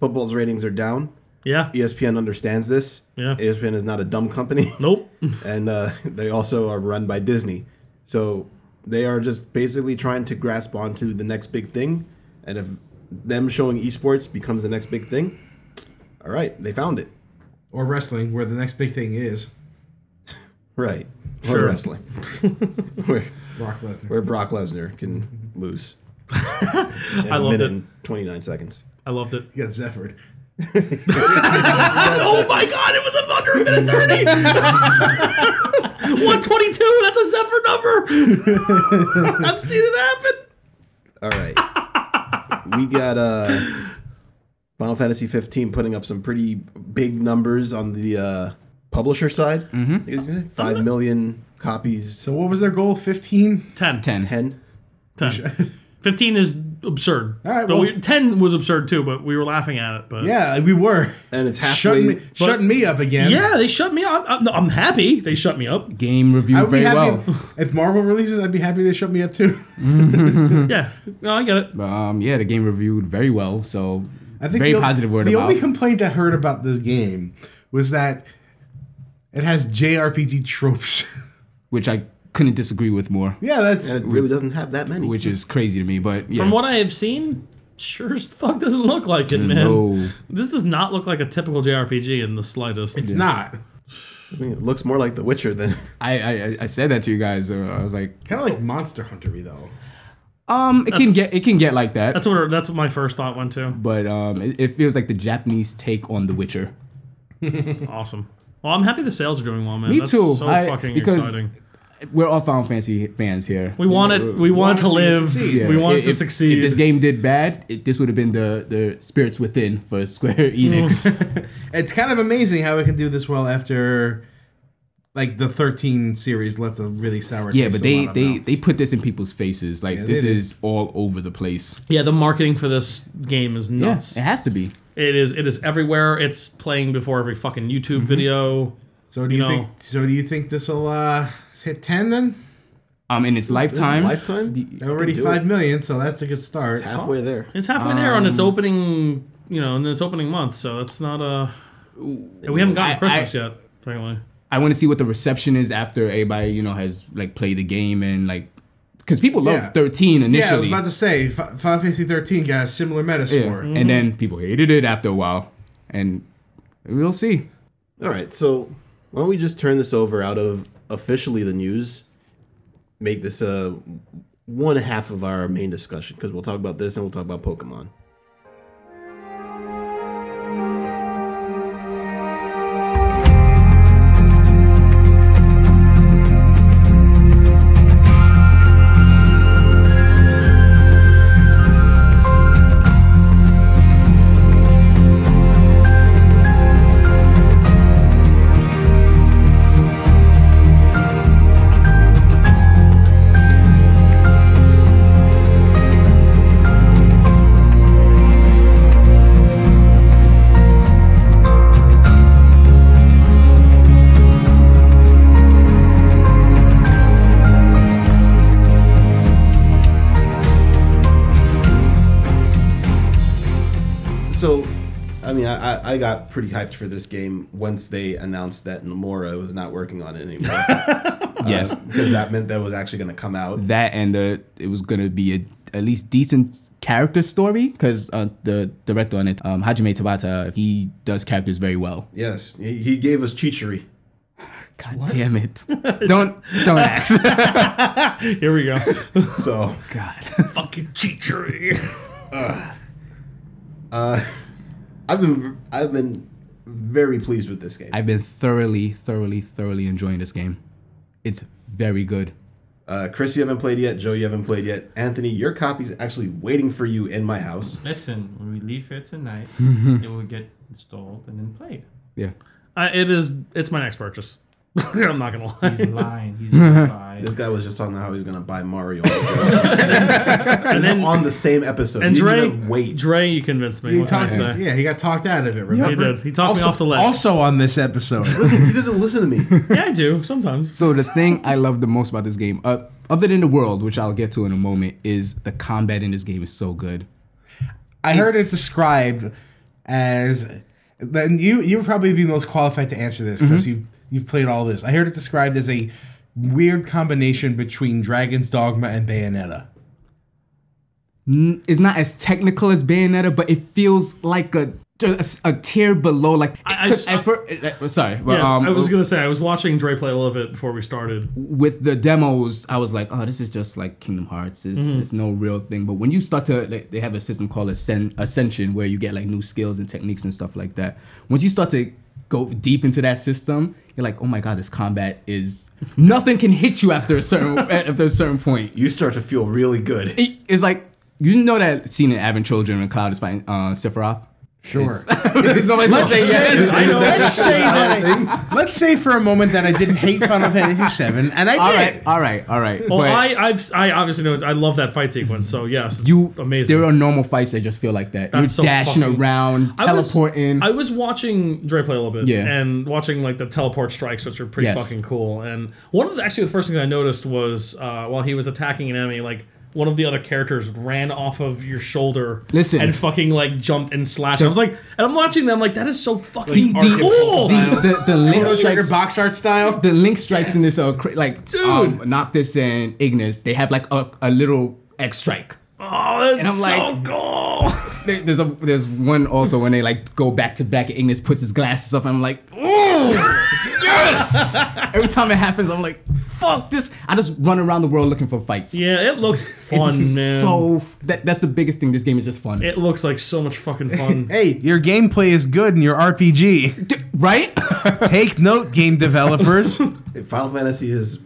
[SPEAKER 1] Football's ratings are down.
[SPEAKER 3] yeah,
[SPEAKER 1] ESPN understands this. E
[SPEAKER 3] Yeah.
[SPEAKER 1] ESPN is not a dumb company,
[SPEAKER 3] nope.
[SPEAKER 1] *laughs*
[SPEAKER 3] *laughs*
[SPEAKER 1] and uh, they also are run by Disney, so they are just basically trying to grasp onto the next big thing. And if them showing esports becomes the next big thing, all right, they found it.
[SPEAKER 5] or wrestling, where the next big thing is
[SPEAKER 1] Right,
[SPEAKER 3] Sure.
[SPEAKER 1] we're
[SPEAKER 3] *laughs*
[SPEAKER 1] wrestling. we're,
[SPEAKER 5] Brock Lesnar.
[SPEAKER 1] where Brock Lesnar can lose.
[SPEAKER 3] *laughs* I loved it.
[SPEAKER 1] Twenty nine seconds.
[SPEAKER 3] I loved it.
[SPEAKER 5] He got Zephyred.
[SPEAKER 3] *laughs* Oh my god, it was a under a minute thirty. *laughs* One twenty two. That's a Zephyr number.
[SPEAKER 5] *laughs*
[SPEAKER 3] I've seen it happen.
[SPEAKER 1] All right, we got uh, Final Fantasy fifteen putting up some pretty big numbers on the uh, publisher side. Mm-hmm. Five million copies.
[SPEAKER 5] So what was their goal? Fifteen.
[SPEAKER 3] 10.
[SPEAKER 2] 10.
[SPEAKER 1] Ten.
[SPEAKER 5] *laughs*
[SPEAKER 3] 10. 15 is absurd.
[SPEAKER 5] All right,
[SPEAKER 3] But
[SPEAKER 5] well-
[SPEAKER 3] we- 10 was absurd too, but we were laughing at it. But
[SPEAKER 5] Yeah, we were
[SPEAKER 1] And it's
[SPEAKER 5] shutting
[SPEAKER 1] halfway.
[SPEAKER 5] me, shutting me up again.
[SPEAKER 3] Yeah, they shut me up. I'm, I'm happy they shut me up.
[SPEAKER 2] Game
[SPEAKER 5] I
[SPEAKER 2] reviewed
[SPEAKER 5] would be
[SPEAKER 2] very well.
[SPEAKER 5] happy
[SPEAKER 1] *laughs*
[SPEAKER 5] if Marvel releases. I'd be happy they shut me up too.
[SPEAKER 3] *laughs* Yeah, no, I get it.
[SPEAKER 2] But, um, yeah, the game reviewed very well. So
[SPEAKER 5] I think
[SPEAKER 2] very
[SPEAKER 5] the, o-
[SPEAKER 2] positive word
[SPEAKER 5] The
[SPEAKER 2] about.
[SPEAKER 5] only complaint I heard about this game was that it has JRPG tropes. *laughs*
[SPEAKER 2] which I couldn't disagree with more.
[SPEAKER 5] yeah, that's
[SPEAKER 1] and it really doesn't have that many.
[SPEAKER 2] Which is crazy to me, but yeah.
[SPEAKER 3] From what I have seen, sure as fuck doesn't look like it, man.
[SPEAKER 2] no.
[SPEAKER 3] This does not look like a typical JRPG in the slightest.
[SPEAKER 5] it's not
[SPEAKER 1] I mean, it looks more like The Witcher than
[SPEAKER 2] I, I I- I said that to you guys. Uh, I was like,
[SPEAKER 5] kind of like Monster Huntery though.
[SPEAKER 2] um, it can get it can get like that,
[SPEAKER 3] That's what that's what my first thought went to.
[SPEAKER 2] but um, it, it feels like the Japanese take on The Witcher.
[SPEAKER 3] Awesome. Well, I'm happy the sales are doing well, man.
[SPEAKER 2] Me
[SPEAKER 3] that's
[SPEAKER 2] too.
[SPEAKER 3] So
[SPEAKER 2] I-
[SPEAKER 3] fucking
[SPEAKER 2] because-
[SPEAKER 3] exciting.
[SPEAKER 2] We're all Final Fantasy fans here.
[SPEAKER 3] We want it. We want it to
[SPEAKER 5] want to see it
[SPEAKER 3] live.
[SPEAKER 5] succeed.
[SPEAKER 2] Yeah,
[SPEAKER 3] We want it
[SPEAKER 2] if-
[SPEAKER 3] to
[SPEAKER 2] if-
[SPEAKER 3] succeed.
[SPEAKER 2] If this game did bad, it, this would have been the the spirits within for *laughs* Square
[SPEAKER 3] Mm.
[SPEAKER 2] Enix.
[SPEAKER 5] It's kind of amazing how it can do this well after like the 13 series left a really sour.
[SPEAKER 2] yeah,
[SPEAKER 5] taste
[SPEAKER 2] but
[SPEAKER 5] in a
[SPEAKER 2] they
[SPEAKER 5] lot of
[SPEAKER 2] they
[SPEAKER 5] mouths.
[SPEAKER 2] they put this in people's faces. Like this
[SPEAKER 5] they did.
[SPEAKER 2] is all over the place.
[SPEAKER 3] yeah, the marketing for this game is nuts.
[SPEAKER 2] Yes, it has to be.
[SPEAKER 3] It is. It is everywhere. It's playing before every fucking
[SPEAKER 2] Mm-hmm.
[SPEAKER 3] YouTube video.
[SPEAKER 5] So do you
[SPEAKER 3] you know.
[SPEAKER 5] think? So do you think this will uh, hit 10 then?
[SPEAKER 2] Um, in its
[SPEAKER 1] *laughs*
[SPEAKER 2] lifetime,
[SPEAKER 1] Lifetime.
[SPEAKER 5] They're already
[SPEAKER 1] do
[SPEAKER 5] five million, so that's a good start.
[SPEAKER 1] halfway there.
[SPEAKER 3] It's halfway there on
[SPEAKER 2] Um,
[SPEAKER 3] its opening. You know, in its opening month. So that's not a. We haven't gotten
[SPEAKER 2] I-
[SPEAKER 3] Christmas
[SPEAKER 2] I-
[SPEAKER 3] yet. Apparently.
[SPEAKER 2] I want to see what the reception is after everybody you know has like played the game and like because people love
[SPEAKER 5] Yeah.
[SPEAKER 2] thirteen initially.
[SPEAKER 5] Yeah, I was about to say Fi- Final Fantasy 13 got a similar meta
[SPEAKER 2] Yeah.
[SPEAKER 5] score.
[SPEAKER 3] Mm.
[SPEAKER 2] And then people hated it after a while. And we'll see.
[SPEAKER 1] All right, so why don't we just turn this over out of officially the news? Make this uh, one half of our main discussion because we'll talk about this and we'll talk about Pokemon. So, I mean, I, I- I got pretty hyped for this game once they announced that Nomura was not working on it
[SPEAKER 3] *laughs*
[SPEAKER 1] anymore.
[SPEAKER 2] Yes.
[SPEAKER 1] because that meant that was actually going to come out.
[SPEAKER 2] Uh, That and the, it was going to be a, at least decent character story because uh, the director on it, um, Hajime Tabata, he does characters very well.
[SPEAKER 1] Yes, he, he gave us Chichiri.
[SPEAKER 2] God damn it. *laughs* don't don't ask.
[SPEAKER 3] Here we go.
[SPEAKER 1] So,
[SPEAKER 2] *laughs* God.
[SPEAKER 3] fucking cheatery.
[SPEAKER 1] I've been I've been very pleased with this game.
[SPEAKER 2] I've been thoroughly, thoroughly, thoroughly enjoying this game. It's very good.
[SPEAKER 1] Uh, Chris, you haven't played yet. Joe, you haven't played yet. Anthony, your copy's actually waiting for you in my house.
[SPEAKER 4] Listen, when we leave here *laughs* tonight, it will get installed and then played.
[SPEAKER 2] Yeah.
[SPEAKER 3] *laughs* I, it is. It's my next purchase. *laughs* I'm not gonna lie.
[SPEAKER 4] *laughs* He's lying. He's lying.
[SPEAKER 1] This guy was just talking about how he's gonna buy
[SPEAKER 3] *laughs*
[SPEAKER 1] Mario. and
[SPEAKER 2] *laughs*
[SPEAKER 1] then on the same episode.
[SPEAKER 3] And
[SPEAKER 1] You need
[SPEAKER 3] Dre,
[SPEAKER 1] to wait.
[SPEAKER 3] Dre, you convinced me.
[SPEAKER 5] He
[SPEAKER 3] what can I
[SPEAKER 5] talked,
[SPEAKER 3] say?
[SPEAKER 5] yeah, he got talked out of it. Remember?
[SPEAKER 3] He did. He talked
[SPEAKER 5] also,
[SPEAKER 3] me off the ledge.
[SPEAKER 5] Also on this episode,
[SPEAKER 1] Listen, *laughs* he doesn't listen to me.
[SPEAKER 3] yeah, I do sometimes.
[SPEAKER 2] So the thing I love the most about this game, uh, other than the world, which I'll get to in a moment, is the combat in this game is so good.
[SPEAKER 5] I heard it
[SPEAKER 2] It's-
[SPEAKER 5] described as. Then you you would probably be most qualified to answer this because you you've played all this. I heard it described as a weird combination between Dragon's Dogma and Bayonetta.
[SPEAKER 2] N- It's not as technical as Bayonetta, but it feels like a just a tier below. Like
[SPEAKER 3] I- I
[SPEAKER 2] 'cause
[SPEAKER 3] saw-
[SPEAKER 2] at fir- uh, sorry, but
[SPEAKER 3] Yeah,
[SPEAKER 2] um,
[SPEAKER 3] I was gonna say I was watching Dre play a little bit before we started.
[SPEAKER 2] with the demos, I was like, oh, this is just like Kingdom Hearts. It's, it's no real thing. But when you start to, like, they have a system called Ascen- Ascension where you get like new skills and techniques and stuff like that. Once you start to go deep into that system, you're like, oh my god, this combat is nothing can hit you after a certain *laughs* after a certain point.
[SPEAKER 1] You start to feel really good.
[SPEAKER 2] It- it's like you know that scene in Advent Children when Cloud is fighting uh, Sephiroth.
[SPEAKER 5] Sure.
[SPEAKER 2] Nobody's gonna say *laughs* yes. I know.
[SPEAKER 5] let's say that I- let's say for a moment that I didn't hate Final Fantasy VII, and I
[SPEAKER 2] All
[SPEAKER 5] did.
[SPEAKER 2] right, all right, all right.
[SPEAKER 3] Well,
[SPEAKER 2] But-
[SPEAKER 3] I I've, I obviously know. I love that fight sequence. So yes, it's
[SPEAKER 2] you
[SPEAKER 3] amazing.
[SPEAKER 2] There are normal fights that just feel like that.
[SPEAKER 3] That's so
[SPEAKER 2] You're dashing
[SPEAKER 3] fucking-
[SPEAKER 2] around,
[SPEAKER 3] I was-
[SPEAKER 2] teleporting.
[SPEAKER 3] I was watching Dre play a little bit,
[SPEAKER 2] Yeah.
[SPEAKER 3] and watching like the teleport strikes, which are pretty
[SPEAKER 2] Yes.
[SPEAKER 3] fucking cool. And one of the actually the first things I noticed was uh, while he was attacking an enemy, like one of the other characters ran off of your shoulder,
[SPEAKER 2] Listen.
[SPEAKER 3] and fucking like jumped and slashed. I was like, and I'm watching them like that is so
[SPEAKER 2] the,
[SPEAKER 3] fucking
[SPEAKER 2] the,
[SPEAKER 3] cool.
[SPEAKER 2] the, the, the link
[SPEAKER 5] Like your
[SPEAKER 2] strikes.
[SPEAKER 5] box art style.
[SPEAKER 2] The link strikes in this are cra- like um, Noctis and Ignis. They have like a, a little X strike.
[SPEAKER 3] *laughs* oh, that's
[SPEAKER 2] and I'm like-
[SPEAKER 3] so cool. *laughs*
[SPEAKER 2] There- There's a there's one also when they like go back to back and Ignis puts his glasses up. I'm like, ooh, yes!
[SPEAKER 3] *laughs*
[SPEAKER 2] Every time it happens, I'm like, fuck this. I just run around the world looking for fights.
[SPEAKER 3] yeah, it looks fun,
[SPEAKER 2] it's *laughs*
[SPEAKER 3] man.
[SPEAKER 2] so f- that, that's the biggest thing. This game is just fun,
[SPEAKER 3] it looks like so much fucking
[SPEAKER 2] *laughs*
[SPEAKER 3] fun.
[SPEAKER 5] Hey, your gameplay is good and your RPG.
[SPEAKER 2] D- right? *laughs*
[SPEAKER 5] Take note, game developers.
[SPEAKER 1] Final Fantasy has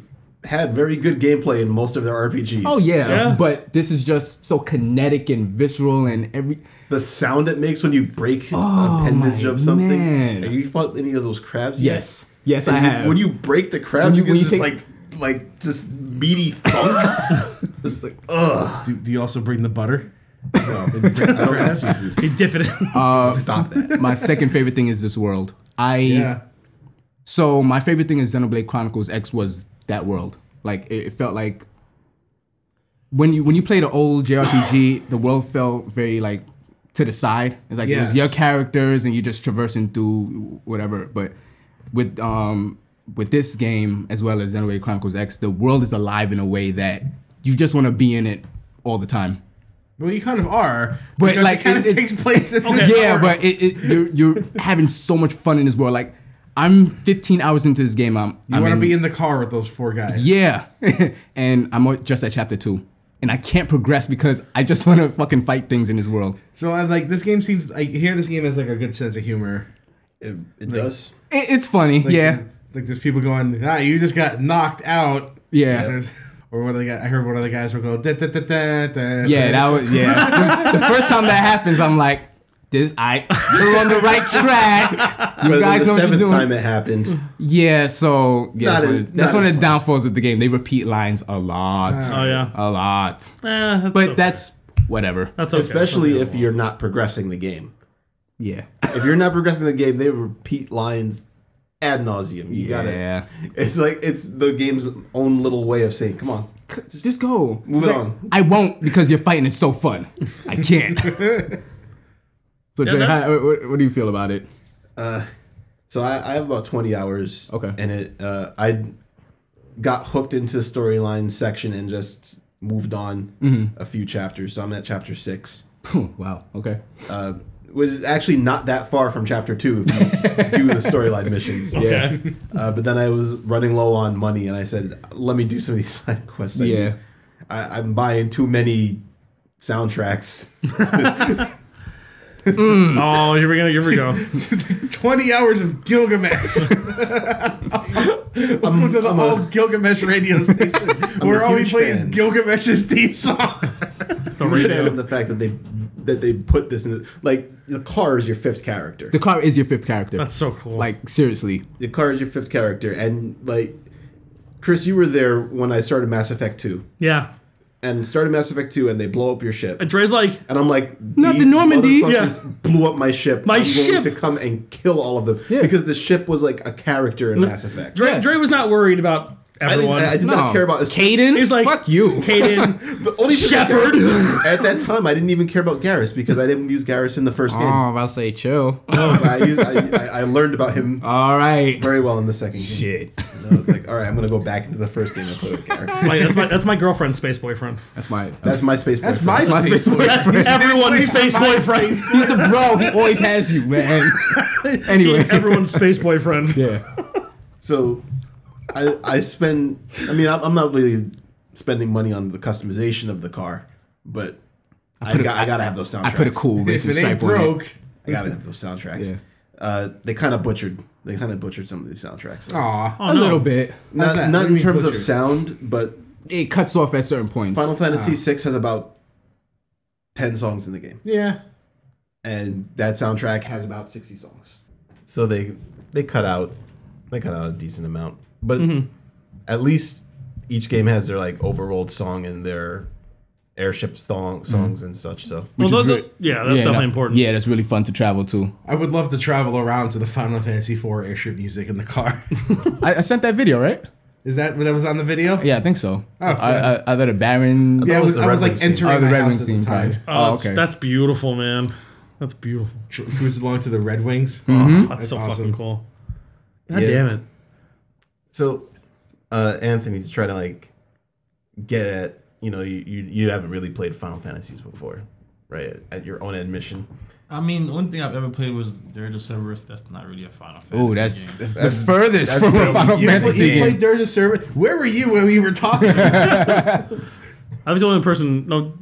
[SPEAKER 1] had very good gameplay in most of their RPGs.
[SPEAKER 2] Oh yeah.
[SPEAKER 3] Yeah.
[SPEAKER 2] but this is just so kinetic and visceral and every.
[SPEAKER 1] The sound it makes when you break
[SPEAKER 2] Oh,
[SPEAKER 1] an appendage
[SPEAKER 2] my
[SPEAKER 1] of something.
[SPEAKER 2] man.
[SPEAKER 1] Have you fought any of those crabs? yet?
[SPEAKER 2] Yes, yes,
[SPEAKER 1] And
[SPEAKER 2] I
[SPEAKER 1] you-
[SPEAKER 2] have.
[SPEAKER 1] When you break the crab,
[SPEAKER 2] When you-
[SPEAKER 1] you,
[SPEAKER 2] when you
[SPEAKER 1] get this
[SPEAKER 2] take-
[SPEAKER 1] like like just meaty thunk.
[SPEAKER 2] *laughs*
[SPEAKER 1] it's like ugh.
[SPEAKER 5] do, do you also bring the butter?
[SPEAKER 1] No, I don't have seafood.
[SPEAKER 3] Dip it in.
[SPEAKER 1] *laughs*
[SPEAKER 2] Uh,
[SPEAKER 1] Uh, Stop that.
[SPEAKER 2] my second favorite thing is this world. I so my favorite thing is Xenoblade Chronicles X was that world. Like it, it felt like when you when you play the old JRPG, the world felt very like to the side. It's like it was
[SPEAKER 5] Yes.
[SPEAKER 2] your characters and you're just traversing through whatever. But with um with this game as well as Xenoblade Chronicles X, the world is alive in a way that you just want to be in it all the time.
[SPEAKER 5] Well, you kind of are,
[SPEAKER 2] But,
[SPEAKER 5] because
[SPEAKER 2] like,
[SPEAKER 5] it kind
[SPEAKER 2] it-
[SPEAKER 5] of
[SPEAKER 2] it's-
[SPEAKER 5] takes place. In
[SPEAKER 3] Okay.
[SPEAKER 5] this
[SPEAKER 2] Yeah,
[SPEAKER 5] world.
[SPEAKER 2] but it, it, you're you're having so much fun in this world. Like I'm 15 hours into this game. I'm
[SPEAKER 5] you want to be in the car with those four guys.
[SPEAKER 2] yeah, *laughs* and I'm just at chapter two, and I can't progress because I just want to fucking fight things in this world.
[SPEAKER 5] So I'm like, this game seems. I hear this game has like a good sense of humor.
[SPEAKER 1] It, it does.
[SPEAKER 2] It, it's funny,
[SPEAKER 5] Like,
[SPEAKER 2] yeah.
[SPEAKER 5] Like there's people going, ah, you just got knocked out.
[SPEAKER 2] Yeah.
[SPEAKER 5] There's- Or one of the guys, I heard one of the guys will go, da, da, da, da, da,
[SPEAKER 2] Yeah,
[SPEAKER 5] da.
[SPEAKER 2] that was yeah. the first time that happens, I'm like, this I you're on the right track. You
[SPEAKER 1] But then
[SPEAKER 2] guys
[SPEAKER 1] the
[SPEAKER 2] know what you're
[SPEAKER 1] seventh
[SPEAKER 2] doing.
[SPEAKER 1] time it happened,
[SPEAKER 2] yeah, so yeah,
[SPEAKER 1] Not
[SPEAKER 2] that's,
[SPEAKER 1] as-
[SPEAKER 2] one, of-
[SPEAKER 1] not
[SPEAKER 2] that's one
[SPEAKER 1] as
[SPEAKER 2] of the
[SPEAKER 1] fun.
[SPEAKER 2] downfalls of the game. They repeat lines a lot,
[SPEAKER 3] Oh yeah,
[SPEAKER 2] a lot.
[SPEAKER 3] Eh, that's
[SPEAKER 2] But
[SPEAKER 3] okay.
[SPEAKER 2] that's whatever.
[SPEAKER 3] that's okay.
[SPEAKER 1] especially if you're not progressing the game.
[SPEAKER 2] *laughs* Yeah.
[SPEAKER 1] If you're not progressing the game, they repeat lines ad nauseum. You gotta.
[SPEAKER 2] Yeah.
[SPEAKER 1] It's like it's the game's own little way of saying, "Come on,
[SPEAKER 2] Just, go.
[SPEAKER 1] move
[SPEAKER 2] It's
[SPEAKER 1] it
[SPEAKER 2] like,
[SPEAKER 1] on."
[SPEAKER 2] I won't because your fighting is so fun. I can't. *laughs* so, Dre,
[SPEAKER 3] that-
[SPEAKER 2] how, what, what do you feel about it? *laughs*
[SPEAKER 1] So I, I have about twenty hours.
[SPEAKER 2] Okay.
[SPEAKER 1] And it uh, I got hooked into storyline section and just moved on
[SPEAKER 2] Mm-hmm.
[SPEAKER 1] a few chapters. So I'm at chapter six,
[SPEAKER 2] Oh, wow. Okay.
[SPEAKER 1] uh, which is actually not that far from chapter two if you do the storyline missions.
[SPEAKER 2] Yeah.
[SPEAKER 3] Okay.
[SPEAKER 1] Uh, but then I was running low on money, and I said, "Let me do some of these *laughs* side quests." I
[SPEAKER 2] Yeah.
[SPEAKER 1] do. *laughs* I, I'm buying too many soundtracks.
[SPEAKER 3] Oh, here we go. Here we go.
[SPEAKER 5] 20 hours
[SPEAKER 1] *laughs*
[SPEAKER 5] of Gilgamesh. *laughs* Welcome to the
[SPEAKER 1] I'm a-
[SPEAKER 5] old
[SPEAKER 1] *laughs*
[SPEAKER 5] Gilgamesh radio station where
[SPEAKER 1] a
[SPEAKER 5] all we
[SPEAKER 1] huge
[SPEAKER 5] play is
[SPEAKER 1] fan.
[SPEAKER 5] Gilgamesh's theme song.
[SPEAKER 3] The
[SPEAKER 1] I'm a fan
[SPEAKER 3] radio.
[SPEAKER 1] of the fact that they that they put this in the, like the car is your fifth character.
[SPEAKER 2] The car is your fifth character.
[SPEAKER 3] That's so
[SPEAKER 2] *laughs*
[SPEAKER 3] cool.
[SPEAKER 2] Like seriously,
[SPEAKER 1] The car is your fifth character, and like Chris, you were there when I started Mass Effect Two,
[SPEAKER 3] yeah.
[SPEAKER 1] and started Mass Effect Two, and they blow up your ship,
[SPEAKER 3] And Dre's like,
[SPEAKER 1] and I'm like,
[SPEAKER 2] Not
[SPEAKER 1] these
[SPEAKER 2] the Normandy.
[SPEAKER 1] motherfuckers
[SPEAKER 3] Yeah.
[SPEAKER 1] blew up my ship.
[SPEAKER 3] My
[SPEAKER 1] I'm
[SPEAKER 3] ship.
[SPEAKER 1] going to come and kill all of them because the ship was like a character in Mass Effect.
[SPEAKER 3] Dre,
[SPEAKER 2] Yes.
[SPEAKER 3] Dre was not worried about
[SPEAKER 1] I, didn't,
[SPEAKER 3] everyone.
[SPEAKER 1] I did not
[SPEAKER 2] No.
[SPEAKER 1] care about
[SPEAKER 2] Caden.
[SPEAKER 3] He's like,
[SPEAKER 2] fuck you.
[SPEAKER 3] Caden.
[SPEAKER 1] The only thing I
[SPEAKER 3] Shepherd.
[SPEAKER 1] cared- *laughs* At that time, I didn't even care about Garrus because I didn't use Garrus in the first
[SPEAKER 2] Oh,
[SPEAKER 1] game.
[SPEAKER 2] I'm about to say chill. *laughs*
[SPEAKER 1] But I, used, I, I, I learned about him
[SPEAKER 2] All right.
[SPEAKER 1] very well in the second game.
[SPEAKER 2] Shit.
[SPEAKER 1] No, it's like, all right, I'm gonna go back into the first game I played with
[SPEAKER 5] *laughs*
[SPEAKER 1] Garrus.
[SPEAKER 3] Like, that's my that's my girlfriend's space boyfriend.
[SPEAKER 2] That's my.
[SPEAKER 1] That's my space.
[SPEAKER 5] That's
[SPEAKER 1] boyfriend.
[SPEAKER 5] my space boy.
[SPEAKER 3] That's *laughs* everyone's space boyfriend.
[SPEAKER 2] He's the bro. He always has you, man. *laughs* Anyway.
[SPEAKER 3] *laughs* He's everyone's space boyfriend.
[SPEAKER 2] yeah.
[SPEAKER 1] So, I I spend. I mean, I'm I'm not really spending money on the customization of the car, but I, got, I gotta have those soundtracks.
[SPEAKER 2] I put a cool
[SPEAKER 5] If
[SPEAKER 2] racing
[SPEAKER 5] it ain't
[SPEAKER 2] stripe on
[SPEAKER 5] broke.
[SPEAKER 2] it.
[SPEAKER 1] I gotta have those soundtracks.
[SPEAKER 2] Yeah.
[SPEAKER 1] Uh, they kind of butchered. They kind of butchered some of these soundtracks. So.
[SPEAKER 5] Aw.
[SPEAKER 3] Oh,
[SPEAKER 2] A
[SPEAKER 3] no.
[SPEAKER 2] little bit.
[SPEAKER 1] not
[SPEAKER 5] that? What
[SPEAKER 1] not
[SPEAKER 5] do
[SPEAKER 1] in
[SPEAKER 5] you mean
[SPEAKER 1] terms of
[SPEAKER 5] butchered? Ah.
[SPEAKER 1] sound, but
[SPEAKER 2] It cuts off at certain points.
[SPEAKER 1] Final Fantasy VI has about ten songs in the game,
[SPEAKER 5] Yeah.
[SPEAKER 1] and that soundtrack has about sixty songs. So they they cut out they cut out a decent amount, but at least each game has their like overworld song and their airship song songs and such. So
[SPEAKER 2] which
[SPEAKER 3] Although
[SPEAKER 2] is
[SPEAKER 3] the-
[SPEAKER 2] re-
[SPEAKER 3] yeah, that's definitely
[SPEAKER 2] no.
[SPEAKER 3] important.
[SPEAKER 2] Yeah, that's really fun to travel to.
[SPEAKER 5] I would love to travel around to the Final Fantasy IV airship music in the car. *laughs*
[SPEAKER 2] I, I sent that video, right?
[SPEAKER 5] Is that what that was on the video?
[SPEAKER 2] Yeah, I think so. I,
[SPEAKER 5] sorry.
[SPEAKER 2] I, either the Baron.
[SPEAKER 5] Yeah, I
[SPEAKER 1] That was
[SPEAKER 5] was,
[SPEAKER 1] the
[SPEAKER 5] I
[SPEAKER 1] Red
[SPEAKER 5] was like
[SPEAKER 1] Wings theme.
[SPEAKER 5] entering
[SPEAKER 2] Oh, the
[SPEAKER 5] my
[SPEAKER 2] Red
[SPEAKER 5] house
[SPEAKER 2] Wings
[SPEAKER 5] at the
[SPEAKER 2] theme,
[SPEAKER 5] time.
[SPEAKER 2] probably.
[SPEAKER 3] Oh,
[SPEAKER 2] Oh,
[SPEAKER 3] that's-
[SPEAKER 2] okay.
[SPEAKER 3] That's beautiful, man. That's beautiful.
[SPEAKER 5] Tr- Cruise along to the
[SPEAKER 1] *laughs*
[SPEAKER 5] Red Wings.
[SPEAKER 3] Oh, that's, so
[SPEAKER 5] awesome.
[SPEAKER 3] fucking cool. God
[SPEAKER 1] Yeah.
[SPEAKER 3] damn it.
[SPEAKER 1] So, uh, Anthony's trying to like get at you know you, you you haven't really played Final Fantasies before, right? At your own admission.
[SPEAKER 4] I mean, the only thing I've ever played was Dirge of Cerberus. That's not really a Final Fantasy.
[SPEAKER 2] Ooh, that's,
[SPEAKER 4] game.
[SPEAKER 2] the- the furthest from a
[SPEAKER 1] really-
[SPEAKER 2] Final
[SPEAKER 1] you-
[SPEAKER 2] Fantasy
[SPEAKER 5] You
[SPEAKER 2] game.
[SPEAKER 5] played Dirge of Service. Where were you when we
[SPEAKER 1] *laughs*
[SPEAKER 5] were talking?
[SPEAKER 3] I was the only person. No,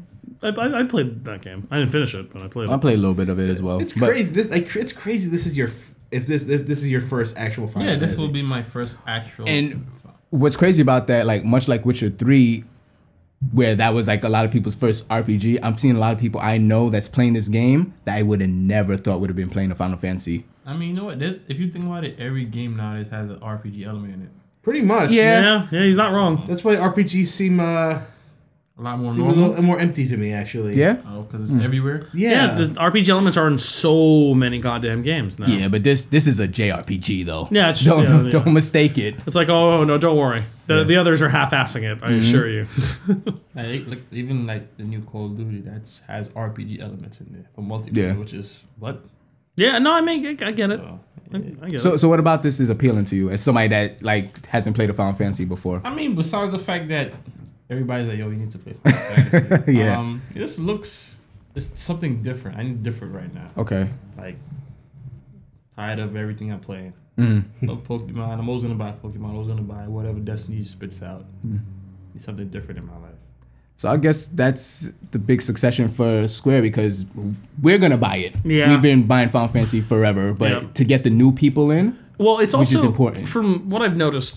[SPEAKER 3] I, I, I played that game. I didn't finish it, but I played
[SPEAKER 2] I
[SPEAKER 3] it.
[SPEAKER 2] played a little bit of it as well.
[SPEAKER 5] It's
[SPEAKER 2] but-
[SPEAKER 5] crazy. This like it's crazy. This is your f- if this this this is your first actual Final
[SPEAKER 4] Yeah, this
[SPEAKER 5] Fantasy.
[SPEAKER 4] will be my first actual.
[SPEAKER 2] And what's crazy about that, like much like Witcher Three, where that was like a lot of people's first RPG, I'm seeing a lot of people I know that's playing this game that I would have never thought would have been playing a Final Fantasy.
[SPEAKER 4] I mean, you know what? There's, if you think about it, every game nowadays has an RPG element in it.
[SPEAKER 5] pretty much.
[SPEAKER 2] Yeah.
[SPEAKER 3] Yeah, yeah, he's not wrong.
[SPEAKER 5] That's why RPGs seem uh
[SPEAKER 4] A lot more
[SPEAKER 5] seem a little
[SPEAKER 4] normal.
[SPEAKER 5] more empty to me actually.
[SPEAKER 2] Yeah.
[SPEAKER 4] Oh, because it's everywhere.
[SPEAKER 3] Yeah, the
[SPEAKER 5] Yeah.
[SPEAKER 3] RPG elements are in so many goddamn games now.
[SPEAKER 2] Yeah, but this this is a JRPG though.
[SPEAKER 3] Yeah, it's-
[SPEAKER 2] don't
[SPEAKER 3] yeah,
[SPEAKER 2] don't,
[SPEAKER 3] yeah.
[SPEAKER 2] don't mistake it.
[SPEAKER 3] It's like, oh, no, don't worry. The, the others are half assing it, I
[SPEAKER 2] Mm-hmm.
[SPEAKER 3] assure you. *laughs*
[SPEAKER 4] Like, like even like the new Call of Duty that has RPG elements in there for
[SPEAKER 2] Yeah.
[SPEAKER 4] multiplayer, which is what.
[SPEAKER 3] yeah, no, I mean, I, I get it.
[SPEAKER 4] So,
[SPEAKER 3] I, I get
[SPEAKER 2] So
[SPEAKER 3] it.
[SPEAKER 2] so what about this is appealing to you as somebody that like hasn't played a Final Fantasy before? *laughs*
[SPEAKER 4] I mean, besides the fact that everybody's like, "Yo, you need to play." Final Fantasy."
[SPEAKER 2] Yeah.
[SPEAKER 4] Um, this looks it's something different. I need different right now.
[SPEAKER 2] Okay.
[SPEAKER 4] Like tired of everything I'm playing.
[SPEAKER 2] Mm.
[SPEAKER 4] No Pokemon. I'm always gonna buy Pokemon. I'm always gonna buy whatever Destiny spits out.
[SPEAKER 2] Mm.
[SPEAKER 4] Need something different in my life.
[SPEAKER 2] So I guess that's the big succession for Square because we're gonna buy it.
[SPEAKER 3] Yeah.
[SPEAKER 2] We've been buying Final Fantasy forever, but
[SPEAKER 3] Yeah.
[SPEAKER 2] to get the new people in,
[SPEAKER 3] Well, it's
[SPEAKER 2] Which is
[SPEAKER 3] also
[SPEAKER 2] important.
[SPEAKER 3] From what I've noticed,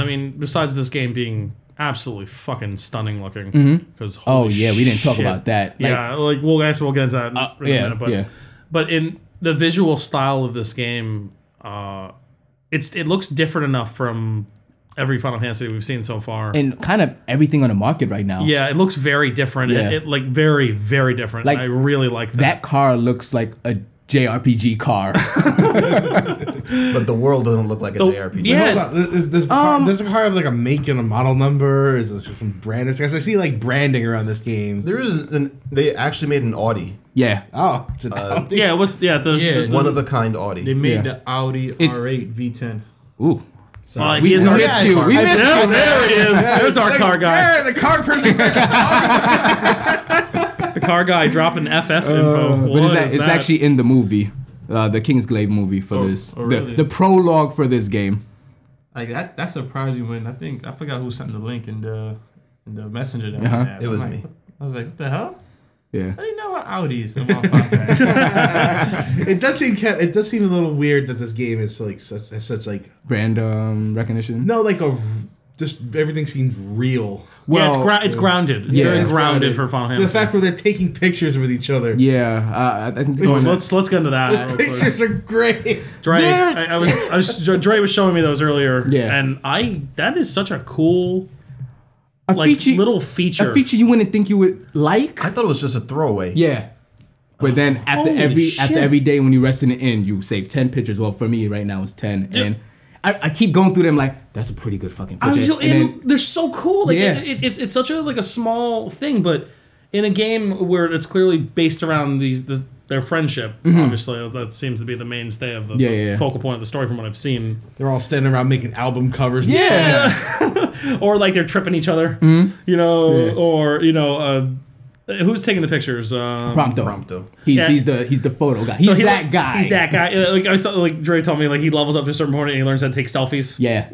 [SPEAKER 3] I mean, besides this game being absolutely fucking stunning looking, because
[SPEAKER 2] Oh yeah, we didn't talk about that. Like,
[SPEAKER 3] yeah, like we'll I guess we'll get into that in,
[SPEAKER 2] Uh,
[SPEAKER 3] in a
[SPEAKER 2] yeah,
[SPEAKER 3] minute. But
[SPEAKER 2] yeah.
[SPEAKER 3] but in the visual style of this game, uh, it's it looks different enough from every Final Fantasy we've seen so far.
[SPEAKER 2] and kind of everything on the market right now.
[SPEAKER 3] yeah, it looks very different.
[SPEAKER 2] Yeah.
[SPEAKER 3] It, it like very very different.
[SPEAKER 2] Like,
[SPEAKER 3] I really like that.
[SPEAKER 2] That car looks like a JRPG car.
[SPEAKER 1] But the world doesn't look like a JRPG.
[SPEAKER 3] Oh, yeah.
[SPEAKER 5] Hold on. Is, is the car, does the car have like a make and a model number? Is this some brand? Because I see like branding around this game.
[SPEAKER 1] There is an they actually made an Audi,
[SPEAKER 2] *laughs* yeah.
[SPEAKER 5] Oh, it's an
[SPEAKER 2] Uh,
[SPEAKER 5] Audi.
[SPEAKER 3] yeah, it was yeah. There's,
[SPEAKER 4] Yeah,
[SPEAKER 3] there's-
[SPEAKER 1] one of a kind Audi.
[SPEAKER 4] They made
[SPEAKER 2] Yeah.
[SPEAKER 4] the Audi
[SPEAKER 2] It's-
[SPEAKER 4] R8 V10.
[SPEAKER 2] Ooh.
[SPEAKER 1] So-
[SPEAKER 3] Like, he is not-
[SPEAKER 1] missed you.
[SPEAKER 2] We missed
[SPEAKER 3] Yeah,
[SPEAKER 2] you.
[SPEAKER 3] there
[SPEAKER 2] *laughs*
[SPEAKER 3] he is. There's our
[SPEAKER 5] Like,
[SPEAKER 3] car guy.
[SPEAKER 5] yeah, the *laughs* car person.
[SPEAKER 3] The car guy dropping FF info.
[SPEAKER 2] Uh, But it's,
[SPEAKER 3] What
[SPEAKER 2] a-
[SPEAKER 3] is
[SPEAKER 2] it's
[SPEAKER 3] that?
[SPEAKER 2] actually in the movie, uh, the Kingsglaive movie for this.
[SPEAKER 4] oh,
[SPEAKER 2] the,
[SPEAKER 4] really?
[SPEAKER 2] the prologue for this game.
[SPEAKER 4] Like that that surprised me when I think I forgot who sent the link in the in the messenger that I
[SPEAKER 2] Uh-huh.
[SPEAKER 4] had.
[SPEAKER 1] It was
[SPEAKER 4] I'm like,
[SPEAKER 1] me.
[SPEAKER 4] I was like, what the hell?
[SPEAKER 2] Yeah.
[SPEAKER 4] I didn't know about Audis. in my podcast.
[SPEAKER 5] It does seem ca- it does seem a little weird that this game is like such, has such like
[SPEAKER 2] Brand um, recognition.
[SPEAKER 5] no like a just everything seems real.
[SPEAKER 3] yeah, it's, gra- it's grounded. It's
[SPEAKER 2] Yeah,
[SPEAKER 3] very
[SPEAKER 2] it's
[SPEAKER 3] grounded for Final
[SPEAKER 5] The
[SPEAKER 3] Fantasy.
[SPEAKER 5] fact where they're taking pictures with each other.
[SPEAKER 2] Yeah, uh, I think
[SPEAKER 3] Well,
[SPEAKER 2] going
[SPEAKER 3] let's let's get into that. real quick.
[SPEAKER 5] *laughs* Pictures are great.
[SPEAKER 3] Dre,
[SPEAKER 2] There-
[SPEAKER 3] I, I was, I was Dre was showing me those earlier.
[SPEAKER 2] Yeah.
[SPEAKER 3] and I that is such a cool
[SPEAKER 2] a
[SPEAKER 3] like
[SPEAKER 2] feature,
[SPEAKER 3] little feature.
[SPEAKER 2] a feature you wouldn't think you would like.
[SPEAKER 1] I thought it was just a throwaway.
[SPEAKER 2] Yeah. But then after
[SPEAKER 3] Holy
[SPEAKER 2] every after
[SPEAKER 3] shit.
[SPEAKER 2] every day when you rest in the inn, you save ten pictures. Well, for me right now it's ten, and I, I keep going through them like that's a pretty good fucking
[SPEAKER 3] I
[SPEAKER 2] picture.
[SPEAKER 3] was so-
[SPEAKER 2] and
[SPEAKER 3] and
[SPEAKER 2] then,
[SPEAKER 3] they're so cool. Like
[SPEAKER 2] Yeah.
[SPEAKER 3] it, it, it's it's such a like a small thing, but in a game where it's clearly based around these this, their friendship, obviously uh, that seems to be the mainstay of the,
[SPEAKER 2] Mm-hmm. Yeah,
[SPEAKER 3] the
[SPEAKER 2] yeah, yeah.
[SPEAKER 3] focal point of the story from what I've seen.
[SPEAKER 5] They're all standing around making album covers. and shit.
[SPEAKER 2] yeah,
[SPEAKER 3] Or like they're tripping each other, you know,
[SPEAKER 2] Mm-hmm. Yeah.
[SPEAKER 3] or you know, uh, who's taking the pictures? Um,
[SPEAKER 5] Oh.
[SPEAKER 2] Prompto.
[SPEAKER 1] Prompto.
[SPEAKER 2] He's
[SPEAKER 3] Yeah.
[SPEAKER 2] he's the he's the photo guy. He's
[SPEAKER 3] he-
[SPEAKER 2] that guy.
[SPEAKER 3] He's that guy. Uh, Like I saw, like Dre told me, like he levels up to a certain point and he learns how to take selfies. *laughs*
[SPEAKER 2] Yeah,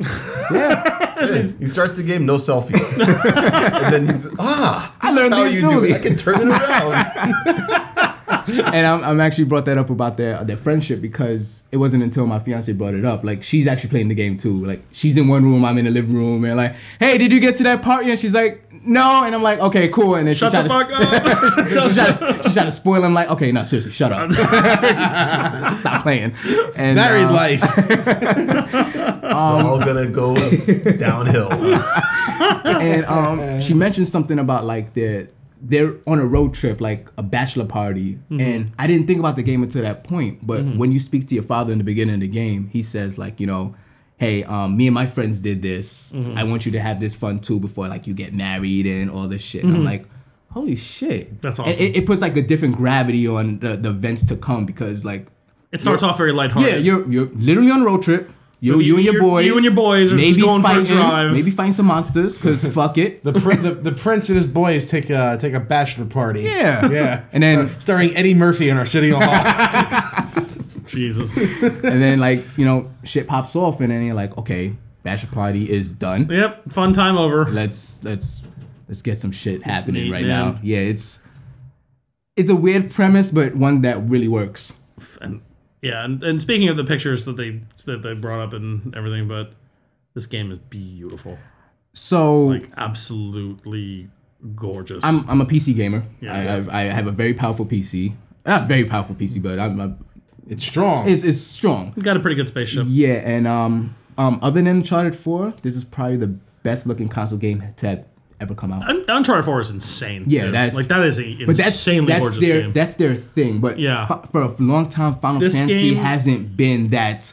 [SPEAKER 2] yeah.
[SPEAKER 1] He starts the game, no
[SPEAKER 5] *laughs*
[SPEAKER 1] selfies. and then he's, ah, I
[SPEAKER 2] learned the ability.
[SPEAKER 1] I can turn it
[SPEAKER 5] *laughs*
[SPEAKER 1] around.
[SPEAKER 2] and I'm, I'm actually brought that up about their their friendship because it wasn't until my fiance brought it up. Like she's actually playing the game too. Like she's in one room, I'm in the living room, and like, hey, did you get to that party? And she's like, no. And I'm like, okay, cool. And then
[SPEAKER 3] Shut
[SPEAKER 2] she tried
[SPEAKER 3] the
[SPEAKER 2] to, *laughs*
[SPEAKER 3] fuck up. *laughs*
[SPEAKER 2] She's trying, she's trying to spoil him. Like, okay, no, seriously, shut up. *laughs* Stop playing. And
[SPEAKER 5] Married
[SPEAKER 2] uh,
[SPEAKER 5] life.
[SPEAKER 1] It's all gonna go
[SPEAKER 5] *laughs*
[SPEAKER 1] downhill.
[SPEAKER 3] *laughs*
[SPEAKER 2] And um, she mentioned something about like their they're on a road trip, like a bachelor party.
[SPEAKER 3] Mm-hmm.
[SPEAKER 2] And I didn't think about the game until that point. But when you speak to your father in the beginning of the game, he says like, you know, hey, um, me and my friends did this.
[SPEAKER 3] Mm-hmm.
[SPEAKER 2] I want you to have this fun too before like you get married and all this shit. And I'm like. Holy shit!
[SPEAKER 3] Mm-hmm. That's
[SPEAKER 2] And
[SPEAKER 3] awesome.
[SPEAKER 2] It, it puts like a different gravity on the, the events to come because like
[SPEAKER 3] It starts off very lighthearted.
[SPEAKER 2] Yeah, you're you're literally on a road trip. You,
[SPEAKER 3] Oh, With
[SPEAKER 2] you
[SPEAKER 3] you-
[SPEAKER 2] and your
[SPEAKER 3] you're-
[SPEAKER 2] boys.
[SPEAKER 3] you and your boys are just going for a
[SPEAKER 2] fighting,
[SPEAKER 3] drive.
[SPEAKER 2] Maybe find some monsters,
[SPEAKER 3] *laughs*
[SPEAKER 2] cause fuck it.
[SPEAKER 5] the, prin- the the prince and his boys take a take a bachelor party.
[SPEAKER 2] Yeah.
[SPEAKER 5] *laughs* yeah.
[SPEAKER 2] And then
[SPEAKER 5] Starring Eddie Murphy in our city hall.
[SPEAKER 3] Jesus.
[SPEAKER 2] and then like, you know, shit pops off and then you're like, okay, bachelor party is done.
[SPEAKER 3] yep. Fun time over.
[SPEAKER 2] Let's let's let's get some shit happening
[SPEAKER 3] neat,
[SPEAKER 2] right
[SPEAKER 3] man.
[SPEAKER 2] now. Yeah, it's it's a weird premise, but one that really works.
[SPEAKER 3] and yeah, and, and speaking of the pictures that they that they brought up and everything, but this game is beautiful,
[SPEAKER 2] So
[SPEAKER 3] like absolutely gorgeous.
[SPEAKER 2] I'm I'm a PC gamer.
[SPEAKER 3] Yeah.
[SPEAKER 2] I, I I have a very powerful PC. Not very powerful PC, but I'm, i
[SPEAKER 5] *laughs* it's strong.
[SPEAKER 2] it's it's strong.
[SPEAKER 3] We've got a pretty good spaceship.
[SPEAKER 2] Yeah, and um, um, other than Uncharted Four, this is probably the best looking console game to have ever come out.
[SPEAKER 3] Un- Uncharted Four is insane.
[SPEAKER 2] Yeah,
[SPEAKER 3] dude.
[SPEAKER 2] that's-
[SPEAKER 3] like that is a
[SPEAKER 2] But that's
[SPEAKER 3] insanely
[SPEAKER 2] that's
[SPEAKER 3] gorgeous
[SPEAKER 2] their
[SPEAKER 3] game.
[SPEAKER 2] that's their thing. But
[SPEAKER 3] Yeah.
[SPEAKER 2] fa- for a long time, Final
[SPEAKER 3] This
[SPEAKER 2] Fantasy
[SPEAKER 3] game-
[SPEAKER 2] hasn't been that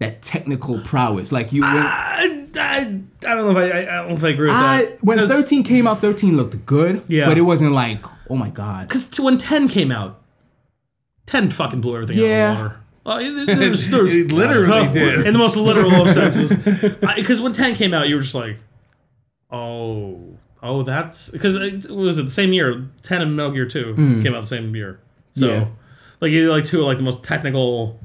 [SPEAKER 2] that technical prowess. Like you, when,
[SPEAKER 3] Ah, I, I, I don't know if I, I, I don't know if I agree with
[SPEAKER 2] I
[SPEAKER 3] that.
[SPEAKER 2] when
[SPEAKER 3] 'Cause-
[SPEAKER 2] thirteen came out, thirteen looked good.
[SPEAKER 3] Yeah.
[SPEAKER 2] but it wasn't like oh my god.
[SPEAKER 3] Because t- when 10 came out, 10 fucking blew everything
[SPEAKER 2] Yeah.
[SPEAKER 3] out of the water. Uh, it- it-
[SPEAKER 5] *laughs*
[SPEAKER 3] there's- there's-
[SPEAKER 5] It literally
[SPEAKER 3] Oh, *laughs*
[SPEAKER 5] did.
[SPEAKER 3] In the most literal of senses. *laughs* Because when 10 came out, you were just like, oh, oh, that's. Because it was it the same year? 10 and Metal Gear 2 came out the same year. So,
[SPEAKER 2] Hmm. Yeah.
[SPEAKER 3] like, you like two of like the most technical,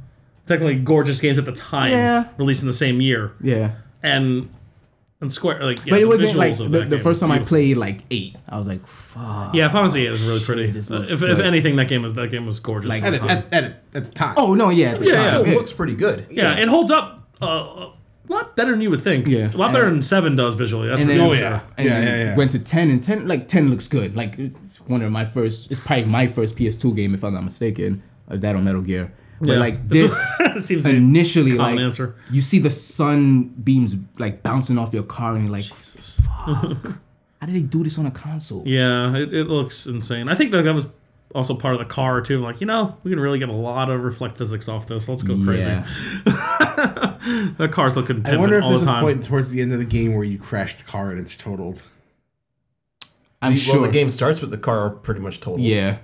[SPEAKER 3] technically gorgeous games at the time
[SPEAKER 2] Yeah.
[SPEAKER 3] released in the same year.
[SPEAKER 2] Yeah.
[SPEAKER 3] And. And Square, like, yeah,
[SPEAKER 2] But
[SPEAKER 3] the
[SPEAKER 2] it wasn't like
[SPEAKER 3] visuals of
[SPEAKER 2] the,
[SPEAKER 3] that
[SPEAKER 2] the
[SPEAKER 3] game
[SPEAKER 2] first
[SPEAKER 3] were
[SPEAKER 2] time I
[SPEAKER 3] beautiful.
[SPEAKER 2] played like eight. I was like, fuck.
[SPEAKER 3] Yeah, Final Fantasy VIII was really pretty.
[SPEAKER 2] this
[SPEAKER 3] Uh,
[SPEAKER 2] looks
[SPEAKER 3] if, if
[SPEAKER 2] good.
[SPEAKER 3] anything, that game was that game was gorgeous.
[SPEAKER 2] Like-
[SPEAKER 3] at
[SPEAKER 5] at,
[SPEAKER 3] the
[SPEAKER 5] it-
[SPEAKER 3] time.
[SPEAKER 5] at, at, it- at the time.
[SPEAKER 2] Oh no, yeah. at the
[SPEAKER 1] It
[SPEAKER 2] time,
[SPEAKER 1] still
[SPEAKER 2] yeah.
[SPEAKER 1] looks pretty good.
[SPEAKER 3] yeah, it holds up uh, a lot better than you would think.
[SPEAKER 2] Yeah.
[SPEAKER 3] a lot better
[SPEAKER 2] And-
[SPEAKER 3] than seven does visually. That's
[SPEAKER 2] And
[SPEAKER 3] for
[SPEAKER 2] then, uh,
[SPEAKER 3] sure.
[SPEAKER 5] Oh, yeah.
[SPEAKER 2] and
[SPEAKER 5] Yeah,
[SPEAKER 2] then
[SPEAKER 5] yeah, yeah.
[SPEAKER 2] Went to ten and ten, like ten looks good. Like it's one of my first. It's probably my first PS2 game, if I'm not mistaken. uh, That on Metal Gear, but
[SPEAKER 3] Yeah.
[SPEAKER 2] like
[SPEAKER 3] That's *laughs*
[SPEAKER 2] this
[SPEAKER 3] what- it seems to be a
[SPEAKER 2] initially,
[SPEAKER 3] common
[SPEAKER 2] like
[SPEAKER 3] answer.
[SPEAKER 2] you see the sun beams like bouncing off your car, and you're like, fuck. How did they do this on a console?
[SPEAKER 3] yeah, it, it looks insane. I think that that was also part of the car too. Like you know, we can really get a lot of reflect physics off this. Let's go crazy.
[SPEAKER 2] Yeah.
[SPEAKER 3] That car's looking
[SPEAKER 5] I
[SPEAKER 3] pimping
[SPEAKER 5] wonder if
[SPEAKER 3] all
[SPEAKER 5] there's
[SPEAKER 3] the
[SPEAKER 5] a
[SPEAKER 3] time.
[SPEAKER 5] point towards the end of the game where you crash the car and it's totaled.
[SPEAKER 2] I'm
[SPEAKER 1] The-
[SPEAKER 2] sure.
[SPEAKER 1] Well, the game starts with the car pretty much totaled.
[SPEAKER 2] yeah,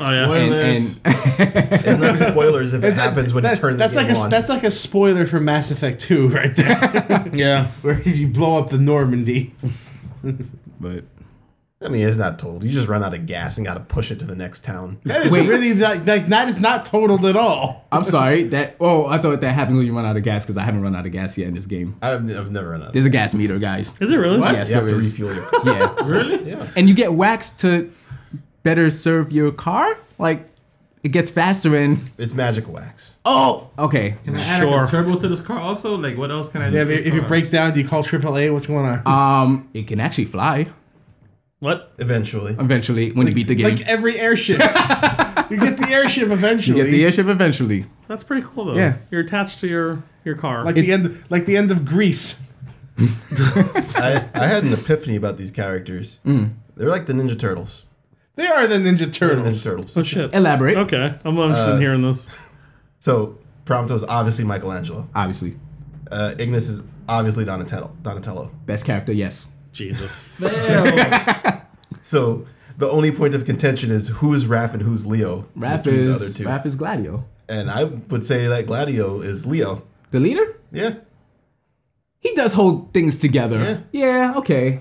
[SPEAKER 3] Oh yeah,
[SPEAKER 2] and, and *laughs*
[SPEAKER 1] It's not spoilers if it happens when you
[SPEAKER 5] That-
[SPEAKER 1] turn the
[SPEAKER 5] that's
[SPEAKER 1] game
[SPEAKER 5] like a
[SPEAKER 1] on.
[SPEAKER 5] that's like a spoiler for Mass Effect Two *laughs* right there,
[SPEAKER 3] yeah.
[SPEAKER 5] where if you blow up the Normandy.
[SPEAKER 2] but
[SPEAKER 1] I mean, it's not totaled. You just run out of gas and got to push it to the next town.
[SPEAKER 5] That is
[SPEAKER 2] Wait.
[SPEAKER 5] really not, like that is not totaled at all.
[SPEAKER 2] I'm sorry that. Oh, I thought that happens when you run out of gas because I haven't run out of gas yet in this game.
[SPEAKER 1] I've, I've never run out.
[SPEAKER 2] There's a gas meter, guys.
[SPEAKER 3] Is it really?
[SPEAKER 2] Yes,
[SPEAKER 1] you have
[SPEAKER 5] *laughs*
[SPEAKER 2] there
[SPEAKER 1] to
[SPEAKER 3] *laughs*
[SPEAKER 2] is.
[SPEAKER 1] refuel your.
[SPEAKER 2] Yeah.
[SPEAKER 4] really?
[SPEAKER 1] Yeah.
[SPEAKER 2] and you get waxed to better serve your car? Like it gets faster and
[SPEAKER 1] It's magic wax.
[SPEAKER 2] oh, okay.
[SPEAKER 4] Can I add
[SPEAKER 3] Sure.
[SPEAKER 4] like a turbo to this car also? Like, what else can I do?
[SPEAKER 5] Yeah,
[SPEAKER 4] to this
[SPEAKER 5] if, if it
[SPEAKER 4] car?
[SPEAKER 5] breaks down, do you call AAA? What's going on?
[SPEAKER 2] Um, it can actually fly
[SPEAKER 3] What?
[SPEAKER 1] Eventually,
[SPEAKER 2] eventually when you beat the game.
[SPEAKER 5] like every *laughs* airship. you get the airship
[SPEAKER 2] you
[SPEAKER 5] eventually.
[SPEAKER 2] get the airship eventually.
[SPEAKER 3] That's pretty cool though.
[SPEAKER 2] Yeah.
[SPEAKER 3] You're attached to your your car.
[SPEAKER 5] like
[SPEAKER 2] It's-
[SPEAKER 5] the end, like the end of Greece.
[SPEAKER 1] I, I had an epiphany about these characters.
[SPEAKER 2] Mm.
[SPEAKER 1] They're like the Ninja Turtles.
[SPEAKER 5] They are the Ninja
[SPEAKER 1] Ninja
[SPEAKER 5] Turtles.
[SPEAKER 1] Turtles.
[SPEAKER 3] oh shit.
[SPEAKER 2] Elaborate,
[SPEAKER 3] Okay, I'm not
[SPEAKER 2] Uh,
[SPEAKER 3] interested in hearing this.
[SPEAKER 1] So Prompto's obviously Michelangelo.
[SPEAKER 2] obviously.
[SPEAKER 1] Uh, Ignis is obviously Donatello. Donatello.
[SPEAKER 2] Best character, yes.
[SPEAKER 3] Jesus.
[SPEAKER 1] So the only point of contention is who's Raph and who's Leo.
[SPEAKER 2] Raph
[SPEAKER 1] between
[SPEAKER 2] is Raph is Gladio.
[SPEAKER 1] And I would say that Gladio is Leo.
[SPEAKER 2] The leader?
[SPEAKER 1] Yeah.
[SPEAKER 2] He does hold things together. Yeah, okay.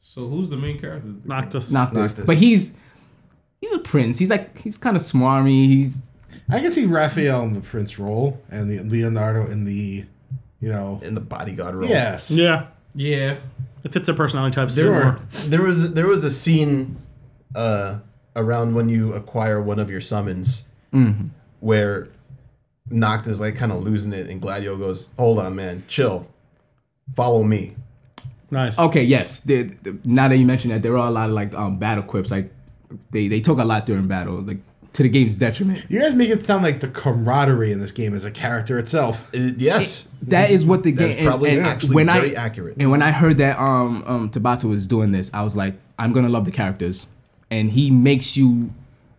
[SPEAKER 4] So who's the main character?
[SPEAKER 3] Noctis.
[SPEAKER 2] Not this.
[SPEAKER 1] Noctis.
[SPEAKER 2] But he's he's a prince. He's like he's kind of smarmy. He's
[SPEAKER 5] I can see Raphael in the Prince role and the Leonardo in the, you know,
[SPEAKER 1] In the bodyguard role.
[SPEAKER 5] yes.
[SPEAKER 3] Yeah.
[SPEAKER 4] Yeah.
[SPEAKER 3] It fits the personality types.
[SPEAKER 5] There
[SPEAKER 3] too.
[SPEAKER 5] are
[SPEAKER 1] There was there was a scene uh, around when you acquire one of your summons
[SPEAKER 2] Mm-hmm.
[SPEAKER 1] where Noct is like kind of losing it, and Gladio goes, "Hold on, man, chill, follow me."
[SPEAKER 3] Nice.
[SPEAKER 2] okay. Yes. The- the- now that you mention that, there are a lot of like um, battle quips. Like they they talk a lot during battle, like to the game's detriment.
[SPEAKER 5] You guys make it sound like the camaraderie in this game is a character itself.
[SPEAKER 1] It- Uh,
[SPEAKER 2] *laughs*
[SPEAKER 1] yes,
[SPEAKER 2] That is what the game.
[SPEAKER 1] that's probably
[SPEAKER 2] and, and
[SPEAKER 1] actually
[SPEAKER 2] when
[SPEAKER 1] very
[SPEAKER 2] I,
[SPEAKER 1] accurate.
[SPEAKER 2] And when I heard that um um Tabata was doing this, I was like, I'm gonna love the characters, and he makes you.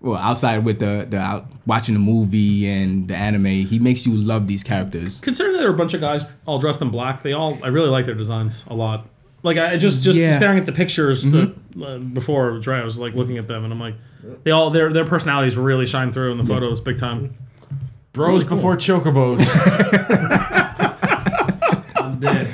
[SPEAKER 2] Well, outside with the the out, watching the movie and the anime, he makes you love these characters.
[SPEAKER 3] Considering there were a bunch of guys all dressed in black, they all I really like their designs a lot. Like I just just
[SPEAKER 2] Yeah. Mm-hmm.
[SPEAKER 3] staring at the pictures that, uh, before it was dry, I was like looking at them and I'm like, they all their their personalities really shine through in the photos big time.
[SPEAKER 5] Bros before chocobos.
[SPEAKER 4] *laughs* I'm dead.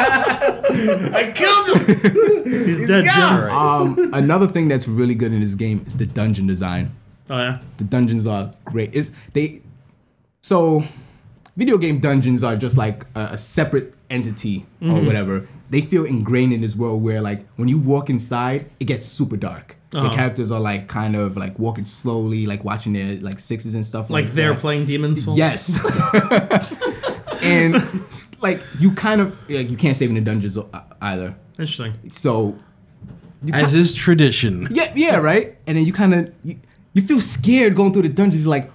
[SPEAKER 5] *laughs* I killed him.
[SPEAKER 3] He's, dead
[SPEAKER 5] gone.
[SPEAKER 3] Jim.
[SPEAKER 2] Um, *laughs* another thing that's really good in this game is the dungeon design.
[SPEAKER 3] Oh yeah,
[SPEAKER 2] the dungeons are great. It's they so video game dungeons are just like a, a separate entity or whatever. They feel ingrained in this world where like when you walk inside, it gets super dark. The
[SPEAKER 3] Uh-huh.
[SPEAKER 2] characters are like kind of like walking slowly, like watching their like sixes and stuff like,
[SPEAKER 3] like they're
[SPEAKER 2] that.
[SPEAKER 3] playing Demon Souls.
[SPEAKER 2] Yes. *laughs* and like you kind of like you can't save in the dungeons uh, either.
[SPEAKER 3] interesting.
[SPEAKER 2] So
[SPEAKER 5] As is tradition.
[SPEAKER 2] yeah, yeah, right. And then you kind of you, you feel scared going through the dungeons. Like,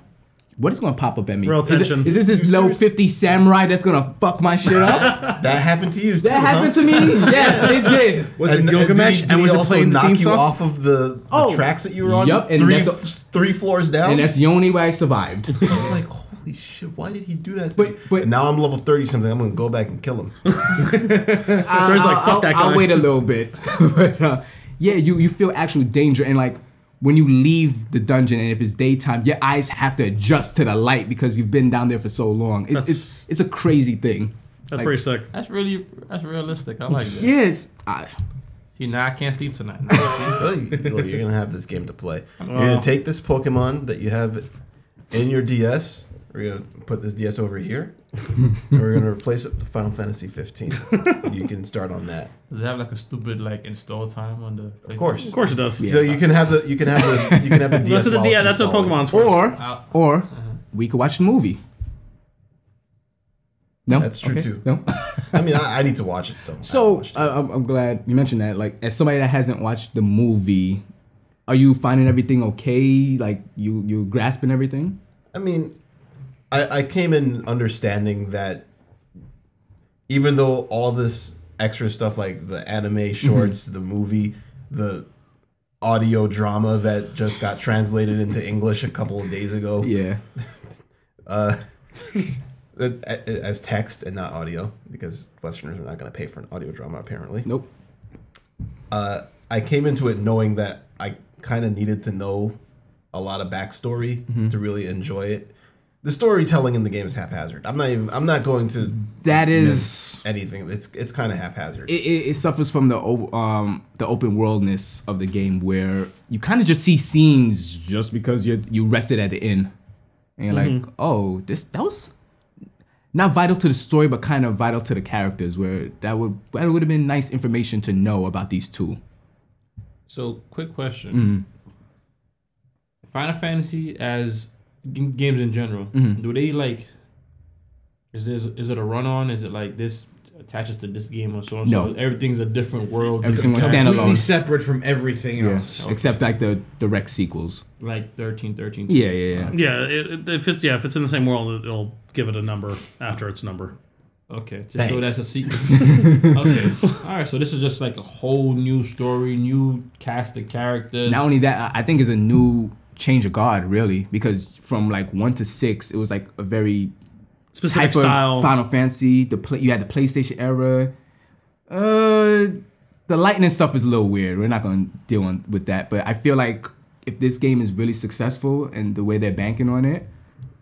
[SPEAKER 2] what is going to pop up at me?
[SPEAKER 3] Real
[SPEAKER 2] Is it-
[SPEAKER 3] tension.
[SPEAKER 2] Is, this this level fifty samurai that's going to fuck my shit
[SPEAKER 3] *laughs*
[SPEAKER 2] up?
[SPEAKER 1] That happened to you.
[SPEAKER 2] that happened to me.
[SPEAKER 3] Uh-huh.
[SPEAKER 2] Yes, it did.
[SPEAKER 5] *laughs* Was
[SPEAKER 1] and,
[SPEAKER 5] it Gilgamesh?
[SPEAKER 1] And,
[SPEAKER 5] And,
[SPEAKER 1] did he- did
[SPEAKER 5] was
[SPEAKER 1] he
[SPEAKER 5] it
[SPEAKER 1] also
[SPEAKER 5] playing the
[SPEAKER 1] knock
[SPEAKER 5] theme
[SPEAKER 1] you
[SPEAKER 5] song?
[SPEAKER 1] off of the, the
[SPEAKER 2] Oh.
[SPEAKER 1] tracks that you were on?
[SPEAKER 2] Yup, and
[SPEAKER 1] three,
[SPEAKER 2] that's a-
[SPEAKER 1] f- three floors down.
[SPEAKER 2] And that's the only way I
[SPEAKER 3] *laughs*
[SPEAKER 2] survived.
[SPEAKER 1] It's like, holy shit, why did he do that? To
[SPEAKER 2] But-
[SPEAKER 1] me?
[SPEAKER 2] but-
[SPEAKER 1] And now I'm level 30 something. I'm going to go back and kill him.
[SPEAKER 3] There's like
[SPEAKER 2] I'll,
[SPEAKER 3] fuck that
[SPEAKER 2] I'll
[SPEAKER 3] guy.
[SPEAKER 2] wait a little bit. *laughs* but uh, yeah, you you feel actual danger and like. When you leave the dungeon and if it's daytime, your eyes have to adjust to the light because you've been down there for so long. It's
[SPEAKER 3] That's-
[SPEAKER 2] it's, it's a crazy thing.
[SPEAKER 3] That's
[SPEAKER 2] Like,
[SPEAKER 3] pretty sick.
[SPEAKER 4] That's really that's realistic. I like
[SPEAKER 2] *laughs*
[SPEAKER 4] that.
[SPEAKER 2] Yeah, it's I,
[SPEAKER 4] See, now I can't sleep tonight. Now I
[SPEAKER 1] Well, you- look, you're going to have this game to play. You're going to take this Pokemon that you have in your DS. We're going to put this DS over here. and we're going to replace it with Final Fantasy 15. you can start on that.
[SPEAKER 4] see. Does it have like a stupid like install time on the?
[SPEAKER 1] Of course.
[SPEAKER 3] Of course it does.
[SPEAKER 1] So you can have the you can have the you can have the DS.
[SPEAKER 3] *laughs* That's what
[SPEAKER 1] while
[SPEAKER 3] the, yeah,
[SPEAKER 1] it's
[SPEAKER 3] that's what
[SPEAKER 1] installed.
[SPEAKER 3] Pokemon's for.
[SPEAKER 2] Or
[SPEAKER 4] Uh,
[SPEAKER 2] or we could watch the movie. No,
[SPEAKER 1] That's true, too.
[SPEAKER 2] No.
[SPEAKER 1] *laughs* I mean, I, I need to watch it still. I haven't
[SPEAKER 2] *laughs* so
[SPEAKER 1] watched it.
[SPEAKER 2] I, I'm, I'm glad you mentioned that. Like, as somebody that hasn't watched the movie, are you finding everything okay? Like, you you grasping everything?
[SPEAKER 1] I mean, I, I came in understanding that even though all this extra stuff like the anime shorts, the movie, the audio drama that just got translated into English a couple of days ago
[SPEAKER 2] Yeah.
[SPEAKER 1] uh, a- as text and not audio because Westerners are not going to pay for an audio drama apparently.
[SPEAKER 2] Nope.
[SPEAKER 1] I came into it knowing that I kind of needed to know a lot of backstory to really enjoy it. The storytelling in the game is haphazard. I'm not even. I'm not going to
[SPEAKER 2] That is.
[SPEAKER 1] miss anything. It's it's kind of haphazard.
[SPEAKER 2] It, it, it suffers from the o- um the open worldness of the game where you kind of just see scenes just because you you rested at the end and you're like oh this that was not vital to the story but kind of vital to the characters where that would that would have been nice information to know about these two
[SPEAKER 4] So, quick question:
[SPEAKER 2] Mm-hmm.
[SPEAKER 4] Final Fantasy as g- games in general,
[SPEAKER 2] Mm-hmm.
[SPEAKER 4] do they like? Is this is it a run on? Is it like this attaches to this game or so? on?
[SPEAKER 2] No.
[SPEAKER 4] so everything's a different world.
[SPEAKER 2] Every
[SPEAKER 4] different
[SPEAKER 2] single
[SPEAKER 4] kind-
[SPEAKER 2] standalone.
[SPEAKER 5] Completely separate from everything else.
[SPEAKER 2] Except like the direct sequels.
[SPEAKER 4] like 13, 13.
[SPEAKER 2] Yeah, yeah, yeah.
[SPEAKER 3] Yeah, it, it- if it's yeah, if it's in the same world, it'll give it a number after its number.
[SPEAKER 4] Okay, just so
[SPEAKER 2] Thanks.
[SPEAKER 4] that's a
[SPEAKER 2] *laughs*
[SPEAKER 4] secret. okay, all right. So this is just like a whole new story, new cast of characters.
[SPEAKER 2] Not only that, I I think is a new change of guard, really, because from like one to six, it was like a very type
[SPEAKER 3] Specific style.
[SPEAKER 2] of Final Fantasy. The play, you had the PlayStation era. Uh, the lightning stuff is a little weird. We're not gonna deal on, with that, but I feel like if this game is really successful and the way they're banking on it,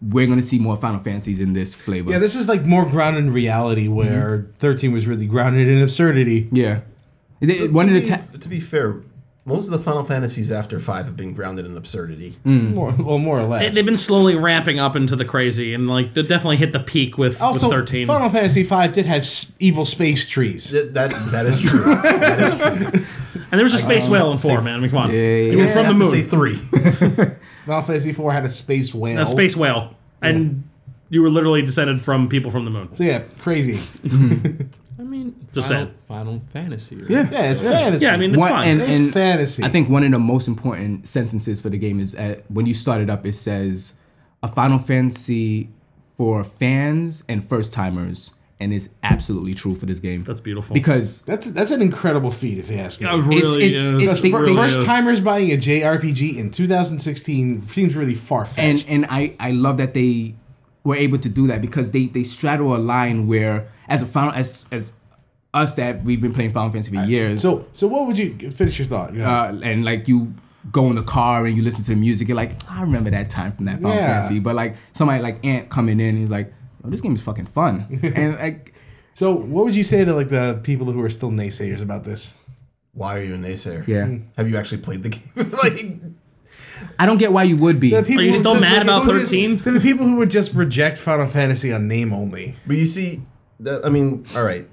[SPEAKER 2] we're gonna see more Final Fantasies in this flavor.
[SPEAKER 5] Yeah, this is like more grounded in reality, where 13 was really grounded in absurdity.
[SPEAKER 2] yeah. It- it- one
[SPEAKER 1] to
[SPEAKER 2] of the
[SPEAKER 1] be,
[SPEAKER 2] ta-
[SPEAKER 1] to be fair, most of the Final Fantasies after five have been grounded in absurdity.
[SPEAKER 2] Mm.
[SPEAKER 5] More, well, more or
[SPEAKER 3] They-
[SPEAKER 5] less.
[SPEAKER 3] They've been slowly ramping up into the crazy, and like they definitely hit the peak with,
[SPEAKER 5] also,
[SPEAKER 3] with thirteen.
[SPEAKER 5] Final Fantasy V did have s- evil space trees.
[SPEAKER 1] Th- That that is
[SPEAKER 2] *laughs*
[SPEAKER 1] true. that is true.
[SPEAKER 3] And there was a space whale in
[SPEAKER 1] say-
[SPEAKER 3] four, man. I mean, come on,
[SPEAKER 2] yeah, yeah,
[SPEAKER 3] you were
[SPEAKER 2] yeah.
[SPEAKER 3] from
[SPEAKER 1] I
[SPEAKER 3] the
[SPEAKER 1] have to say
[SPEAKER 3] moon.
[SPEAKER 1] three.
[SPEAKER 5] Final Fantasy IV had a space whale.
[SPEAKER 3] A space whale, and you were literally descended from people from the moon.
[SPEAKER 5] So yeah, crazy.
[SPEAKER 4] I mean,
[SPEAKER 3] Just
[SPEAKER 4] Final,
[SPEAKER 3] saying.
[SPEAKER 4] Final Fantasy. Right?
[SPEAKER 2] Yeah.
[SPEAKER 5] Yeah, it's fantasy.
[SPEAKER 3] Yeah, I mean it's
[SPEAKER 2] One- and-
[SPEAKER 3] fine.
[SPEAKER 5] it's fantasy.
[SPEAKER 2] I think one of the most important sentences for the game is uh when you start it up, it says, "A Final Fantasy for fans and first timers," and it's absolutely true for this game
[SPEAKER 3] That's beautiful.
[SPEAKER 2] because
[SPEAKER 5] that's that's an incredible feat, if you ask me.
[SPEAKER 3] It really
[SPEAKER 2] it's-
[SPEAKER 3] is.
[SPEAKER 2] it's
[SPEAKER 5] First-
[SPEAKER 2] the-
[SPEAKER 3] It really
[SPEAKER 5] first
[SPEAKER 3] is.
[SPEAKER 5] timers buying a JRPG in 2016 seems really far fetched.
[SPEAKER 2] and and I I love that they were able to do that because they they straddle a line where as a final as as us that we've been playing Final Fantasy for years.
[SPEAKER 5] So so what would you finish your thought? Yeah.
[SPEAKER 2] uh, and like you go in the car and you listen to the music, you're like, I remember that time from that Final
[SPEAKER 5] Yeah.
[SPEAKER 2] Fantasy. But like somebody like Ant coming in, he's like, Yo, this game is fucking
[SPEAKER 5] *laughs*
[SPEAKER 2] fun. and like,
[SPEAKER 5] so what would you say to like the people who are still naysayers about this?
[SPEAKER 1] Why are you a naysayer?
[SPEAKER 2] yeah,
[SPEAKER 1] Have you actually played the *laughs* game? like,
[SPEAKER 2] I don't get why you would be.
[SPEAKER 5] The people
[SPEAKER 3] Are you
[SPEAKER 5] who-
[SPEAKER 3] still
[SPEAKER 5] to-
[SPEAKER 3] mad
[SPEAKER 5] to-
[SPEAKER 3] about
[SPEAKER 5] to-
[SPEAKER 3] 13?
[SPEAKER 5] To the people who would just reject Final Fantasy on name only.
[SPEAKER 1] but you see, that I mean, all right.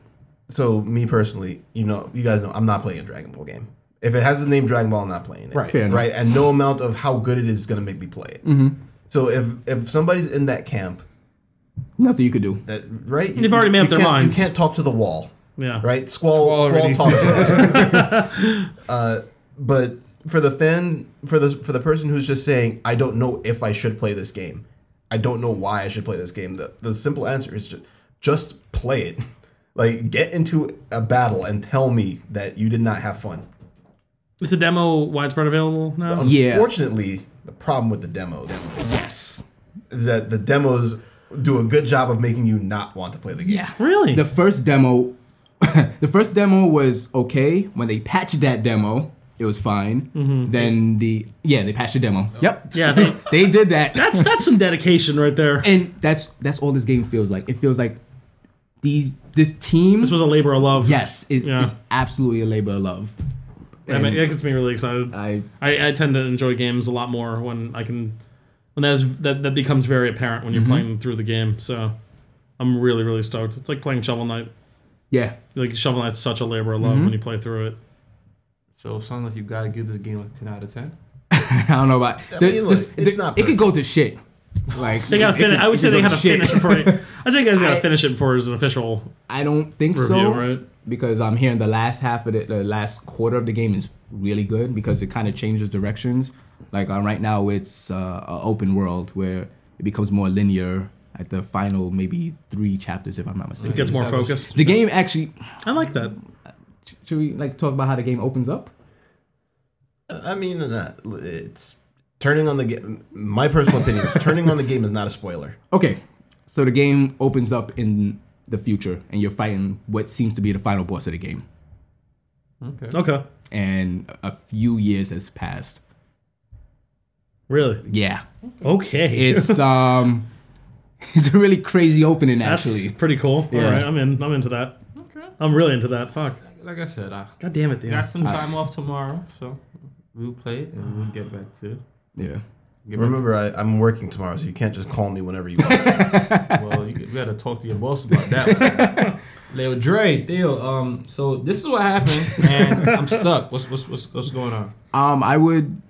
[SPEAKER 1] So me personally, you know, you guys know, I'm not playing a Dragon Ball game. If it has the name Dragon Ball, I'm not playing it.
[SPEAKER 5] Right.
[SPEAKER 2] Fair enough. Mm-hmm.
[SPEAKER 1] right, and no amount of how good it is is going to make me play it. So if if somebody's in that camp,
[SPEAKER 2] Nothing you could do.
[SPEAKER 1] that right,
[SPEAKER 3] They've already made up
[SPEAKER 1] you
[SPEAKER 3] their
[SPEAKER 1] can't-
[SPEAKER 3] minds.
[SPEAKER 1] You can't talk to the wall.
[SPEAKER 3] yeah,
[SPEAKER 1] right? Squall,
[SPEAKER 5] Squall
[SPEAKER 1] squall,
[SPEAKER 5] already-
[SPEAKER 1] talks. to
[SPEAKER 5] *laughs*
[SPEAKER 1] us. uh, but for the fan, for the for the person who's just saying, I don't know if I should play this game. I don't know why I should play this game. The the simple answer is just just play it. *laughs* Like get into a battle and tell me that you did not have fun.
[SPEAKER 3] Is the demo widespread available now?
[SPEAKER 2] Yeah.
[SPEAKER 1] Unfortunately, the problem with the demos
[SPEAKER 2] Yes.
[SPEAKER 1] is that the demos do a good job of making you not want to play the game.
[SPEAKER 2] Yeah.
[SPEAKER 3] Really?
[SPEAKER 2] The first demo, *laughs* the first demo was okay. When they patched that demo, it was fine.
[SPEAKER 3] Mm-hmm.
[SPEAKER 2] Then the yeah, they patched the demo. Yep.
[SPEAKER 3] yeah, they,
[SPEAKER 2] *laughs* They did that.
[SPEAKER 3] that's that's some dedication right there.
[SPEAKER 2] and that's that's all this game feels like. It feels like these this team.
[SPEAKER 3] This was a labor of love.
[SPEAKER 2] Yes, it's,
[SPEAKER 3] Yeah.
[SPEAKER 2] it's absolutely a labor of love.
[SPEAKER 3] I mean,
[SPEAKER 2] And
[SPEAKER 3] it gets me really excited.
[SPEAKER 2] I
[SPEAKER 3] I, I tend to enjoy games a lot more when I can when that's that, that becomes very apparent when you're playing through the game. So I'm really really stoked. It's like playing Shovel Knight.
[SPEAKER 2] yeah, *laughs*
[SPEAKER 3] Like Shovel Knight's such a labor of love when you play through it.
[SPEAKER 4] So it sounds like you gotta give this game like ten out of ten.
[SPEAKER 2] I don't know about. the-
[SPEAKER 1] mean,
[SPEAKER 2] this-
[SPEAKER 1] look, it's
[SPEAKER 2] the-
[SPEAKER 1] not
[SPEAKER 2] It could go to shit. Like
[SPEAKER 3] They gotta
[SPEAKER 2] it
[SPEAKER 3] finish.
[SPEAKER 2] could-
[SPEAKER 3] I
[SPEAKER 2] it
[SPEAKER 3] would say
[SPEAKER 2] could
[SPEAKER 3] they
[SPEAKER 2] go
[SPEAKER 3] gotta
[SPEAKER 2] to shit.
[SPEAKER 3] finish it before. It, *laughs* I think you guys gotta
[SPEAKER 2] I-
[SPEAKER 3] finish it before it's an official
[SPEAKER 2] I don't think
[SPEAKER 3] review,
[SPEAKER 2] so.
[SPEAKER 3] right?
[SPEAKER 2] Because I'm hearing the last half of the, the last quarter of the game is really good because it kind of changes directions. Like uh, right now, it's uh, a open world where it becomes more linear at the final maybe three chapters, if I'm not mistaken.
[SPEAKER 3] It gets more
[SPEAKER 4] Just have a-
[SPEAKER 3] focused.
[SPEAKER 2] the game actually.
[SPEAKER 3] I like that.
[SPEAKER 2] Should we like talk about how the game opens up?
[SPEAKER 1] I mean, uh, it's turning on the game. My personal opinion is turning on the game is not a spoiler.
[SPEAKER 2] Okay, so the game opens up in the future, and you're fighting what seems to be the final boss of the game.
[SPEAKER 4] Okay.
[SPEAKER 3] Okay.
[SPEAKER 2] And a few years has passed.
[SPEAKER 3] Really?
[SPEAKER 2] Yeah,
[SPEAKER 3] Okay.
[SPEAKER 2] it's um, *laughs* it's a really crazy opening
[SPEAKER 3] *laughs* That's
[SPEAKER 2] actually.
[SPEAKER 3] pretty cool.
[SPEAKER 2] Yeah.
[SPEAKER 3] All right, I'm in. I'm into that.
[SPEAKER 4] Okay.
[SPEAKER 3] I'm really into that. Fuck.
[SPEAKER 4] Like I said, I
[SPEAKER 3] God damn it, dude.
[SPEAKER 4] got some time off tomorrow, so we'll play it and we'll get back to. it. *laughs*
[SPEAKER 2] Yeah,
[SPEAKER 4] Get
[SPEAKER 3] *laughs*
[SPEAKER 4] back
[SPEAKER 1] Remember, I, I'm working tomorrow, so you can't just call me whenever you want.
[SPEAKER 4] to well, you can, we gotta talk to your boss about that. one. *laughs* Leo Dre, Theo. Um, so this is what happened, and I'm stuck. What's what's what's, what's going on?
[SPEAKER 2] *laughs* Um, I would,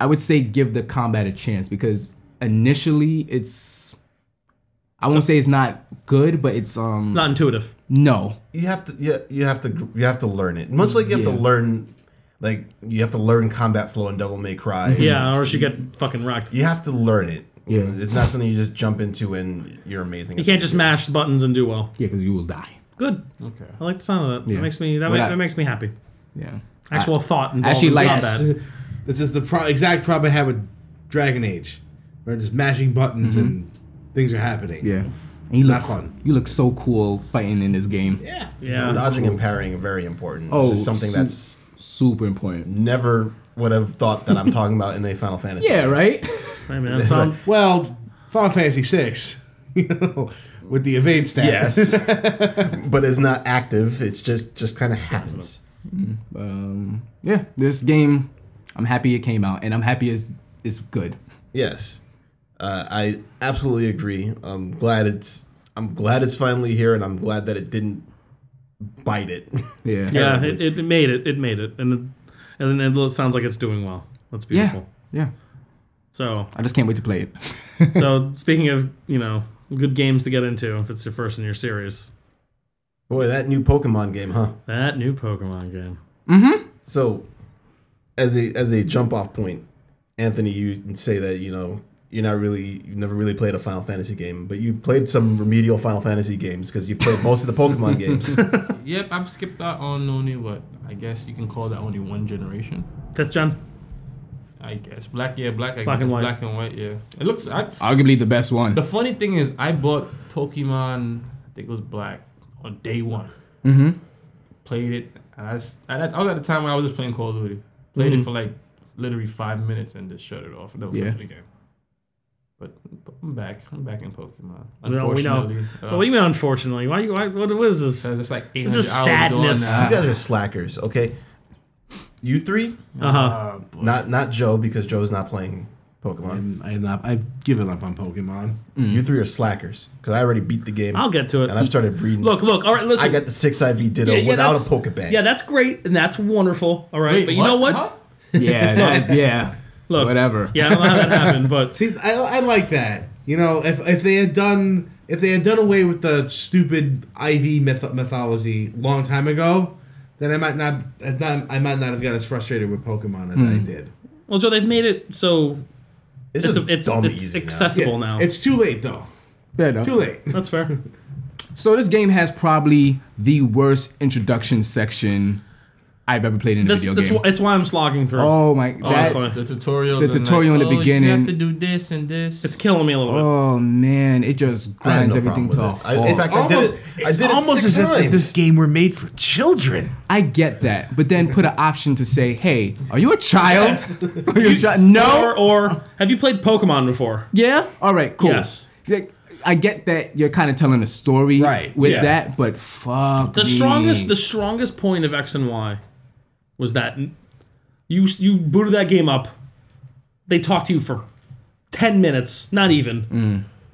[SPEAKER 2] I would say give the combat a chance because initially it's, I won't say it's not good, but it's um
[SPEAKER 3] Not intuitive.
[SPEAKER 2] no.
[SPEAKER 1] you have to yeah you have to you have to learn it much like you have
[SPEAKER 2] Yeah.
[SPEAKER 1] to learn like you have to learn combat flow in devil may cry
[SPEAKER 3] Yeah, or she get fucking wrecked.
[SPEAKER 1] you have to learn it You
[SPEAKER 2] Yeah.
[SPEAKER 1] know, it's not something you just jump into and you're amazing
[SPEAKER 3] You can't just mash buttons and do well.
[SPEAKER 2] Yeah, because you will die.
[SPEAKER 3] Good.
[SPEAKER 4] Okay.
[SPEAKER 3] I like the sound of that.
[SPEAKER 2] Yeah.
[SPEAKER 3] That makes me that,
[SPEAKER 2] When
[SPEAKER 3] ma-
[SPEAKER 2] I-
[SPEAKER 3] that makes me happy.
[SPEAKER 2] Yeah.
[SPEAKER 3] Actual thought involved
[SPEAKER 2] actually
[SPEAKER 3] in
[SPEAKER 2] like-
[SPEAKER 3] combat.
[SPEAKER 5] Yes. This is the pro- exact problem I had with Dragon Age, right? Just mashing buttons and things are happening.
[SPEAKER 2] Yeah. And you
[SPEAKER 5] Not
[SPEAKER 2] look
[SPEAKER 5] fun.
[SPEAKER 2] You look so cool fighting in this game.
[SPEAKER 5] Yeah.
[SPEAKER 1] So *laughs*
[SPEAKER 3] Yeah.
[SPEAKER 1] dodging and parrying are very important
[SPEAKER 2] Oh,
[SPEAKER 1] it's just something
[SPEAKER 2] su-
[SPEAKER 1] that's
[SPEAKER 2] super important.
[SPEAKER 1] never would have thought that i'm talking about in a final fantasy
[SPEAKER 2] Yeah. Right.
[SPEAKER 3] Hey, man, that sound-
[SPEAKER 5] Well, Final Fantasy Six, *laughs* you know, with the evade stat.
[SPEAKER 1] yes but it's not active it's just just kind of happens
[SPEAKER 2] *laughs* um. Yeah. This game, I'm happy it came out, and I'm happy it's it's good.
[SPEAKER 1] Yes, uh, I absolutely agree. I'm glad it's I'm glad it's finally here, and I'm glad that it didn't bite it. *laughs*
[SPEAKER 2] Yeah.
[SPEAKER 3] yeah,
[SPEAKER 1] Terribly.
[SPEAKER 3] it, it made it. It made it. And it, and then it sounds like it's doing well. That's beautiful.
[SPEAKER 2] Yeah. Yeah.
[SPEAKER 3] So
[SPEAKER 2] I just can't wait to play it.
[SPEAKER 3] so speaking of, you know, good games to get into if it's your first in your series.
[SPEAKER 1] Boy, that new Pokemon game, huh?
[SPEAKER 3] That new Pokemon game.
[SPEAKER 1] So, as a as a jump off point, Anthony, you say that you know you're not really you never really played a Final Fantasy game, but you've played some remedial Final Fantasy games because you've played most of the Pokemon *laughs* games.
[SPEAKER 4] Yep, I've skipped out on only what I guess you can call that only one generation.
[SPEAKER 3] Fifth gen.
[SPEAKER 4] I guess black, yeah, black. I
[SPEAKER 3] Black
[SPEAKER 4] guess
[SPEAKER 3] and white.
[SPEAKER 4] black and white, yeah. It looks. I,
[SPEAKER 2] Arguably the best one.
[SPEAKER 4] the funny thing is, I bought Pokemon. I think it was black on day one.
[SPEAKER 2] Mm-hmm.
[SPEAKER 4] Played it, and I, s- and I- I was at the time when I was just playing Call of Duty. Played
[SPEAKER 3] Mm-hmm.
[SPEAKER 4] it for like literally five minutes and just shut it off. Never
[SPEAKER 2] Yeah.
[SPEAKER 4] yeah. the game. But I'm back. I'm back in Pokemon.
[SPEAKER 3] We know. We know.
[SPEAKER 4] Unfortunately, uh,
[SPEAKER 3] what do you mean, unfortunately? Why, why, what is this?
[SPEAKER 4] so it's like 800
[SPEAKER 3] is
[SPEAKER 4] hours
[SPEAKER 3] sadness.
[SPEAKER 4] gone
[SPEAKER 1] you
[SPEAKER 4] now.
[SPEAKER 1] guys are slackers, okay? You three,
[SPEAKER 3] Uh-huh.
[SPEAKER 4] Uh, boy.
[SPEAKER 1] not not Joe because Joe's not playing Pokemon.
[SPEAKER 5] I'm, I'm not, I've given up on Pokemon.
[SPEAKER 1] You three are slackers because I already beat the game.
[SPEAKER 3] Mm. I'll get to
[SPEAKER 1] and I've
[SPEAKER 3] it.
[SPEAKER 1] started breeding.
[SPEAKER 3] Look, look. All right, listen.
[SPEAKER 1] I got the six IV Ditto
[SPEAKER 3] Yeah, yeah,
[SPEAKER 1] without a
[SPEAKER 3] that's-
[SPEAKER 1] Pokebang.
[SPEAKER 3] Yeah, that's great and that's wonderful. All right,
[SPEAKER 4] Wait,
[SPEAKER 3] but you know what?
[SPEAKER 4] Huh?
[SPEAKER 3] *laughs*
[SPEAKER 2] Yeah. that- yeah.
[SPEAKER 3] Look.
[SPEAKER 2] Whatever.
[SPEAKER 3] Yeah, I don't know how that happened, but
[SPEAKER 5] See, I, I like that. You know, if if they had done if they had done away with the stupid IV myth- mythology long time ago, then I might not, I'd not I might not have got as frustrated with Pokemon as I did.
[SPEAKER 3] well, Joe, they've made it so
[SPEAKER 1] This
[SPEAKER 3] it's
[SPEAKER 1] is
[SPEAKER 3] it's
[SPEAKER 1] dumb
[SPEAKER 3] it's
[SPEAKER 1] easy now.
[SPEAKER 3] accessible now.
[SPEAKER 5] It's too late though.
[SPEAKER 2] Fair enough.
[SPEAKER 5] Too late.
[SPEAKER 2] *laughs*
[SPEAKER 3] that's fair.
[SPEAKER 2] So this game has probably the worst introduction section I've ever played in a
[SPEAKER 3] That's
[SPEAKER 2] video
[SPEAKER 3] that's
[SPEAKER 2] game.
[SPEAKER 3] why, it's why I'm slogging through.
[SPEAKER 2] oh my.
[SPEAKER 3] Honestly.
[SPEAKER 2] That,
[SPEAKER 4] The tutorial.
[SPEAKER 2] The tutorial in the
[SPEAKER 4] oh, You
[SPEAKER 2] beginning.
[SPEAKER 4] have to do this and this.
[SPEAKER 3] It's killing me a little bit.
[SPEAKER 2] oh man, it just
[SPEAKER 1] I had
[SPEAKER 2] grinds
[SPEAKER 1] no
[SPEAKER 2] everything to a
[SPEAKER 1] problem with it. I- in
[SPEAKER 2] halt.
[SPEAKER 1] fact, I did it. I did it six times.
[SPEAKER 5] game were made for children.
[SPEAKER 2] I get that, but then put an option to say, "Hey, are you a child? *laughs* Are you a child?
[SPEAKER 1] Oh.
[SPEAKER 2] No.
[SPEAKER 3] Or or have you played Pokemon before?
[SPEAKER 2] yeah. All right. Cool.
[SPEAKER 3] Yes.
[SPEAKER 2] Like, I get that you're kind of telling a story
[SPEAKER 5] Right,
[SPEAKER 2] with
[SPEAKER 3] yeah.
[SPEAKER 2] that, but fuck
[SPEAKER 3] The
[SPEAKER 2] me.
[SPEAKER 3] strongest the strongest point of X and Y was that n- you you booted that game up. They talked to you for ten minutes, not even.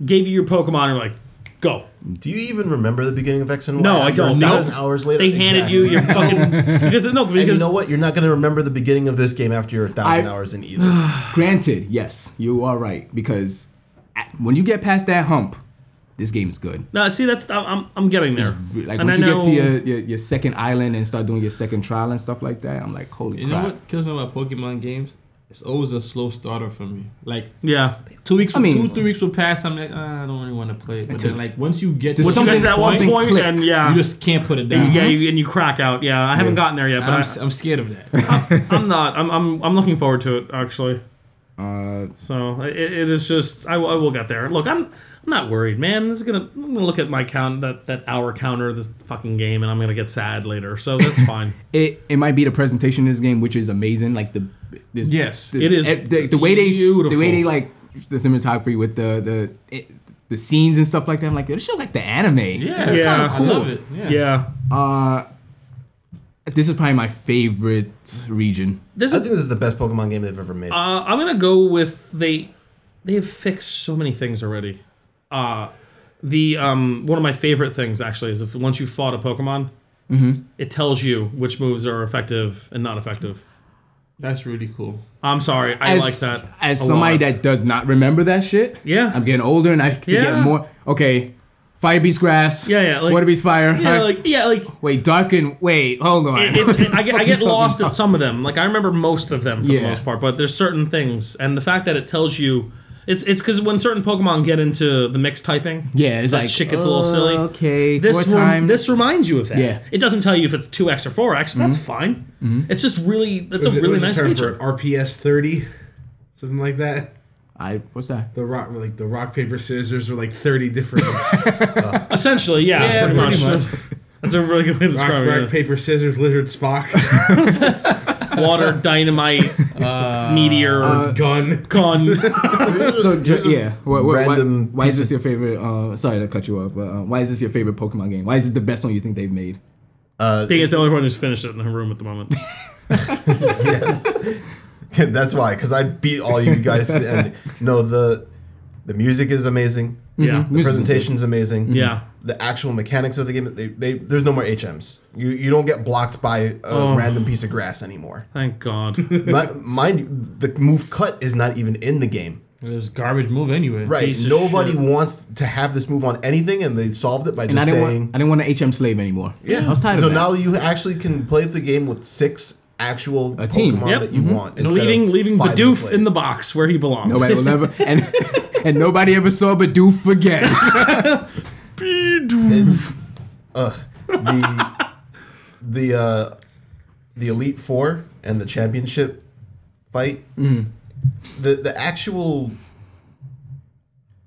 [SPEAKER 2] Mm.
[SPEAKER 3] Gave you your Pokemon. You're like, go.
[SPEAKER 1] Do you even remember the beginning of X and Y?
[SPEAKER 3] No, I
[SPEAKER 1] after
[SPEAKER 3] don't.
[SPEAKER 1] A thousand
[SPEAKER 3] No.
[SPEAKER 1] hours later,
[SPEAKER 3] They handed you your
[SPEAKER 1] *laughs*
[SPEAKER 3] fucking because no because
[SPEAKER 1] And you know what? You're not going to remember the beginning of this game after you're a thousand
[SPEAKER 2] I-
[SPEAKER 1] hours in either. *sighs*
[SPEAKER 2] Granted, yes, you are right because at- when you get past that hump, this game is good.
[SPEAKER 3] no see that's I'm I'm, I'm getting there.
[SPEAKER 2] Like
[SPEAKER 3] And
[SPEAKER 2] once you
[SPEAKER 3] I know-
[SPEAKER 2] get to your, your, your second island and start doing your second trial and stuff like that, I'm like, holy
[SPEAKER 4] You know
[SPEAKER 2] crap!
[SPEAKER 4] what kills me about Pokemon games? It's always a slow starter for me. Like
[SPEAKER 3] yeah.
[SPEAKER 4] two weeks,
[SPEAKER 2] I mean-
[SPEAKER 4] two three weeks will pass. I'm like, ah, I don't really want to play it. But then, like once you get to
[SPEAKER 2] There's
[SPEAKER 4] that
[SPEAKER 3] Once
[SPEAKER 2] something-
[SPEAKER 3] you get to that one
[SPEAKER 4] point,
[SPEAKER 2] something
[SPEAKER 3] point,
[SPEAKER 2] clicked.
[SPEAKER 3] and yeah,
[SPEAKER 4] you just can't put it down.
[SPEAKER 3] yeah, you, and you crack out. Yeah, I haven't gotten there yet, but
[SPEAKER 4] Uh-huh. I'm,
[SPEAKER 3] I, *laughs*
[SPEAKER 4] s- I'm scared of that.
[SPEAKER 3] I'm not. I'm, I'm I'm looking forward to it actually.
[SPEAKER 2] Uh,
[SPEAKER 3] So it, it is just I, will- I will get there. Look, I'm I'm not worried, man. This is gonna I'm gonna look at my count that that hour counter of this fucking game, and I'm gonna get sad later. So that's fine.
[SPEAKER 2] it it might be the presentation in this game, which is amazing. Like the this,
[SPEAKER 4] Yes.
[SPEAKER 2] the,
[SPEAKER 3] It is
[SPEAKER 2] eh, the, the way they the
[SPEAKER 4] beautiful.
[SPEAKER 2] way they like the cinematography with the the it, the scenes and stuff like that. I'm like, this shit like the anime.
[SPEAKER 4] Yeah,
[SPEAKER 2] This is
[SPEAKER 3] Yeah.
[SPEAKER 2] kinda
[SPEAKER 4] I
[SPEAKER 2] cool.
[SPEAKER 4] love it. *laughs* Yeah.
[SPEAKER 3] yeah,
[SPEAKER 2] Uh, this is probably my favorite region.
[SPEAKER 3] there's
[SPEAKER 1] I
[SPEAKER 3] a,
[SPEAKER 1] think this is the best Pokemon game they've ever made.
[SPEAKER 3] Uh, I'm gonna go with they. They have fixed so many things already. Uh, the um, one of my favorite things actually is if once you fought a Pokemon, it tells you which moves are effective and not effective.
[SPEAKER 4] That's really cool.
[SPEAKER 3] I'm sorry, I like that.
[SPEAKER 2] As
[SPEAKER 3] a
[SPEAKER 2] somebody
[SPEAKER 3] lot.
[SPEAKER 2] that does not remember that shit,
[SPEAKER 3] Yeah.
[SPEAKER 2] I'm getting older and I forget
[SPEAKER 3] Yeah.
[SPEAKER 2] more. Okay, fire beats grass.
[SPEAKER 3] Yeah, yeah, like-
[SPEAKER 2] water beats fire.
[SPEAKER 3] yeah,
[SPEAKER 2] Huh?
[SPEAKER 3] like yeah,
[SPEAKER 5] *laughs*
[SPEAKER 3] like
[SPEAKER 2] wait, darken. Wait, hold on.
[SPEAKER 3] it- it's, I get, I get lost at some of them. Like I remember most of them for
[SPEAKER 2] Yeah.
[SPEAKER 3] the most part, but there's certain things, and the fact that it tells you, it's it's because when certain Pokemon get into the mixed typing,
[SPEAKER 2] *laughs* yeah, it's
[SPEAKER 3] that
[SPEAKER 2] like
[SPEAKER 3] shit gets a little silly.
[SPEAKER 2] Okay,
[SPEAKER 3] This
[SPEAKER 2] four
[SPEAKER 3] rem-
[SPEAKER 2] times.
[SPEAKER 3] this reminds you of that.
[SPEAKER 2] Yeah. Mm-hmm.
[SPEAKER 3] It doesn't tell you if it's two X or four X. That's fine. It's just really that's a
[SPEAKER 5] What was
[SPEAKER 3] really
[SPEAKER 5] it- what was the
[SPEAKER 3] nice
[SPEAKER 5] term
[SPEAKER 3] feature.
[SPEAKER 5] for it? RPS thirty, something like that.
[SPEAKER 2] I
[SPEAKER 1] *laughs*
[SPEAKER 2] what's that?
[SPEAKER 5] The rock, like the rock paper scissors, were like thirty different rock,
[SPEAKER 3] Essentially, yeah, pretty, much. *laughs* That's a really good way to describe
[SPEAKER 5] rock
[SPEAKER 3] it.
[SPEAKER 5] paper scissors lizard Spock
[SPEAKER 3] yeah. Water,
[SPEAKER 2] *laughs*
[SPEAKER 3] dynamite,
[SPEAKER 2] Uh,
[SPEAKER 3] meteor,
[SPEAKER 5] gun.
[SPEAKER 3] gun.
[SPEAKER 2] So ju- *laughs* yeah, what, what,
[SPEAKER 1] random
[SPEAKER 2] why, why is this your favorite? Uh, sorry to cut you off, but uh, why is this your favorite Pokemon game? Why is it the best one you think they've made?
[SPEAKER 3] Being is the only one who's finished it in her room at
[SPEAKER 2] *laughs*
[SPEAKER 3] the moment.
[SPEAKER 1] *laughs* That's why, because I beat all you guys.
[SPEAKER 3] *laughs*
[SPEAKER 1] and no, the the music is amazing.
[SPEAKER 3] Yeah.
[SPEAKER 1] The presentation's amazing.
[SPEAKER 3] Yeah.
[SPEAKER 1] The actual mechanics of the game, they, they there's no more HMs. You you don't get blocked by a
[SPEAKER 3] Oh.
[SPEAKER 1] random piece of grass anymore.
[SPEAKER 3] Thank God.
[SPEAKER 1] My, mind you, the move cut is not even in the game.
[SPEAKER 4] It was garbage move anyway.
[SPEAKER 1] Right.
[SPEAKER 4] Piece of
[SPEAKER 1] Nobody
[SPEAKER 4] shit.
[SPEAKER 1] wants to have this move on anything, and they solved it by
[SPEAKER 2] And I
[SPEAKER 1] just
[SPEAKER 2] didn't
[SPEAKER 1] saying.
[SPEAKER 2] want I didn't want an HM slave anymore.
[SPEAKER 1] yeah.
[SPEAKER 2] I was tired
[SPEAKER 1] so
[SPEAKER 2] of that.
[SPEAKER 1] now you actually can play the game with six actual
[SPEAKER 2] A
[SPEAKER 1] Pokemon
[SPEAKER 2] team.
[SPEAKER 3] Yep. Mm-hmm.
[SPEAKER 1] that you want. instead of
[SPEAKER 3] leaving leaving
[SPEAKER 1] five
[SPEAKER 3] Bidoof
[SPEAKER 1] enslaved.
[SPEAKER 3] in the box where he belongs.
[SPEAKER 2] nobody will never and *laughs* and nobody ever saw Bidoof again.
[SPEAKER 1] It's ugh, the the uh, the Elite Four and the championship fight. The the actual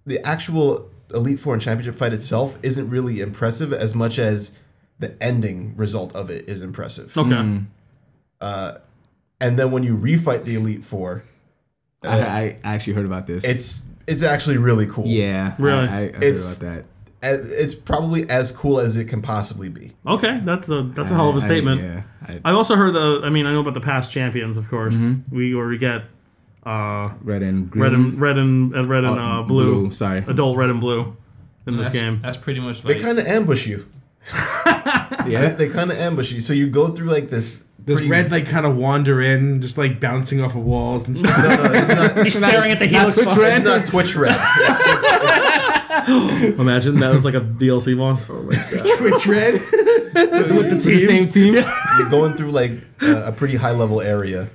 [SPEAKER 1] the actual Elite Four and championship fight itself isn't really impressive as much as the ending result of it is impressive.
[SPEAKER 3] *laughs* Okay.
[SPEAKER 2] Mm.
[SPEAKER 1] And then when you refight the Elite Four,
[SPEAKER 2] I, I actually heard about this.
[SPEAKER 1] it's it's actually really cool.
[SPEAKER 2] yeah,
[SPEAKER 3] Really?
[SPEAKER 2] I, I, I heard
[SPEAKER 1] It's-
[SPEAKER 2] about that.
[SPEAKER 1] A- It's probably as cool as it can possibly be.
[SPEAKER 3] Okay. That's a that's a hell of
[SPEAKER 2] I-
[SPEAKER 3] a
[SPEAKER 2] I-
[SPEAKER 3] statement.
[SPEAKER 2] yeah, I
[SPEAKER 3] I've also heard the. I mean, I know about the past champions, of course.
[SPEAKER 2] Mm-hmm.
[SPEAKER 3] We where we get uh,
[SPEAKER 2] red and green.
[SPEAKER 3] red and red and uh, red and
[SPEAKER 2] Mm-hmm. Oh,
[SPEAKER 3] uh, blue,
[SPEAKER 2] blue, sorry.
[SPEAKER 3] adult red and blue in this
[SPEAKER 4] That's,
[SPEAKER 3] game.
[SPEAKER 4] That's pretty much
[SPEAKER 1] They
[SPEAKER 4] like.
[SPEAKER 1] kind of ambush you.
[SPEAKER 2] yeah.
[SPEAKER 1] They kind of ambush you. So you go through like this.
[SPEAKER 5] Does
[SPEAKER 1] pretty- *laughs*
[SPEAKER 5] red like kind of wander in, just like bouncing off of walls and stuff?
[SPEAKER 1] No, no, it's not.
[SPEAKER 3] He's staring at the
[SPEAKER 2] Not
[SPEAKER 3] Helix.
[SPEAKER 2] Twitch
[SPEAKER 3] box.
[SPEAKER 1] It's
[SPEAKER 2] red.
[SPEAKER 1] not Twitch Red. It's just-
[SPEAKER 3] Imagine that was like a
[SPEAKER 2] *laughs*
[SPEAKER 3] DLC boss.
[SPEAKER 2] Oh
[SPEAKER 5] Twitch red.
[SPEAKER 2] It's the same team.
[SPEAKER 1] you're going through like a, a pretty high level area,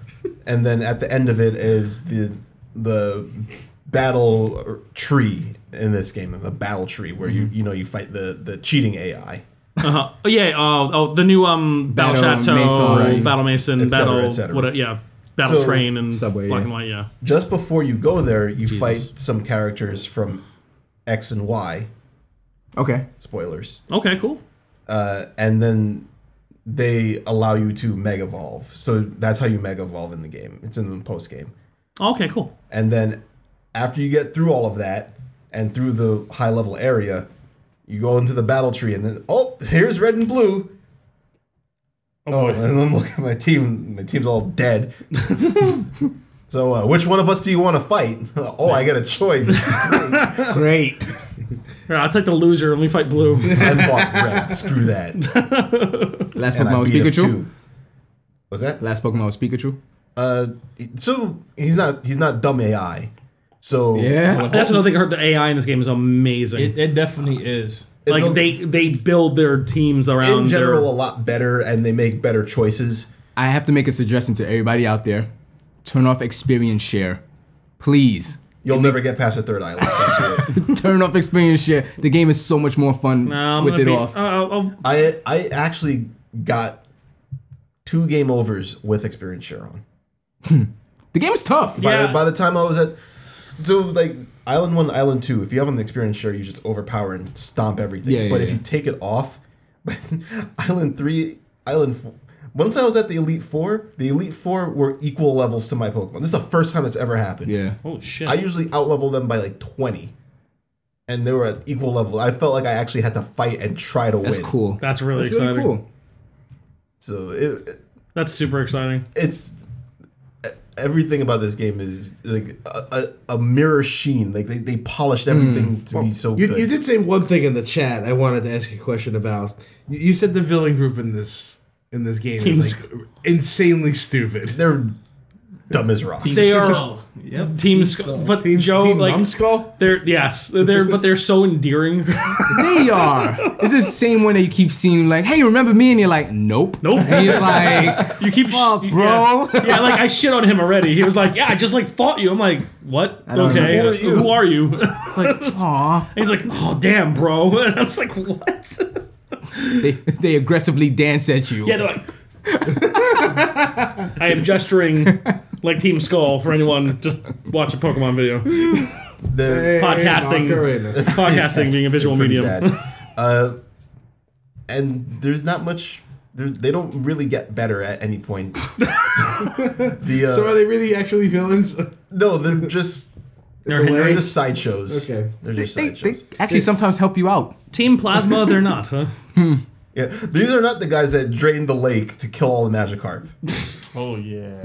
[SPEAKER 1] and then at the end of it is the the battle tree in this game, the battle tree where you you know you fight the the cheating AI,
[SPEAKER 3] Uh-huh. Oh, yeah. Oh, oh, the new um Battle,
[SPEAKER 2] Battle
[SPEAKER 3] Chateau,
[SPEAKER 2] Mason, right.
[SPEAKER 3] Battle Mason,
[SPEAKER 1] Et cetera,
[SPEAKER 3] Battle
[SPEAKER 1] et cetera.
[SPEAKER 3] what? Yeah, Battle
[SPEAKER 1] So-
[SPEAKER 3] Train and
[SPEAKER 2] Subway,
[SPEAKER 3] Black
[SPEAKER 2] yeah.
[SPEAKER 3] and White. Yeah.
[SPEAKER 1] just before you go there, you fight some characters from X and Y.
[SPEAKER 2] Okay.
[SPEAKER 1] Spoilers.
[SPEAKER 3] Okay. Cool.
[SPEAKER 1] Uh, and then they allow you to mega evolve. So that's how you mega evolve in the game. It's in the post game.
[SPEAKER 3] Okay. Cool.
[SPEAKER 1] And then after you get through all of that and through the high level area, you go into the battle tree and then oh, here's red and blue. Oh, and I'm looking at my team. My team's all dead. so, uh, which one of us do you want to fight? *laughs* oh, I got a choice. I
[SPEAKER 2] Great.
[SPEAKER 3] Here, I'll take the loser and we fight blue.
[SPEAKER 1] fought red. Screw that.
[SPEAKER 2] Last
[SPEAKER 1] And I
[SPEAKER 2] Pokemon was
[SPEAKER 1] beat him
[SPEAKER 2] Pikachu.
[SPEAKER 1] too. Was that?
[SPEAKER 2] Last Pokemon was Pikachu.
[SPEAKER 1] Uh, so he's not he's not dumb AI. So
[SPEAKER 2] Yeah.
[SPEAKER 3] That's another thing I heard. The AI in this game is amazing.
[SPEAKER 4] It, it definitely is.
[SPEAKER 1] it's
[SPEAKER 3] like
[SPEAKER 1] a-
[SPEAKER 3] they they build their teams around
[SPEAKER 1] in general a
[SPEAKER 3] their,
[SPEAKER 1] lot better, and they make better choices.
[SPEAKER 2] I have to make a suggestion to everybody out there: turn off experience share, please.
[SPEAKER 1] You'll never get past the third island. That's it.
[SPEAKER 2] Turn off experience share. The game is so much more fun
[SPEAKER 3] Um,
[SPEAKER 2] with it
[SPEAKER 3] be-
[SPEAKER 2] off.
[SPEAKER 3] uh, I'll-
[SPEAKER 1] I I actually got two game overs with experience share on.
[SPEAKER 2] the game is tough.
[SPEAKER 1] By,
[SPEAKER 3] Yeah.
[SPEAKER 1] the, by the time I was at so like island one, island two. If you have an experience share, you just overpower and stomp everything.
[SPEAKER 2] Yeah, yeah,
[SPEAKER 1] but if
[SPEAKER 2] yeah.
[SPEAKER 1] you take it off, *laughs* island three, island four. Once I was at the elite four, the elite four were equal levels to my Pokemon. This is the first time it's ever happened.
[SPEAKER 2] Yeah.
[SPEAKER 3] holy shit!
[SPEAKER 1] I usually outlevel them by like twenty, and they were at equal level. I felt like I actually had to fight and try to
[SPEAKER 2] That's
[SPEAKER 1] win.
[SPEAKER 2] cool.
[SPEAKER 3] That's really
[SPEAKER 2] That's
[SPEAKER 3] exciting.
[SPEAKER 2] really cool.
[SPEAKER 1] So it,
[SPEAKER 3] That's super exciting.
[SPEAKER 1] it's everything about this game is like a, a, a mirror sheen. Like they, they polished everything to be so
[SPEAKER 5] You,
[SPEAKER 1] good.
[SPEAKER 5] you did say one thing in the chat. I wanted to ask you a question about. You, you said the villain group in this in this game
[SPEAKER 3] Teams.
[SPEAKER 5] is like insanely stupid.
[SPEAKER 1] They're dumb as rocks.
[SPEAKER 3] They are-
[SPEAKER 4] Yep.
[SPEAKER 3] Teams, but Joe,
[SPEAKER 5] Team
[SPEAKER 3] like
[SPEAKER 5] Numskull.
[SPEAKER 3] they're yes, they're but they're so endearing. *laughs*
[SPEAKER 2] They are. It's the same one that you keep seeing, like, hey, remember me? And you're like, nope.
[SPEAKER 3] Nope.
[SPEAKER 2] And you're
[SPEAKER 3] *laughs*
[SPEAKER 2] like,
[SPEAKER 3] You keep, sh-
[SPEAKER 2] Fuck,
[SPEAKER 3] yeah.
[SPEAKER 2] bro.
[SPEAKER 3] Yeah. like I shit on him already. He was like, "Yeah, I just like fought you." I'm like, "What?
[SPEAKER 2] don't
[SPEAKER 3] Okay,
[SPEAKER 2] know.
[SPEAKER 3] who are you?" *laughs*
[SPEAKER 2] it's like, aw.
[SPEAKER 3] He's like, "Oh, damn, bro." *laughs* And I was like, "What?" *laughs*
[SPEAKER 2] They, they aggressively dance at you.
[SPEAKER 3] Yeah, they're like. I am gesturing like Team Skull for anyone. Just watch a Pokemon video.
[SPEAKER 1] They're
[SPEAKER 3] Podcasting.
[SPEAKER 5] Macarena.
[SPEAKER 3] Podcasting being a visual
[SPEAKER 1] pretty
[SPEAKER 3] medium.
[SPEAKER 1] bad. Uh, and there's not much. there- They don't really get better at any point. the uh,
[SPEAKER 5] So are they really actually villains?
[SPEAKER 1] no, they're just
[SPEAKER 3] *laughs* They're
[SPEAKER 1] they're
[SPEAKER 3] Henry.
[SPEAKER 1] just sideshows.
[SPEAKER 5] Okay.
[SPEAKER 1] they're just
[SPEAKER 2] They, they
[SPEAKER 1] sideshows.
[SPEAKER 2] actually sometimes help you out.
[SPEAKER 3] Team Plasma, they're not, huh?
[SPEAKER 1] Yeah, these are not the guys that drain the lake to kill all the Magikarp.
[SPEAKER 4] Oh yeah.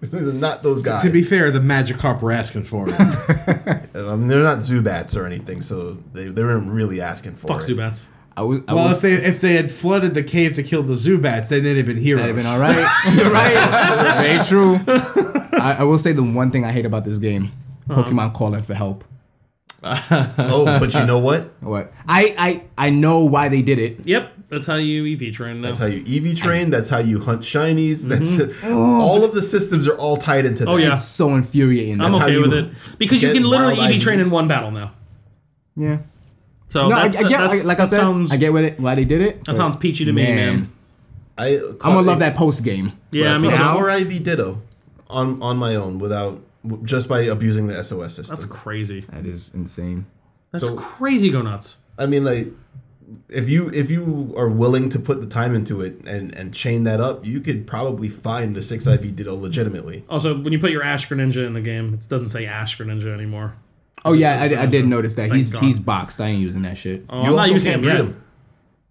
[SPEAKER 1] these are not those guys.
[SPEAKER 5] to be fair, the Magikarp were asking for *laughs* it.
[SPEAKER 1] Um, they're not Zubats or anything, so they, they weren't really asking for
[SPEAKER 3] Fuck
[SPEAKER 1] it.
[SPEAKER 3] Zubats.
[SPEAKER 2] I was, I
[SPEAKER 5] well, if
[SPEAKER 2] was
[SPEAKER 5] they if they had flooded the cave to kill the Zubats, then they'd have been heroes.
[SPEAKER 2] That'd *laughs* have been all right. You're right. Very true.
[SPEAKER 3] *laughs*
[SPEAKER 2] I, I will say the one thing I hate about this game:
[SPEAKER 3] Uh-huh.
[SPEAKER 2] Pokemon calling for help.
[SPEAKER 1] Oh, but you know
[SPEAKER 3] *laughs*
[SPEAKER 1] what?
[SPEAKER 2] What? I, I I know why they did it.
[SPEAKER 3] Yep, that's how you EV train. now.
[SPEAKER 1] That's how you EV train. That's how you hunt shinies. That's *laughs* all of the systems are all tied into that.
[SPEAKER 3] Mm-hmm. Oh, yeah.
[SPEAKER 2] It's so infuriating.
[SPEAKER 3] I'm
[SPEAKER 1] That's how
[SPEAKER 3] okay
[SPEAKER 1] you
[SPEAKER 3] with it because you
[SPEAKER 1] get
[SPEAKER 3] can literally
[SPEAKER 1] wild
[SPEAKER 3] EV train
[SPEAKER 1] IVs.
[SPEAKER 3] in one battle now.
[SPEAKER 2] yeah.
[SPEAKER 3] So
[SPEAKER 2] No, I, I
[SPEAKER 3] that's,
[SPEAKER 2] get
[SPEAKER 3] that's,
[SPEAKER 2] I- like
[SPEAKER 3] that
[SPEAKER 2] I said.
[SPEAKER 3] sounds
[SPEAKER 2] I get with it. Why they did it.
[SPEAKER 3] that sounds peachy to me, man.
[SPEAKER 1] I
[SPEAKER 2] I'm gonna love that post game.
[SPEAKER 3] Yeah, I mean
[SPEAKER 1] now
[SPEAKER 3] now
[SPEAKER 1] or IV Ditto on on my own without w- just by abusing the SOS system.
[SPEAKER 3] that's crazy.
[SPEAKER 2] That is insane.
[SPEAKER 3] That's
[SPEAKER 1] So-
[SPEAKER 3] crazy. Go nuts.
[SPEAKER 1] I mean, like if you if you are willing to put the time into it and and chain that up, you could probably find the six IV Ditto legitimately.
[SPEAKER 3] Also, when you put your Ash Greninja in the game, it doesn't say Ash Greninja anymore.
[SPEAKER 2] Oh yeah, I, I did notice that.
[SPEAKER 3] Thank
[SPEAKER 2] He's
[SPEAKER 3] God.
[SPEAKER 2] he's boxed. I ain't using that shit.
[SPEAKER 3] Oh,
[SPEAKER 1] You
[SPEAKER 3] I'm not
[SPEAKER 1] also
[SPEAKER 3] using
[SPEAKER 1] can't
[SPEAKER 3] him
[SPEAKER 1] breed
[SPEAKER 3] yet.
[SPEAKER 1] them.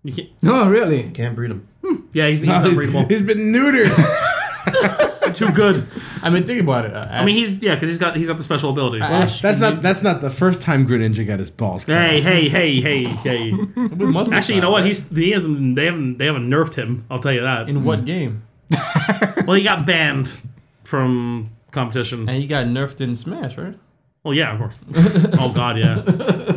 [SPEAKER 3] You can't-
[SPEAKER 2] No, really.
[SPEAKER 1] Can't breed them.
[SPEAKER 3] yeah, he's, he's not
[SPEAKER 2] *laughs*
[SPEAKER 1] *laughs*
[SPEAKER 3] breedable.
[SPEAKER 5] He's been neutered.
[SPEAKER 3] too good.
[SPEAKER 4] I mean, think about it. Uh,
[SPEAKER 3] I mean, he's yeah, because he's got he's got the special abilities.
[SPEAKER 4] Ash,
[SPEAKER 5] that's not that's not the first time Greninja got his balls. cut
[SPEAKER 3] Hey,
[SPEAKER 5] off.
[SPEAKER 3] hey, hey, hey,
[SPEAKER 4] *laughs*
[SPEAKER 3] hey. Actually, you know what? He's he hasn't they haven't they haven't nerfed him. I'll tell you that.
[SPEAKER 4] in what game?
[SPEAKER 3] Well, he got banned from competition.
[SPEAKER 4] And he got nerfed in Smash, right?
[SPEAKER 3] Well, yeah, of course.
[SPEAKER 4] *laughs*
[SPEAKER 3] Oh God, yeah.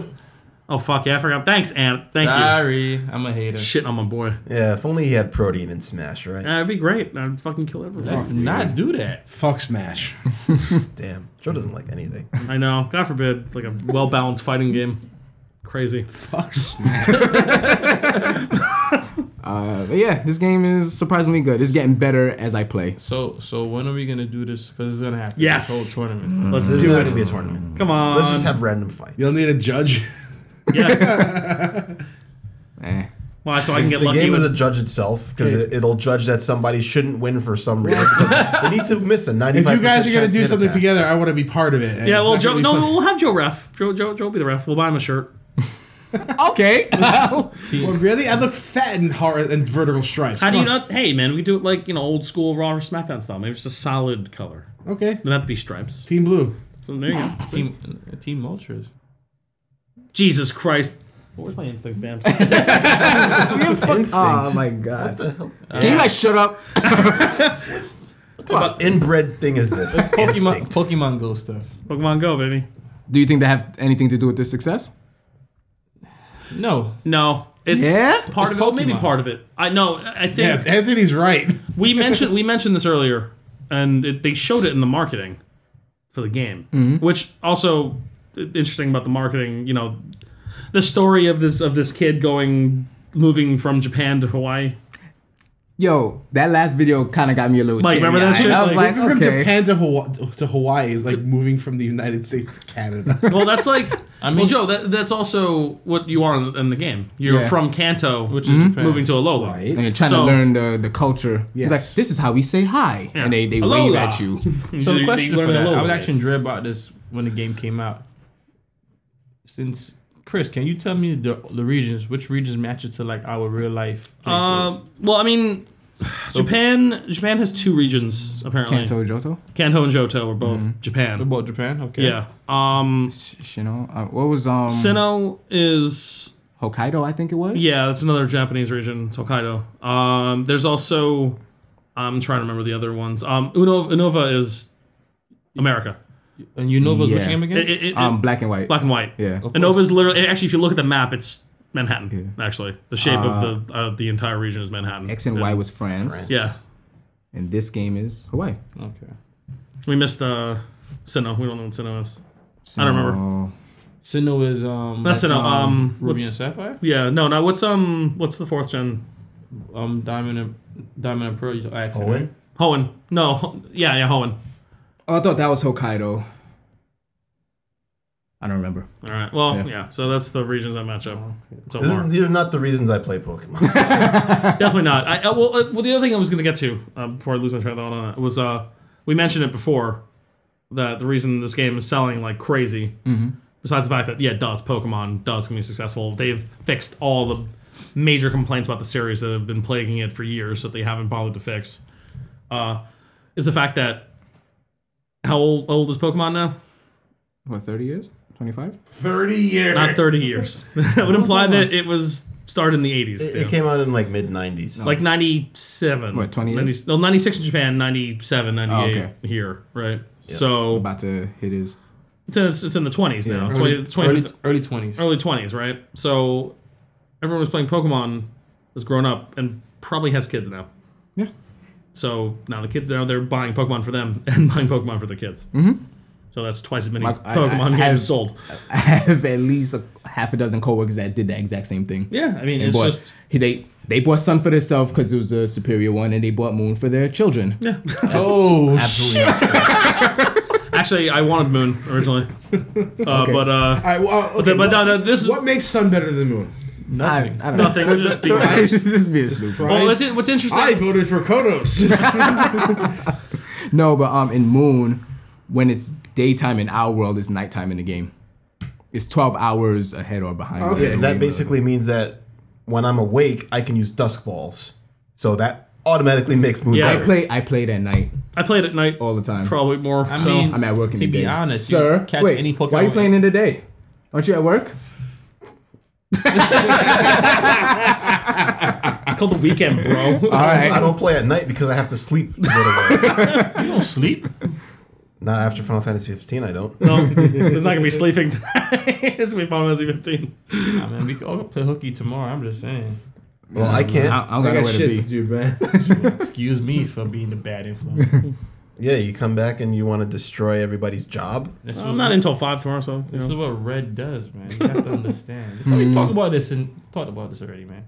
[SPEAKER 3] Oh fuck yeah, I forgot. Thanks, Ant. Thank you.
[SPEAKER 4] Sorry, I'm a hater.
[SPEAKER 3] Shit on my boy.
[SPEAKER 1] Yeah, if only he had protein in Smash, right?
[SPEAKER 3] That'd be great. I'd fucking kill everyone.
[SPEAKER 4] Let's not do that.
[SPEAKER 5] Fuck Smash.
[SPEAKER 1] Damn, Joe doesn't like *laughs* anything.
[SPEAKER 3] I know. God forbid, like a well balanced fighting game. Crazy.
[SPEAKER 5] *laughs* Fuck Smash.
[SPEAKER 2] Uh, but yeah, this game is surprisingly good. It's getting better as I play.
[SPEAKER 4] So, so when are we gonna do this? Because it's gonna happen.
[SPEAKER 3] Yes.
[SPEAKER 4] This whole
[SPEAKER 3] *laughs*
[SPEAKER 4] tournament.
[SPEAKER 3] Let's
[SPEAKER 1] There's
[SPEAKER 3] do
[SPEAKER 1] not gonna
[SPEAKER 3] it.
[SPEAKER 1] be a tournament.
[SPEAKER 3] Come on.
[SPEAKER 1] Let's just have random fights.
[SPEAKER 5] You'll need a judge.
[SPEAKER 1] *laughs*
[SPEAKER 3] yes.
[SPEAKER 2] Eh.
[SPEAKER 3] Why? So I can get
[SPEAKER 1] the
[SPEAKER 3] lucky.
[SPEAKER 1] game
[SPEAKER 3] with,
[SPEAKER 1] is a judge itself because it, it'll judge that somebody shouldn't win for some reason. because they need to miss a
[SPEAKER 5] If
[SPEAKER 1] ninety-five.
[SPEAKER 5] you guys are gonna do something together, I want to be part of it. and
[SPEAKER 3] yeah.
[SPEAKER 5] it's
[SPEAKER 3] Well,
[SPEAKER 5] not
[SPEAKER 3] Joe.
[SPEAKER 5] gonna be
[SPEAKER 3] No,
[SPEAKER 5] fun.
[SPEAKER 3] we'll have Joe ref. Joe. Joe. Joe will be the ref. We'll buy him a shirt. *laughs*
[SPEAKER 2] Okay.
[SPEAKER 5] Well, really, I look fat in hard and vertical stripes.
[SPEAKER 3] How do you
[SPEAKER 5] Fuck.
[SPEAKER 3] not? Hey, man, we could do it like you know, old school Raw or SmackDown style. Maybe it's a solid color.
[SPEAKER 5] Okay.
[SPEAKER 3] Doesn't have to be stripes.
[SPEAKER 5] Team Blue.
[SPEAKER 3] So there you go.
[SPEAKER 4] Team, uh, Team Ultras.
[SPEAKER 3] Jesus Christ. Where's my instinct band?
[SPEAKER 1] Instinct.
[SPEAKER 2] oh my god. Can you
[SPEAKER 3] Uh,
[SPEAKER 2] guys shut up?
[SPEAKER 1] What inbred thing is this?
[SPEAKER 4] Pokemon,
[SPEAKER 1] Instinct.
[SPEAKER 4] Pokemon Go stuff.
[SPEAKER 3] *laughs* Pokemon Go, baby.
[SPEAKER 2] Do you think that have anything to do with this success?
[SPEAKER 4] No,
[SPEAKER 3] No, it's
[SPEAKER 2] Yeah?
[SPEAKER 3] part
[SPEAKER 4] It's
[SPEAKER 3] of it. Maybe
[SPEAKER 4] Pokemon.
[SPEAKER 3] part of it. I know. I think
[SPEAKER 5] Yeah, Anthony's right.
[SPEAKER 3] we mentioned we mentioned this earlier, and it, they showed it in the marketing for the game, which also i- interesting about the marketing. You know, the story of this of this kid going moving from Japan to Hawaii.
[SPEAKER 2] Yo, that last video kind of got me a little.
[SPEAKER 3] Mike, remember that
[SPEAKER 2] teary-eyed.
[SPEAKER 3] shit?
[SPEAKER 2] I was
[SPEAKER 5] Like,
[SPEAKER 2] like,
[SPEAKER 5] moving from
[SPEAKER 2] okay.
[SPEAKER 5] Japan to Hawaii, to Hawaii is like moving from the United States to *laughs* Canada.
[SPEAKER 3] Well, that's
[SPEAKER 4] *laughs*
[SPEAKER 3] like. I mean, well,
[SPEAKER 4] mean-
[SPEAKER 3] Joe, that, that's also what you are in, in the game. You're
[SPEAKER 2] Yeah.
[SPEAKER 3] from Kanto, Mhm.
[SPEAKER 4] which is Japan.
[SPEAKER 3] moving to Alola.
[SPEAKER 5] Right.
[SPEAKER 2] And you're trying
[SPEAKER 3] So-
[SPEAKER 2] to learn the, the culture. It's
[SPEAKER 5] Yes.
[SPEAKER 2] Like this is how we say hi, and they, they
[SPEAKER 3] Alola.
[SPEAKER 2] wave at
[SPEAKER 3] *laughs*
[SPEAKER 2] you.
[SPEAKER 4] So
[SPEAKER 3] You-
[SPEAKER 4] the
[SPEAKER 3] you
[SPEAKER 4] question for
[SPEAKER 3] learn
[SPEAKER 4] that,
[SPEAKER 3] Alola.
[SPEAKER 4] I was actually in dread about this when the game came out. Since Chris, can
[SPEAKER 3] Um,
[SPEAKER 4] you tell me the the regions? Which regions match it to like our real life places? *sighs*
[SPEAKER 3] Uh, well, I mean, Japan Japan has two regions apparently.
[SPEAKER 2] Kanto Mm-hmm. Johto?
[SPEAKER 3] Kanto and Johto are both Japan.
[SPEAKER 4] About Japan, okay.
[SPEAKER 3] Yeah. Um,
[SPEAKER 2] Sh- Shino? Uh, what was um
[SPEAKER 3] Sinnoh is
[SPEAKER 2] Hokkaido, I think it was?
[SPEAKER 3] yeah, that's another Japanese region. It's Hokkaido. Um, there's also I'm trying to remember the other ones. Um, Unova, Unova is America.
[SPEAKER 4] And you know those
[SPEAKER 2] Yeah.
[SPEAKER 4] which game again?
[SPEAKER 3] It- it- it-
[SPEAKER 2] Um black and white.
[SPEAKER 3] black and white.
[SPEAKER 2] Yeah. Of
[SPEAKER 3] Unova is literally eh, actually if you look at the map, it's Manhattan. Actually, the shape of the uh, the entire region is Manhattan.
[SPEAKER 2] X and
[SPEAKER 3] Yeah.
[SPEAKER 2] Y was France.
[SPEAKER 3] Yeah,
[SPEAKER 2] And this game is Hawaii.
[SPEAKER 4] okay.
[SPEAKER 3] we missed uh, Sinnoh. We don't know what Sinnoh is. I don't remember.
[SPEAKER 2] So-
[SPEAKER 4] Sinnoh is um.
[SPEAKER 3] Not Sinnoh. Um,
[SPEAKER 4] Ruby
[SPEAKER 3] what's-
[SPEAKER 4] and Sapphire.
[SPEAKER 3] yeah, no, no. What's um, what's the fourth gen?
[SPEAKER 4] Um, Diamond and Diamond and Pearl. You I accident.
[SPEAKER 1] Owen?
[SPEAKER 3] Hoenn. No, Ho- yeah, yeah, Hoenn.
[SPEAKER 2] Oh, I thought that was Hokkaido. I don't remember.
[SPEAKER 3] All right. Well, yeah.
[SPEAKER 2] Yeah.
[SPEAKER 3] So that's the regions that match up so
[SPEAKER 1] This
[SPEAKER 3] far.
[SPEAKER 1] is, these are not the reasons I play
[SPEAKER 3] *laughs*
[SPEAKER 1] Pokemon.
[SPEAKER 3] Definitely not. I, uh, well, uh, well, the other thing I was going to get to uh, before I lose my train of thought on that was uh, we mentioned it before that the reason this game is selling like crazy,
[SPEAKER 1] Mm-hmm.
[SPEAKER 3] besides the fact that yeah, duh, it's Pokemon, duh, it's going to be successful. They've fixed all the major complaints about the series that have been plaguing it for years that they haven't bothered to fix. Uh, is the fact that how old, old is Pokemon now?
[SPEAKER 2] What, 30 years? 25?
[SPEAKER 1] 30 years.
[SPEAKER 3] Not 30 years. *laughs* that would imply that it was started in the 80s.
[SPEAKER 1] It,
[SPEAKER 3] yeah.
[SPEAKER 1] it came out in like mid 90s.
[SPEAKER 3] like 97.
[SPEAKER 2] Oh. What, 20 years? Oh,
[SPEAKER 3] 90 no, 96 in Japan, 97, 98
[SPEAKER 2] okay.
[SPEAKER 3] here, right? So
[SPEAKER 2] About to hit his. *laughs*
[SPEAKER 3] it's in, it's in the 20s now.
[SPEAKER 2] Yeah.
[SPEAKER 3] 20,
[SPEAKER 4] Early,
[SPEAKER 3] 20
[SPEAKER 4] early, early 20s.
[SPEAKER 3] early 20s, right? So everyone was playing Pokemon, has grown up, and probably has kids now.
[SPEAKER 2] Yeah.
[SPEAKER 3] So now the kids now they're buying Pokemon for them *laughs* and buying Pokemon for the kids. So that's twice as many
[SPEAKER 2] Mm-hmm. Like, I-
[SPEAKER 3] Pokemon
[SPEAKER 2] I- I
[SPEAKER 3] games
[SPEAKER 2] have-
[SPEAKER 3] sold.
[SPEAKER 2] I have at least a half a dozen coworkers that did the exact same thing.
[SPEAKER 3] Yeah, I mean
[SPEAKER 2] And
[SPEAKER 3] it's
[SPEAKER 2] bought,
[SPEAKER 3] just
[SPEAKER 2] he- they they bought Sun for themselves because it was the superior one, and they bought Moon for their children.
[SPEAKER 3] yeah. *laughs*
[SPEAKER 2] Oh,
[SPEAKER 1] Absolutely. not.
[SPEAKER 3] Actually, I wanted Moon
[SPEAKER 2] *laughs*
[SPEAKER 3] originally, uh, but uh,
[SPEAKER 5] All right, well, okay,
[SPEAKER 3] then- but
[SPEAKER 5] what-
[SPEAKER 3] no, no, this is-
[SPEAKER 5] what makes Sun better than Moon.
[SPEAKER 2] I, I don't know.
[SPEAKER 3] nothing. just
[SPEAKER 2] *laughs*
[SPEAKER 3] be
[SPEAKER 2] Just be a snoop.
[SPEAKER 3] Well, what's, what's interesting?
[SPEAKER 5] I voted for *laughs* Kodos.
[SPEAKER 2] No, but um, in Moon, when it's daytime in our world, it's nighttime in the game. It's twelve hours ahead or behind.
[SPEAKER 5] Okay,
[SPEAKER 2] whatever
[SPEAKER 1] And
[SPEAKER 2] way
[SPEAKER 1] Oh, that
[SPEAKER 2] you-
[SPEAKER 1] basically means that when I'm awake, I can use Dusk Balls. So that automatically makes Moon
[SPEAKER 3] Yeah.
[SPEAKER 2] I
[SPEAKER 1] better.
[SPEAKER 2] play. I played at night
[SPEAKER 3] I played at night
[SPEAKER 2] all the time.
[SPEAKER 3] probably more.
[SPEAKER 4] I
[SPEAKER 3] so.
[SPEAKER 4] mean-
[SPEAKER 2] I'm at work in the
[SPEAKER 4] To be
[SPEAKER 2] day.
[SPEAKER 4] honest, you
[SPEAKER 2] sir.
[SPEAKER 4] can catch
[SPEAKER 2] wait,
[SPEAKER 4] any
[SPEAKER 2] why are you
[SPEAKER 4] Pokemon.
[SPEAKER 2] playing in the day? Aren't you at work?
[SPEAKER 3] it's called the weekend,
[SPEAKER 4] *laughs*
[SPEAKER 3] bro.
[SPEAKER 2] *laughs* All
[SPEAKER 1] I
[SPEAKER 2] right.
[SPEAKER 1] don't play at night because I have to sleep to go
[SPEAKER 3] *laughs*
[SPEAKER 1] to work.
[SPEAKER 4] You don't sleep.
[SPEAKER 1] Not after Final Fantasy 15, I don't.
[SPEAKER 3] no, it's not gonna be sleeping. tonight. *laughs* it's gonna be Final Fantasy 15.
[SPEAKER 4] *laughs* nah, man, we could all play hooky tomorrow. I'm just *laughs* saying.
[SPEAKER 1] Well, I can't.
[SPEAKER 2] I, I don't know where to be. *laughs*
[SPEAKER 5] do, man.
[SPEAKER 4] Excuse me for being the
[SPEAKER 3] *laughs*
[SPEAKER 4] bad influence.
[SPEAKER 1] Yeah, you come back and you want to destroy everybody's job.
[SPEAKER 4] This
[SPEAKER 3] I'm
[SPEAKER 4] was-
[SPEAKER 3] not until five tomorrow, so you
[SPEAKER 4] This is
[SPEAKER 3] know.
[SPEAKER 4] what red does, man. You have to understand. *laughs* I mean, talk about this and talked about this already, man.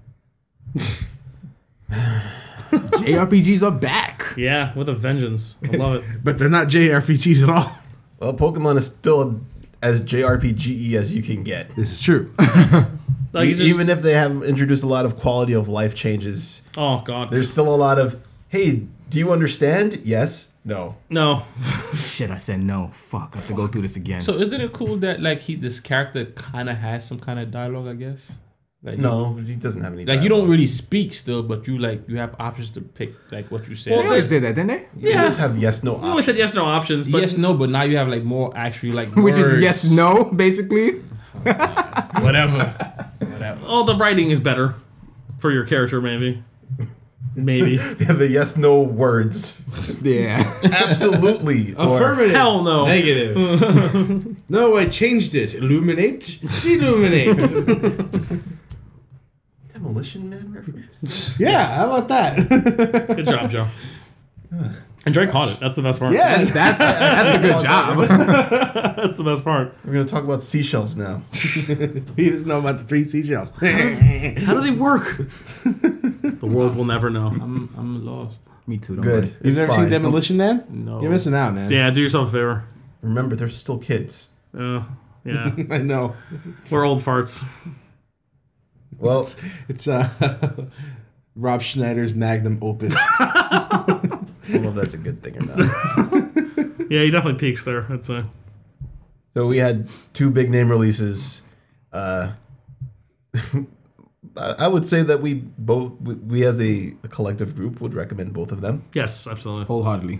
[SPEAKER 2] JRPGs are back.
[SPEAKER 3] yeah, with a vengeance. I
[SPEAKER 4] *laughs*
[SPEAKER 3] love it.
[SPEAKER 5] but they're not JRPGs at all.
[SPEAKER 1] Well, Pokemon is still as JRPGE E as you can get.
[SPEAKER 5] This is true.
[SPEAKER 3] Like,
[SPEAKER 1] E-
[SPEAKER 3] you just-
[SPEAKER 1] Even if they have introduced a lot of quality of life changes,
[SPEAKER 3] oh god,
[SPEAKER 1] there's still a lot of, hey, do you understand? Yes, no.
[SPEAKER 3] no.
[SPEAKER 2] Shit, I said no. Fuck, I have to go through this again.
[SPEAKER 4] So isn't it cool that like he this character kind of has some kind of dialogue? I guess. Like,
[SPEAKER 1] No, he doesn't have any.
[SPEAKER 4] Like you don't
[SPEAKER 1] dialogue.
[SPEAKER 4] really speak still, but you like you have options to pick like what you say.
[SPEAKER 2] they always did that, didn't they?
[SPEAKER 1] You
[SPEAKER 3] Yeah,
[SPEAKER 1] just have yes, no.
[SPEAKER 3] you always
[SPEAKER 1] Option.
[SPEAKER 3] said yes, no options, but
[SPEAKER 4] yes, no, but now you have like more actually like *laughs*
[SPEAKER 2] Which is
[SPEAKER 4] words.
[SPEAKER 2] yes, no, basically.
[SPEAKER 4] whatever, whatever.
[SPEAKER 3] oh, the writing is better for your character, maybe.
[SPEAKER 4] *laughs*
[SPEAKER 3] Maybe.
[SPEAKER 1] Yeah, the yes, no words.
[SPEAKER 2] *laughs* Yeah.
[SPEAKER 1] Absolutely. or-
[SPEAKER 5] Affirmative.
[SPEAKER 3] Hell no.
[SPEAKER 5] Negative. *laughs* no, I changed it. Illuminate. *laughs* Illuminate.
[SPEAKER 1] Demolition Man reference.
[SPEAKER 5] yeah, how about that? *laughs*
[SPEAKER 3] Good job,
[SPEAKER 4] *sighs*
[SPEAKER 3] Joe. And Drake caught it. That's the best part.
[SPEAKER 5] yes.
[SPEAKER 2] that's that's a good job.
[SPEAKER 3] *laughs* that's the best part.
[SPEAKER 1] We're gonna talk about seashells now.
[SPEAKER 5] He doesn't know about the three seashells. *laughs*
[SPEAKER 3] How do they
[SPEAKER 4] *laughs*
[SPEAKER 3] work? the world will never know.
[SPEAKER 4] I'm I'm lost.
[SPEAKER 2] *laughs* Me too. Don't *laughs*
[SPEAKER 1] Good.
[SPEAKER 2] worry.
[SPEAKER 5] You've
[SPEAKER 1] It's
[SPEAKER 5] never
[SPEAKER 1] fine.
[SPEAKER 5] seen Demolition Man?
[SPEAKER 4] No,
[SPEAKER 5] You're missing out, man.
[SPEAKER 3] Yeah, do yourself a favor.
[SPEAKER 1] Remember, they're still kids.
[SPEAKER 3] Uh, yeah,
[SPEAKER 4] *laughs*
[SPEAKER 5] I know.
[SPEAKER 3] we're old farts.
[SPEAKER 1] Well,
[SPEAKER 5] It's uh, *laughs* Rob Schneider's magnum
[SPEAKER 2] *laughs*
[SPEAKER 5] opus.
[SPEAKER 1] I don't know if that's a good thing or not.
[SPEAKER 3] Yeah, he definitely peaks there. I'd say.
[SPEAKER 1] So we had two big name releases. Uh, *laughs* I I would say that we both, we, we as a, a collective group, would recommend both of them.
[SPEAKER 3] Yes, absolutely,
[SPEAKER 2] wholeheartedly.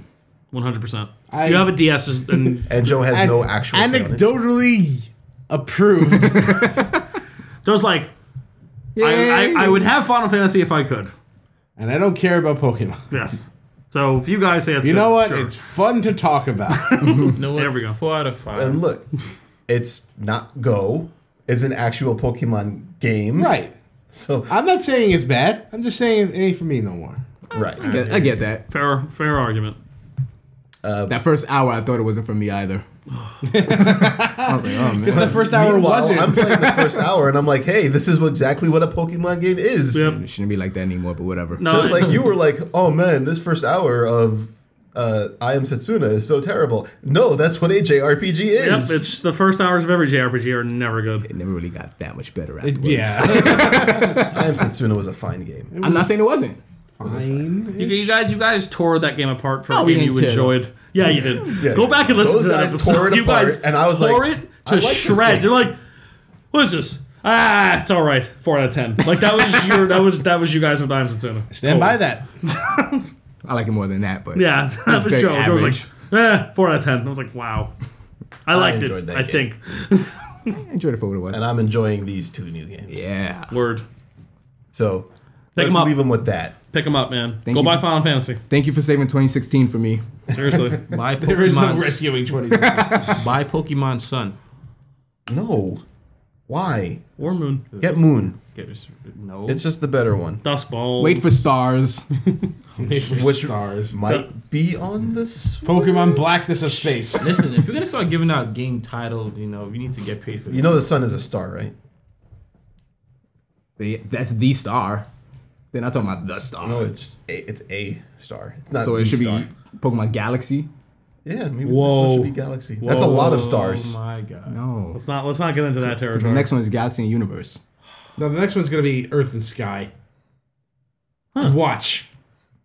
[SPEAKER 3] one hundred percent.
[SPEAKER 5] I-
[SPEAKER 3] If you have a DS, is-
[SPEAKER 5] *laughs*
[SPEAKER 3] then
[SPEAKER 1] And Joe has
[SPEAKER 5] An-
[SPEAKER 1] no actual. say on it.
[SPEAKER 5] anecdotally approved.
[SPEAKER 3] there's like, I, I, I would have Final Fantasy if I could.
[SPEAKER 5] *laughs* and I don't care about Pokemon.
[SPEAKER 3] Yes. So if you guys say it's
[SPEAKER 5] You
[SPEAKER 3] good,
[SPEAKER 5] know what?
[SPEAKER 3] sure.
[SPEAKER 5] It's fun to
[SPEAKER 2] *laughs*
[SPEAKER 5] talk about.
[SPEAKER 4] You know what?
[SPEAKER 3] There we go.
[SPEAKER 4] Four out of five.
[SPEAKER 1] And look, it's not Go. It's an actual Pokemon game.
[SPEAKER 5] right.
[SPEAKER 1] So
[SPEAKER 5] I'm not saying it's bad. I'm just saying it ain't for me no more.
[SPEAKER 2] I
[SPEAKER 1] right.
[SPEAKER 2] get, I get that.
[SPEAKER 3] fair fair argument.
[SPEAKER 2] That first hour, I thought it wasn't for me
[SPEAKER 5] *laughs*
[SPEAKER 2] either. *laughs* I was like, oh man.
[SPEAKER 5] It's the first hour
[SPEAKER 1] Meanwhile,
[SPEAKER 5] wasn't.
[SPEAKER 1] I'm playing the first hour, and I'm like, hey, this is exactly what a Pokemon game is.
[SPEAKER 3] Yep.
[SPEAKER 2] It shouldn't be like that anymore, but whatever.
[SPEAKER 3] No,
[SPEAKER 1] Just like you were like, oh man, this first hour of uh, I Am Setsuna is so terrible. No, that's what a JRPG
[SPEAKER 3] Yep,
[SPEAKER 1] is.
[SPEAKER 3] it's the first hours of every JRPG are never good.
[SPEAKER 2] It never really got that much better
[SPEAKER 5] It-
[SPEAKER 2] afterwards.
[SPEAKER 5] yeah.
[SPEAKER 1] I Am Setsuna was a fine game.
[SPEAKER 2] I'm not saying it wasn't.
[SPEAKER 5] Oh, Fine.
[SPEAKER 3] You, you guys, you guys tore that game apart for
[SPEAKER 2] No,
[SPEAKER 3] a
[SPEAKER 2] Oh, we
[SPEAKER 3] game you
[SPEAKER 2] didn't tear it
[SPEAKER 3] enjoyed. Yeah, you did.
[SPEAKER 1] Yeah.
[SPEAKER 3] Go back and listen
[SPEAKER 1] Those
[SPEAKER 3] to that
[SPEAKER 1] guys tore
[SPEAKER 3] episode.
[SPEAKER 1] it
[SPEAKER 3] You guys
[SPEAKER 1] apart, and I was
[SPEAKER 3] tore
[SPEAKER 1] like,
[SPEAKER 3] it
[SPEAKER 1] I
[SPEAKER 3] to
[SPEAKER 1] like this
[SPEAKER 3] shreds.
[SPEAKER 1] game.
[SPEAKER 3] You're like, what is this? Ah, it's all right. Four out of ten. Like that was your that was that was you guys with Dimes and Sona.
[SPEAKER 5] Stand by that.
[SPEAKER 2] I like it more than that, but
[SPEAKER 3] Yeah, *laughs* that was
[SPEAKER 2] Very
[SPEAKER 3] Joe. Joe was
[SPEAKER 2] average.
[SPEAKER 3] like, eh, four out of ten. I was like, wow. I liked
[SPEAKER 1] enjoyed
[SPEAKER 3] it.
[SPEAKER 1] that
[SPEAKER 3] I
[SPEAKER 1] game.
[SPEAKER 3] think.
[SPEAKER 2] I enjoyed it for what it was.
[SPEAKER 1] And I'm enjoying these two new games.
[SPEAKER 2] Yeah.
[SPEAKER 3] Word.
[SPEAKER 1] So
[SPEAKER 3] Pick 'em
[SPEAKER 1] let's
[SPEAKER 3] up.
[SPEAKER 1] leave them with that.
[SPEAKER 3] Pick them up, man.
[SPEAKER 2] Thank
[SPEAKER 3] Go
[SPEAKER 2] you
[SPEAKER 3] buy
[SPEAKER 2] for-
[SPEAKER 3] Final Fantasy.
[SPEAKER 2] Thank you for saving 2016 for me.
[SPEAKER 3] Seriously. *laughs*
[SPEAKER 4] buy
[SPEAKER 5] There is no
[SPEAKER 4] Pokemon.
[SPEAKER 5] rescuing 20.
[SPEAKER 4] *laughs* buy Pokemon Sun.
[SPEAKER 1] No. Why?
[SPEAKER 3] War Moon.
[SPEAKER 1] Get Moon.
[SPEAKER 4] Get this- no.
[SPEAKER 1] It's just the better one.
[SPEAKER 3] Dust Balls.
[SPEAKER 2] Wait for stars.
[SPEAKER 5] *laughs* Which stars?
[SPEAKER 1] Might be on this.
[SPEAKER 5] Pokemon Blackness of Space.
[SPEAKER 4] Listen, if you're gonna start giving out game titles, you know you need to get paid for.
[SPEAKER 1] You know the sun is a star, right?
[SPEAKER 2] They- That's the star. They're not talking about the star.
[SPEAKER 1] No, it's a, it's a star. It's not
[SPEAKER 2] so
[SPEAKER 1] the
[SPEAKER 2] it should
[SPEAKER 1] star.
[SPEAKER 2] be Pokemon Galaxy.
[SPEAKER 1] Yeah, maybe this
[SPEAKER 3] Whoa.
[SPEAKER 1] one should be galaxy. That's a lot of stars.
[SPEAKER 4] Oh my god.
[SPEAKER 2] No.
[SPEAKER 3] Let's not let's not get into that territory.
[SPEAKER 2] The next one is Galaxy and Universe.
[SPEAKER 5] No, the next one's gonna be Earth and Sky. Watch.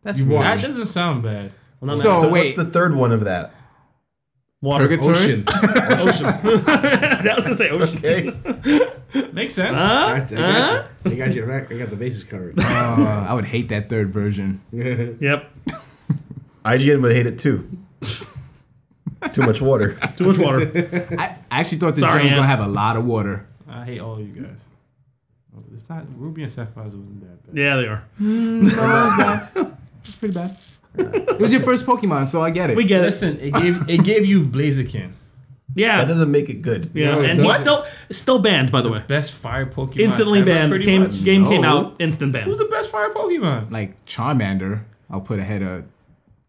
[SPEAKER 2] That's
[SPEAKER 5] You
[SPEAKER 2] weird.
[SPEAKER 4] That doesn't sound bad.
[SPEAKER 3] Well, not
[SPEAKER 2] So,
[SPEAKER 3] next.
[SPEAKER 1] So what's
[SPEAKER 2] wait.
[SPEAKER 1] the third one of that?
[SPEAKER 3] water. *laughs*
[SPEAKER 2] Purgatory?
[SPEAKER 5] Ocean.
[SPEAKER 3] that was gonna say ocean.
[SPEAKER 1] Okay.
[SPEAKER 4] Makes sense.
[SPEAKER 5] I, I got you. I got you. I got the bases covered.
[SPEAKER 2] Uh, I would hate that third version.
[SPEAKER 3] Yep.
[SPEAKER 1] IGN would hate it too. Too much water.
[SPEAKER 3] Too
[SPEAKER 2] *laughs*
[SPEAKER 3] much water.
[SPEAKER 2] I I actually thought this
[SPEAKER 3] Sorry,
[SPEAKER 2] game was
[SPEAKER 3] Ant.
[SPEAKER 2] gonna have a lot of water.
[SPEAKER 4] I hate all you guys. It's not Ruby and Sapphires wasn't that bad.
[SPEAKER 3] Yeah, they are.
[SPEAKER 2] Pretty bad. it was your first Pokemon, so I get it.
[SPEAKER 3] We get it.
[SPEAKER 4] Listen, it gave it gave you Blaziken,
[SPEAKER 1] That
[SPEAKER 3] Yeah.
[SPEAKER 1] doesn't make it good.
[SPEAKER 3] Yeah.
[SPEAKER 5] No, it
[SPEAKER 3] and he's
[SPEAKER 5] doesn't.
[SPEAKER 3] still still banned, by the way.
[SPEAKER 4] best fire Pokemon.
[SPEAKER 3] Instantly
[SPEAKER 4] ever,
[SPEAKER 3] banned.
[SPEAKER 4] pretty
[SPEAKER 3] Came,
[SPEAKER 4] much.
[SPEAKER 3] game came
[SPEAKER 2] No.
[SPEAKER 3] out. Instant ban.
[SPEAKER 4] Who's the best fire Pokemon?
[SPEAKER 2] like Charmander, I'll put ahead of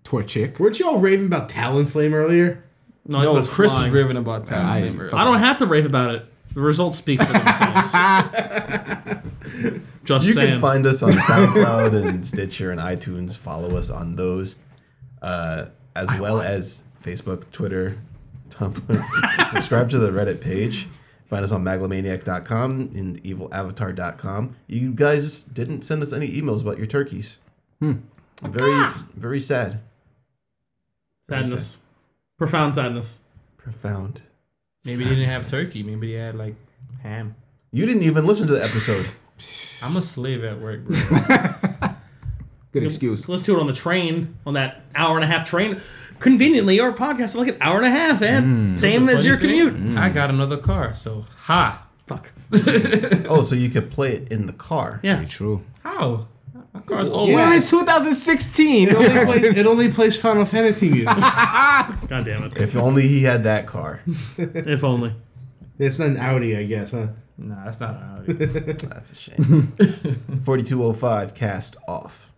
[SPEAKER 2] Torchic.
[SPEAKER 5] Weren't you all raving about Talonflame earlier?
[SPEAKER 3] No, it's not
[SPEAKER 4] Chris
[SPEAKER 3] flying.
[SPEAKER 4] is raving about
[SPEAKER 2] I-
[SPEAKER 4] Talonflame. earlier.
[SPEAKER 2] fuck.
[SPEAKER 3] I don't have to rave about it. The results speak for themselves.
[SPEAKER 4] *laughs*
[SPEAKER 3] Just
[SPEAKER 1] You
[SPEAKER 3] saying.
[SPEAKER 1] can find us on SoundCloud and Stitcher and iTunes. Follow us on those, uh, as well as Facebook, Twitter, Tumblr. Subscribe to the Reddit page. Find us on maglomaniac.com and evilavatar.com. You guys didn't send us any emails about your turkeys. Very, very sad.
[SPEAKER 3] sadness. Profound sadness.
[SPEAKER 1] Profound.
[SPEAKER 4] Maybe they didn't have turkey. Maybe they had like ham.
[SPEAKER 1] You didn't even listen to the episode.
[SPEAKER 4] I'm a slave at work, *laughs* bro.
[SPEAKER 2] Good excuse.
[SPEAKER 3] Let's do it on the train, on that hour and a half train. Conveniently, our podcast is like an hour and a half,
[SPEAKER 4] Mm.
[SPEAKER 3] and same as
[SPEAKER 4] Funny
[SPEAKER 3] your
[SPEAKER 4] thing,
[SPEAKER 3] commute.
[SPEAKER 4] I got another car, so ha.
[SPEAKER 3] Fuck.
[SPEAKER 1] oh, so you could play it in the car.
[SPEAKER 3] Yeah.
[SPEAKER 2] Very true.
[SPEAKER 4] How? My car's old.
[SPEAKER 2] We're in 2016. *laughs*
[SPEAKER 5] It only, plays, it only plays Final Fantasy music.
[SPEAKER 3] God damn
[SPEAKER 4] *laughs*
[SPEAKER 3] it.
[SPEAKER 1] If only he had that car.
[SPEAKER 3] If only.
[SPEAKER 5] It's not an Audi, I guess, huh?
[SPEAKER 4] Nah, that's not an Audi.
[SPEAKER 1] That's a shame. 4205 cast off.